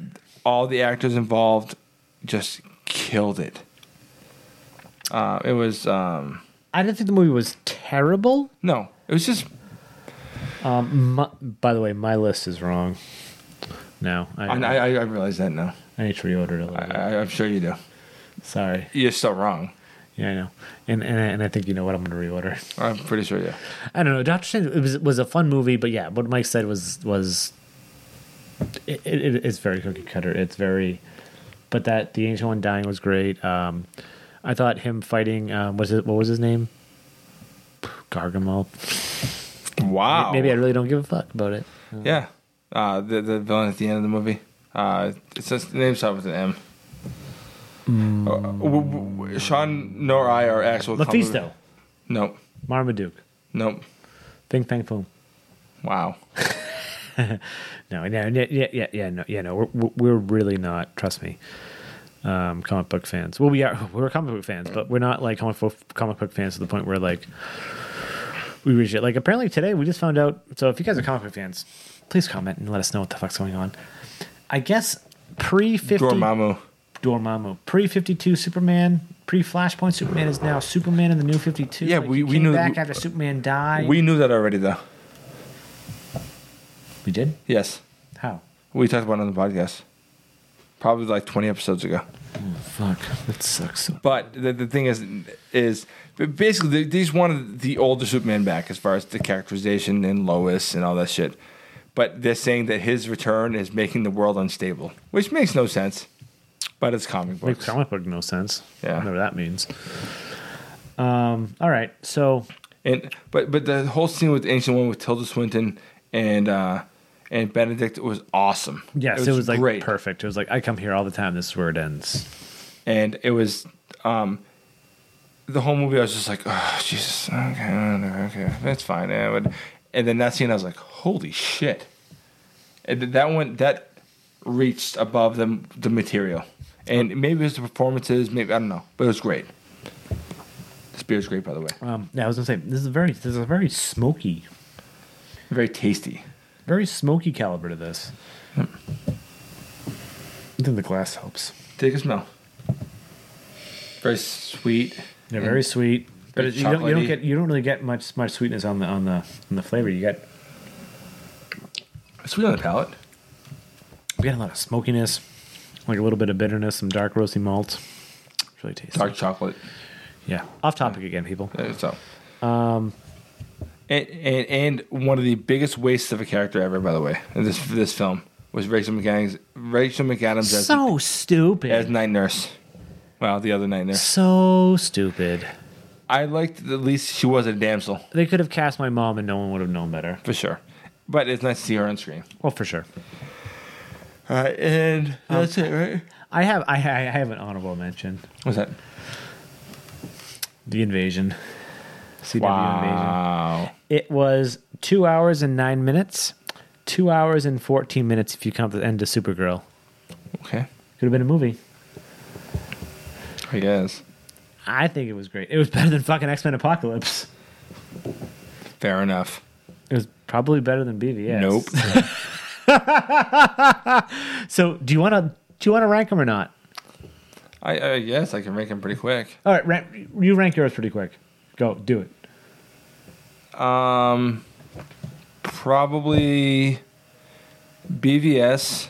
all the actors involved just killed it. Uh, it was um,
i didn't think the movie was terrible
no, it was just
My, by the way my list is wrong no i,
And I, I, I realize that now.
I need to reorder it a little
I,
bit
I- I'm sure you do.
sorry
You're still wrong.
yeah i know and, and I- and i think you know what i'm gonna reorder
I'm pretty sure you.
i don't know dr strange it was, was a fun movie but yeah what mike said was was it, it, it's very cookie cutter it's very But that the ancient one dying was great. Um, I thought him fighting um, was it what was his name? Gargamel.
Wow.
Maybe I really don't give a fuck about it.
Yeah. Uh, the the villain at the end of the movie. Uh, it's just the name starts with an M.
Hmm.
Uh, w- w- w- Sean nor I are actual.
Mephisto,
Nope.
Marmaduke,
Nope.
Ping Pang Boom.
Wow.
No, no, yeah, yeah, yeah, yeah, no, yeah, no. We're we're really not. Trust me, um, comic book fans. Well, we are. We're comic book fans, but we're not like comic book, comic book fans to the point where like we reach it. Like apparently today we just found out. So if you guys are comic book fans, please comment and let us know what the fuck's going on. I guess pre fifty
Dormammu.
Dormammu pre fifty two Superman pre Flashpoint Superman is now Superman in the New Fifty Two.
Yeah, we-
he
we
came
knew-
back after Superman died.
We knew that already, though.
we did
Yes,
how.
we talked about it on the podcast, probably like twenty episodes ago.
Fuck, that sucks.
But the, the thing is, is but basically they, they just wanted the older Superman back as far as the characterization and Lois and all that shit. But they're saying that his return is making the world unstable, which makes no sense. But it's comic
Makes
books.
comic book no sense.
Yeah.
Whatever that means. Um, all right. So
And but but the whole scene with the Ancient One with Tilda Swinton and uh and Benedict was awesome.
yes, it was, like perfect. It was like I come here all the time, this is where it ends.
and it was um the whole movie I was just like oh Jesus okay okay that's fine and, would, and then that scene I was like holy shit and th- that one that reached above the the material and maybe it was the performances maybe I don't know but it was great this beer is great by the way
Um yeah, I was gonna say this is very this is a very smoky
very tasty
very smoky caliber to this. I think the glass helps.
take a smell very sweet
They're very sweet. But
Very
it- you don't, you don't
Mm. chocolatey.
get you don't really get much much sweetness on the on the on the flavor. You get
sweet on the palate
you get a lot of smokiness, like a little bit of bitterness, some dark roasty malt. It's really tasty.
dark chocolate
Yeah. Off topic again, people.
Uh, So, um, and, and and one of the biggest wastes of a character ever, by the way, in this this film was Rachel McAdams. Rachel McAdams as,
So stupid.
as night nurse. Well, the other night nurse.
So stupid.
I liked that at least she was a damsel
They could have cast my mom and no one would have known better.
for sure, but it's nice to see her on screen.
Well, for sure.
All right, and that's it, right?
I have I, I have an honorable mention.
What's that?
The invasion. CW invasion.
Wow.
It was two hours and nine minutes. Two hours and fourteen minutes if you count the end of Supergirl.
Okay.
Could have been a movie.
I guess.
I think it was great. It was better than fucking X Men Apocalypse.
Fair enough.
It was probably better than BVS.
Nope.
So do you want to do you want to rank them or not?
I, I guess I can rank them pretty quick.
All right, rank, you rank yours pretty quick. Go do it.
Um, probably BVS.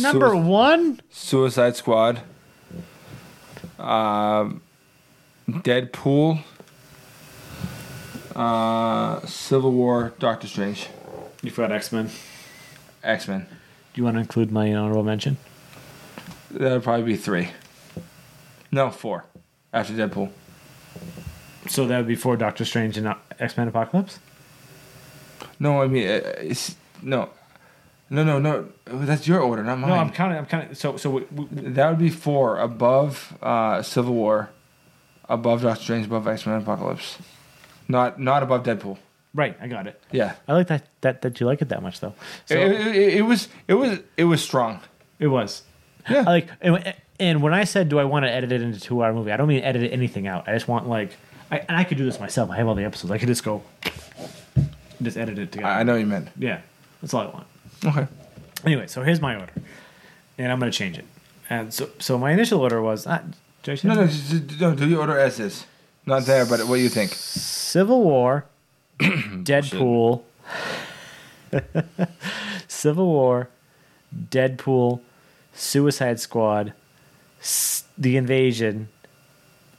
Number
Sui-
one.
Suicide Squad. Um, Deadpool. Uh, Civil War. Doctor Strange.
You forgot X Men.
X Men.
Do you want to include my honorable mention?
That would probably be three. No, four. After Deadpool.
So that would be for Doctor Strange and X Men Apocalypse.
No, I mean, uh, it's no, no, no, no. That's your order, not mine.
No, I'm counting. I'm counting. So, so we, we,
That would be four above uh, Civil War, above Doctor Strange, above X Men Apocalypse. Not not above Deadpool.
right, I got it.
Yeah,
I like that that that you like it that much though. So it,
it, it- it- it was it was it was strong.
was.
Yeah.
I like and, and when I said, "Do I want to edit it into a two-hour movie?" I don't mean edit anything out. I just want like, I, and I could do this myself. I have all the episodes. I could just go, just edit it together.
I, I know what you meant.
yeah, that's all I want.
Okay.
Anyway, so here's my order, and I'm gonna change it. And so, so my initial order was ah, did I say
No,
that?
no, just, just- no. Do your order as is. Not there, but what do you think?
Civil War,
Oh,
Deadpool, Civil War, Deadpool, Suicide Squad, S- The Invasion,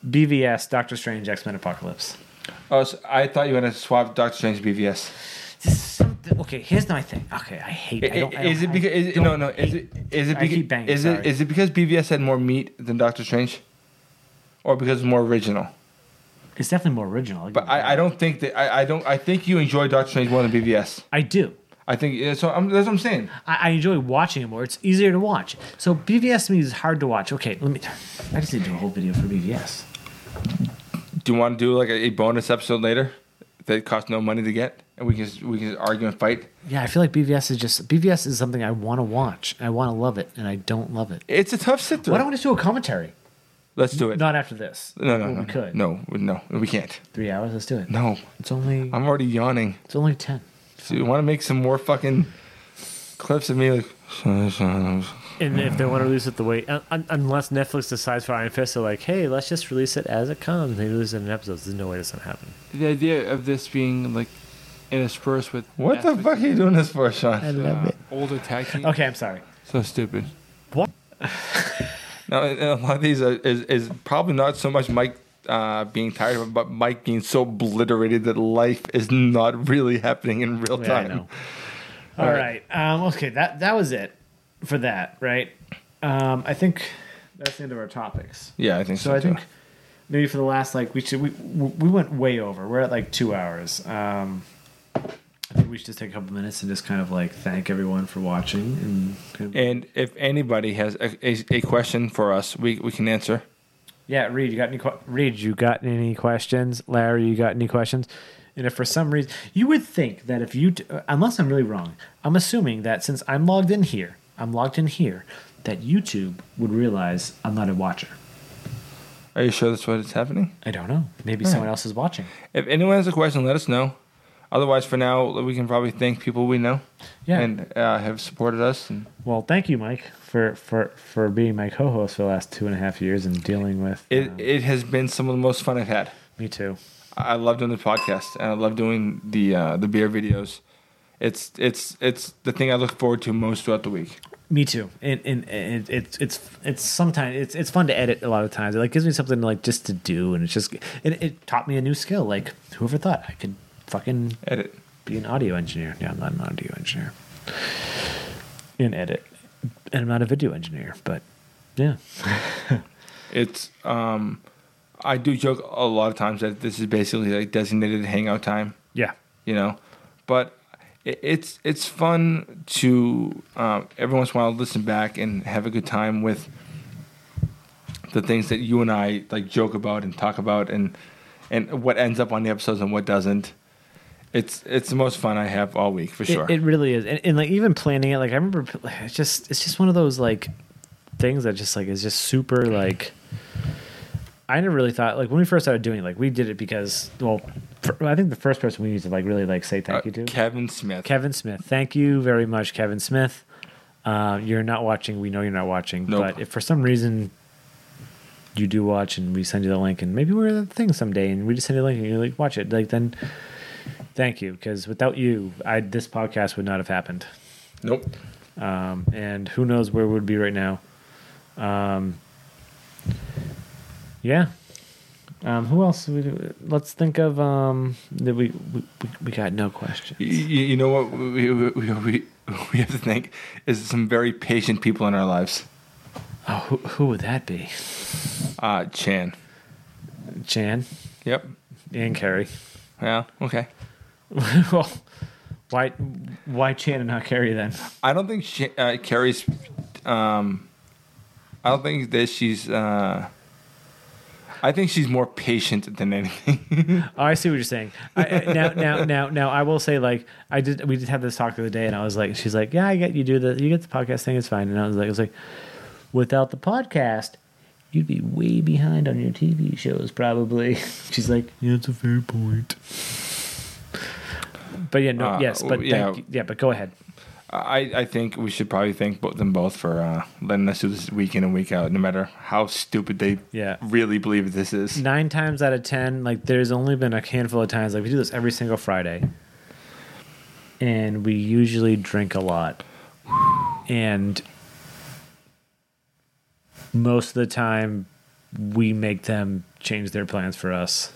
BVS, Doctor Strange, X Men Apocalypse.
Oh, so I thought you were gonna swap Doctor Strange BVS.
Some th- okay, here's my thing. Okay, I hate. I don't, I don't,
Is it
I
because is it,
don't
no no is it
hate-
is it
I
because
keep banging,
is it
sorry.
is it because BVS had more meat than Doctor Strange, or because it's more original?
It's definitely more original.
But I, I don't think that I, I don't I think you enjoy Doctor Strange more than BVS.
I do.
I think yeah, so. I'm, that's what I'm saying.
I, I enjoy watching it more. It's easier to watch. So BVS to me is hard to watch. Okay, let me. I just need to do a whole video for BVS.
Do you want to do like a, a bonus episode later that costs no money to get, and we can just- we can just argue and fight?
Yeah, I feel like BVS is just BVS is something I want to watch. I want to love it, and I don't love it.
It's a tough sit
Why don't
through.
we just do a commentary?
Let's do it.
Not after this.
no, no,
Well,
no,
we could.
no, no, we can't.
Three hours. Let's do it.
No,
It's only
I'm already yawning.
it's only ten.
So you want to make some more fucking clips of me like?
And if they want to release it the way, un- un- unless Netflix decides for Iron Fist, they're like, hey, let's just release it as it comes. They release it in episodes. There's no way this going to happen.
The idea of this being like interspersed with
What the
aspects
fuck are you doing this for, Sean?
of, uh, older tag team.
Okay, I'm sorry.
So stupid.
What?
no, and- and a lot of these are, is is probably not so much Mike uh, being tired, but Mike being so obliterated that life is not really happening in real
Yeah, I
time.
know.
All right. Um, okay, that that was it for that, right? Um, I think that's the end of our topics.
Yeah, I think so.
So I
too.
think maybe for the last like we should we we went way over. We're at like two hours. Um, I think we should just take a couple minutes and just kind of like thank everyone for watching and kind of,
And if anybody has a, a, a question for us, we, we can answer.
yeah. Reed, you got any que-
Reed, you got any questions? Larry, you got any questions?
And if for some reason you would think that if you, t- uh, unless I'm really wrong, I'm assuming that since I'm logged in here, I'm logged in here, that YouTube would realize I'm not a watcher.
Are you sure that's what is happening?
I don't know. Maybe someone else is watching.
If anyone has a question, let us know. Otherwise, for now, we can probably thank people we know
Yeah.
and uh, have supported us. And
Well, thank you, Mike, for, for, for being my co host for the last two and a half years and dealing with
it,
um,
it has been some of the most fun I've had.
me too.
I love doing the podcast and I love doing the uh, the beer videos. It's it's it's the thing I look forward to most throughout the week.
Me too. And and, and it's it's it's sometimes it's it's fun to edit a lot of times. It like gives me something like just to do, and it's just it, it taught me a new skill. Like whoever thought I could fucking
Edit.
be an audio engineer? Yeah, I'm not an audio engineer. And edit, and I'm not a video engineer, but yeah.
It's um, I do joke a lot of times that this is basically like designated hangout time.
Yeah.
you know. But it, it's it's fun to um, every once in a while listen back and have a good time with the things that you and I like joke about and talk about and and what ends up on the episodes and what doesn't. It's it's the most fun I have all week for
It-
sure.
It, really is, and, and like even planning it, like I remember, like, it's just it's just one of those like things that just like is just super like. I never really thought like when we first started doing it, like we did it because well, fir- I think the first person we need to like really like say
Uh,
thank you to
Kevin Smith.
Kevin Smith. Thank you very much, Kevin Smith. Uh, you're not watching. We know you're not watching.
Nope.
But if for some reason you do watch and we send you the link and maybe we're the thing someday and we just send you the link and you like watch it, like then thank you because without you, I this podcast would not have happened.
nope.
Um, and who knows where we'd be right now. Um, yeah. Um, who else? We, let's think of um, that we, we we- we got no questions.
You, you know what we, we, we, we we have to thank is some very patient people in our lives.
Oh, who, who would that be?
Uh, Chan.
Chan
Yep.
and Carrie.
Yeah. Okay.
well, why why Chan and not Carrie then?
I don't think she, uh, Carrie's. Um, I don't think that she's. Uh, I think she's more patient than anything.
Oh, I see what you're saying. I, I- now, now, now, now, I will say like I did. We did have this talk the other day, and I was like, she's like, yeah, I get you do the you get the podcast thing, it's fine. And I was like, I was like, without the podcast, you'd be way behind on your TV shows probably. She's like, yeah, it's a fair point. But yeah, no,
Uh,
yes, but
yeah.
yeah, yeah, but go ahead.
I, I think we should probably thank bo- them both for uh, letting us do this week in and week out, no matter how stupid they
Yeah.
really believe this is.
nine times out of ten, like there's only been a handful of times. Like we do this every single Friday, and we usually drink a lot, and most of the time, we make them change their plans for us.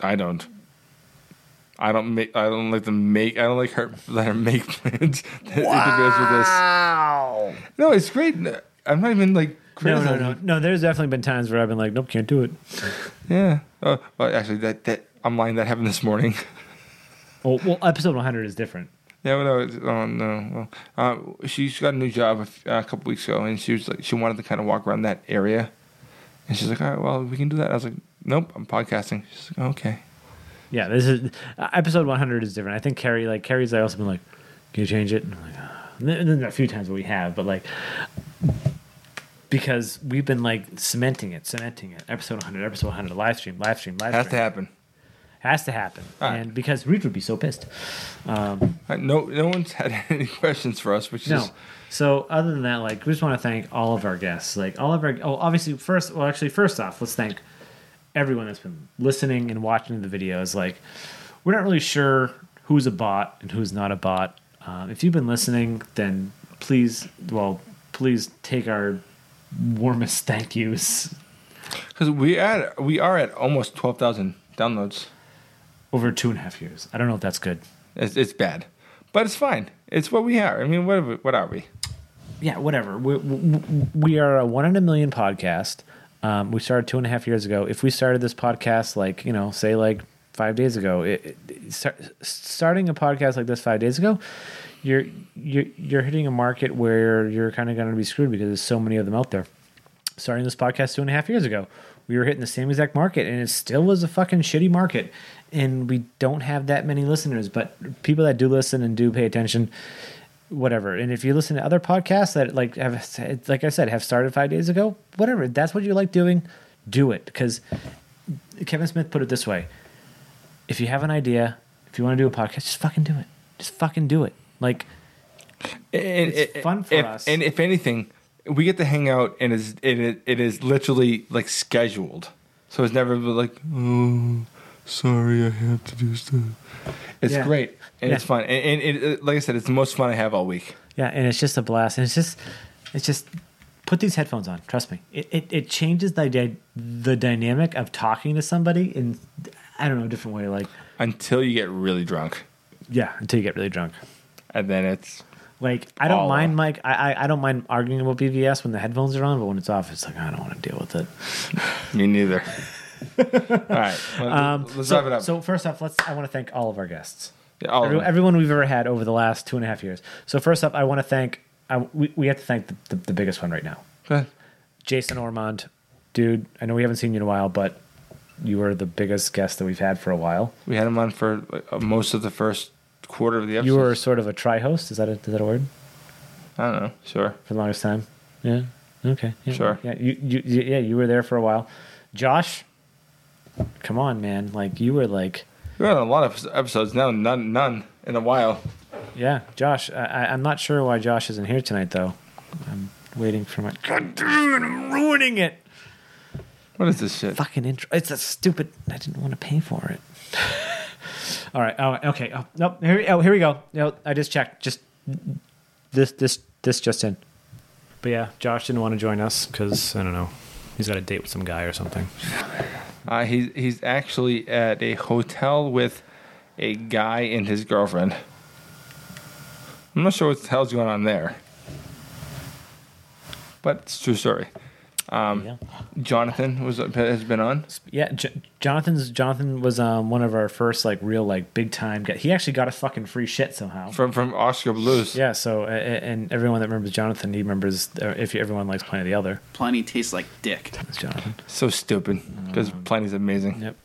I don't. I don't make. I don't like them make. I don't like her. Let her make plans that interferes with this.
Wow.
No, it's great. I'm not even like
No, no,
criticizing.
no, no. There's definitely been times where I've been like, nope, can't do it.
Yeah. Oh, well, actually, that that I'm lying. That happened this morning.
Well, well episode 100 is different.
Yeah, well, no, it's- oh no. Well, uh, she she got a new job a, f- uh, a couple weeks ago, and she was like, she wanted to kind of walk around that area, and she's like, all right, well, we can do that. I was like, nope, I'm podcasting. She's like, "Oh, okay.
Yeah, this is uh, episode 100 is different. I think Carrie, like Carrie's, I also been like, can you change it? And I'm like, "Ah." And then- and then a few times we have, but like because we've been like cementing it, cementing it. Episode 100, episode 100, live stream, live stream, live
Has to
stream.
happen.
Has to happen.
All right.
And because Reed would be so pissed. Um,
Uh, No, no one's had any questions for us, which
no.
is
So other than that, like we just want to thank all of our guests, like all of our. Oh, obviously first. Well, actually, first off, let's thank everyone that's been listening and watching the videos. Like we're not really sure who's a bot and who's not a bot. Um, if you've been listening, then please, well, please take our warmest thank yous.
because we at we are at almost twelve thousand downloads.
Over two and a half years. I don't know if that's good.
It's, it's bad, but it's fine. It's what we are. I mean, what are we, what are we?
yeah, whatever. We, we, we are a one in a million podcast. Um, we started two and a half years ago. If we started this podcast, like, you know, say like five days ago, it, it, start, starting a podcast like this five days ago, you're, you're, you're hitting a market where you're kind of going to be screwed because there's so many of them out there. Starting this podcast two and a half years ago, we were hitting the same exact market and it still was a fucking shitty market. And we don't have that many listeners, but people that do listen and do pay attention, whatever. And if you listen to other podcasts that like have like I said have started five days ago, whatever. If that's what you like doing, do it. Because Kevin Smith put it this way: if you have an idea, if you want to do a podcast, just fucking do it. Just fucking do it. Like
And,
It's
and-
fun for
if-
us.
And if anything, we get to hang out, and is it, is- it is literally like scheduled. So it's never like, oh, sorry, I have to do stuff. It's
Yeah.
great and it's
Yeah.
fun, and, and it, it- uh, like I said, it's the most fun I have all week.
yeah, and it's just a blast. And it's just it's just put these headphones on. Trust me, it it, it changes the di- the dynamic of talking to somebody in I don't know a different way. Like
Until you get really drunk,
yeah, until you get really drunk.
and then it's
Like I don't
All
mind,
on.
Mike. I, I I don't mind arguing about BVS when the headphones are on, but when it's off, it's like I don't want to deal with it.
me neither. all right, well, let's
Um, so,
wrap it up.
So first off, let's. I want to thank all of our guests,
Yeah, all of
Every-
them.
everyone we've ever had over the last two and a half years. So first off, I want to thank. I, we we have to thank the, the, the biggest one right now,
Go ahead.
Jason Ormond, dude. I know we haven't seen you in a while, but you were the biggest guest that we've had for a while.
We had him on for uh, most of the first quarter of the episode.
You were sort of a tri-host. Is that a, is that a word
I don't know, sure.
for the longest time? Yeah. Okay. Yeah.
Sure.
Yeah. You, you you- yeah you were there for a while, Josh. Come on, man! Like you were like.
We're on a lot of episodes now, none, none in a while.
Yeah, Josh. I, I- I'm not sure why Josh isn't here tonight, though. I'm waiting for my. God damn it! I'm ruining it.
What is this shit?
Fucking intro. It's a stupid. I didn't want to pay for it. All right. Oh, okay. Oh, nope. Here. Oh, here we go. No, I just checked. Just this. This. This just in. But yeah, Josh didn't want to join us because I don't know. He's got a date with some guy or something.
Uh, he's he's actually at a hotel with a guy and his girlfriend. I'm not sure what the hell's going on there, but it's a true story.
yeah.
Jonathan was has been on.
Yeah, J- Jonathan's Jonathan was um, one of our first like real like big time. Guy. He actually got a fucking free shit somehow.
from from Oscar Blues.
Yeah, so uh, and everyone that remembers Jonathan, he remembers uh, if everyone likes Planet of the Other.
Pliny tastes like dick.
It's Jonathan.
So stupid because
Mm.
Pliny's amazing.
Yep.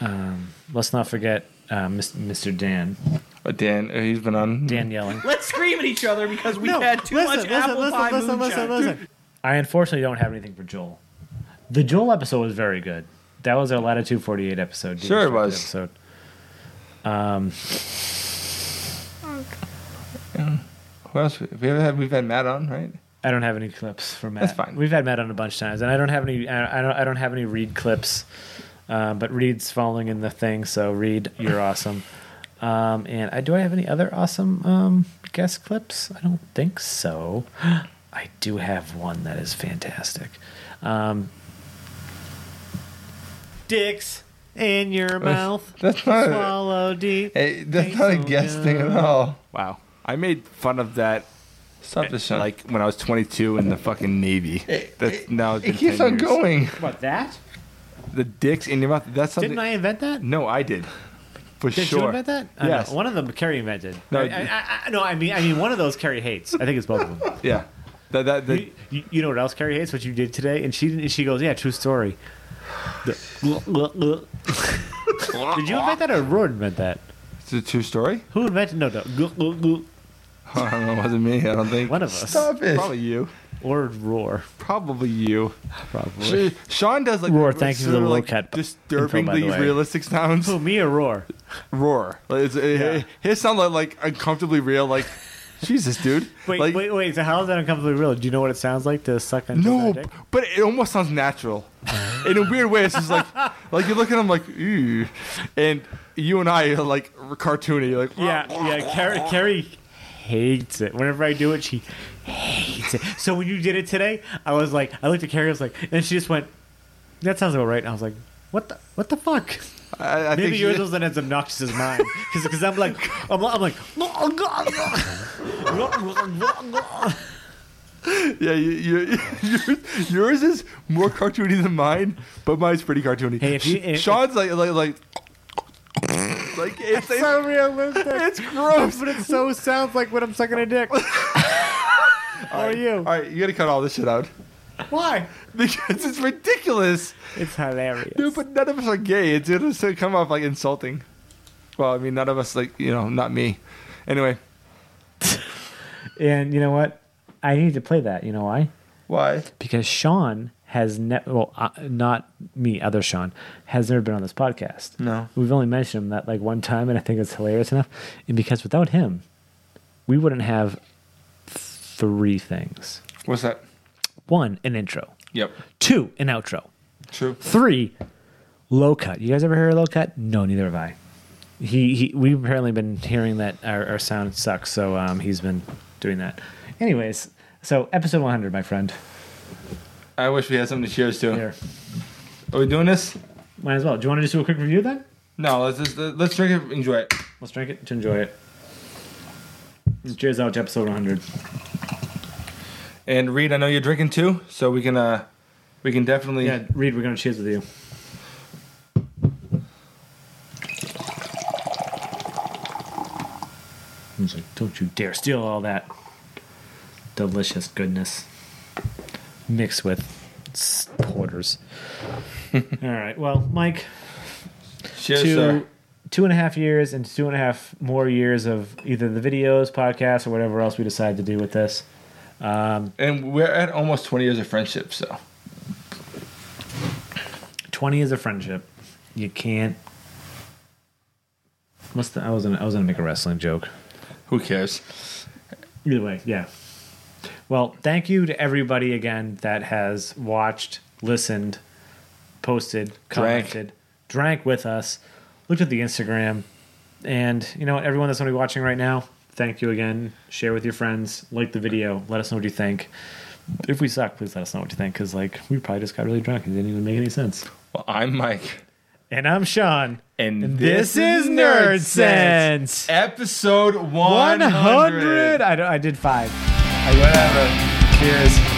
Um, let's not forget uh, Mis- Mr. Dan.
But Dan, uh, he's been on.
Dan yelling.
Let's scream at each other because we had too much apple pie moonshine.
I unfortunately don't have anything for Joel. The Joel episode was very good. That was our Latitude 48 episode.
Sure it
deconstructed
was.
Episode.
Who else? We have had we've had Matt on, right?
I don't have any clips from Matt.
That's fine.
We've had Matt on a bunch of times, and I don't have any. I I don't. I don't have any Reed clips, um, but Reed's following in the thing. So Reed, you're awesome. Um, and I, do I have any other awesome um, guest clips? I don't think so. I do have one that is fantastic. Um, Dicks in your mouth.
That's not a-
swallow deep.
Hey, that's not a guess thing at all.
Wow. I made fun of that.
Stop this, son.
Like when I was 22 in the fucking Navy. That's now it's
It
been
keeps
10
on
years.
going.
What that?
The dicks in your mouth. That's something.
Didn't I invent that?
No, I did. For
Did
sure.
you invent that? I don't
Yes.
know. One of them Carrie invented.
No,
No, I, I, I, no, I mean, I mean, one of those Carrie hates. I think it's both of them.
Yeah. That, that, that,
You, you, you know what else Carrie hates? What you did today? And she didn't- she goes, yeah, true story. The- did you invent that or Roy invent that?
It's a true story?
Who invented no? no
I don't know. It wasn't me, I don't think.
one of us
Stop it.
Probably you.
or roar
Probably you.
probably.
Sh- Sean does like
Roar,
that
thank you for the
sort of,
low
like
cat bu- info, by
disturbingly
the way.
realistic sounds.
Who me or roar?
Roar. Like, it's, it,
Yeah.
his sound like, like uncomfortably real. Like Jesus, dude.
Wait,
like,
wait, wait. So how is that uncomfortably real? Do you know what it sounds like to suck on
No, but it almost sounds natural. In a weird way, it's just like, like you look at him like, ooh, and you and I are like cartoony, like
Yeah, yeah. Carrie, Carrie hates it. Whenever I do it, she hates it. So when you did it today, I was like, I looked at Carrie, I was like, and she just went, "That sounds about right." And I was like, "What the, what the fuck?"
I, I
Maybe
think
yours
she-
wasn't as obnoxious as mine, because I'm like, I'm, I'm like, oh god.
yeah, you, you, yours, yours is more cartoony than mine, but mine's pretty cartoony.
Hey, if you- if-
Sean's like like like, like it's, it's
so realistic.
it's gross.
but it so sounds like when I'm sucking a dick. How are you?
All right, you gotta cut all this shit out
Why?
because it's ridiculous.
It's hilarious.
Dude, but none of us are gay. It's gonna still come off like insulting. Well, I mean, none of us like you know, not me. Anyway,
And you know what? I need to play that. You know why?
why?
Because Sean has ne- well, uh, not me, other Sean has never been on this podcast.
No.
we've only mentioned him that like one time, and I think it's hilarious enough. And because without him, we wouldn't have three things:
What's that?
one, an intro;
Yep.
two, an outro;
True.
Three, low cut. You guys ever hear of low cut? No, neither have I. He, he we've apparently been hearing that our, our sound sucks, so um, he's been doing that. Anyways, so episode 100, my friend.
I wish we had something to cheers to.
Here,
Are we doing this?
might as well. Do you want to just do a quick review then?
No, let's just let's drink it. Enjoy it.
Let's drink it to enjoy it. Cheers out to episode 100.
And Reed, I know you're drinking too, so we can uh, we can definitely.
Yeah, Reed, we're gonna cheers with you. He's like, don't you dare steal all that delicious goodness mixed with s- porters. all right, well, Mike,
Cheers,
two
sir.
two and a half years and two and a half more years of either the videos, podcasts, or whatever else we decide to do with this.
And we're at almost 20 years of friendship, so
20 is a friendship. You can't. What's the, I was gonna, I was gonna make a wrestling joke.
who cares?
Either way, yeah. Well, thank you to everybody again that has watched, listened, posted,
Drank.
commented, drank, with us, looked at the Instagram, and you know what, everyone that's gonna be watching right now. Thank you again. Share with your friends. Like the video. Let us know what you think. If we suck, please let us know what you think. Because like we probably just got really drunk and didn't even make any sense.
Well, I'm Mike,
And I'm Sean.
and,
This is Nerd Sense.
episode 100.
100. I, don't- I did five.
Whatever.
Cheers.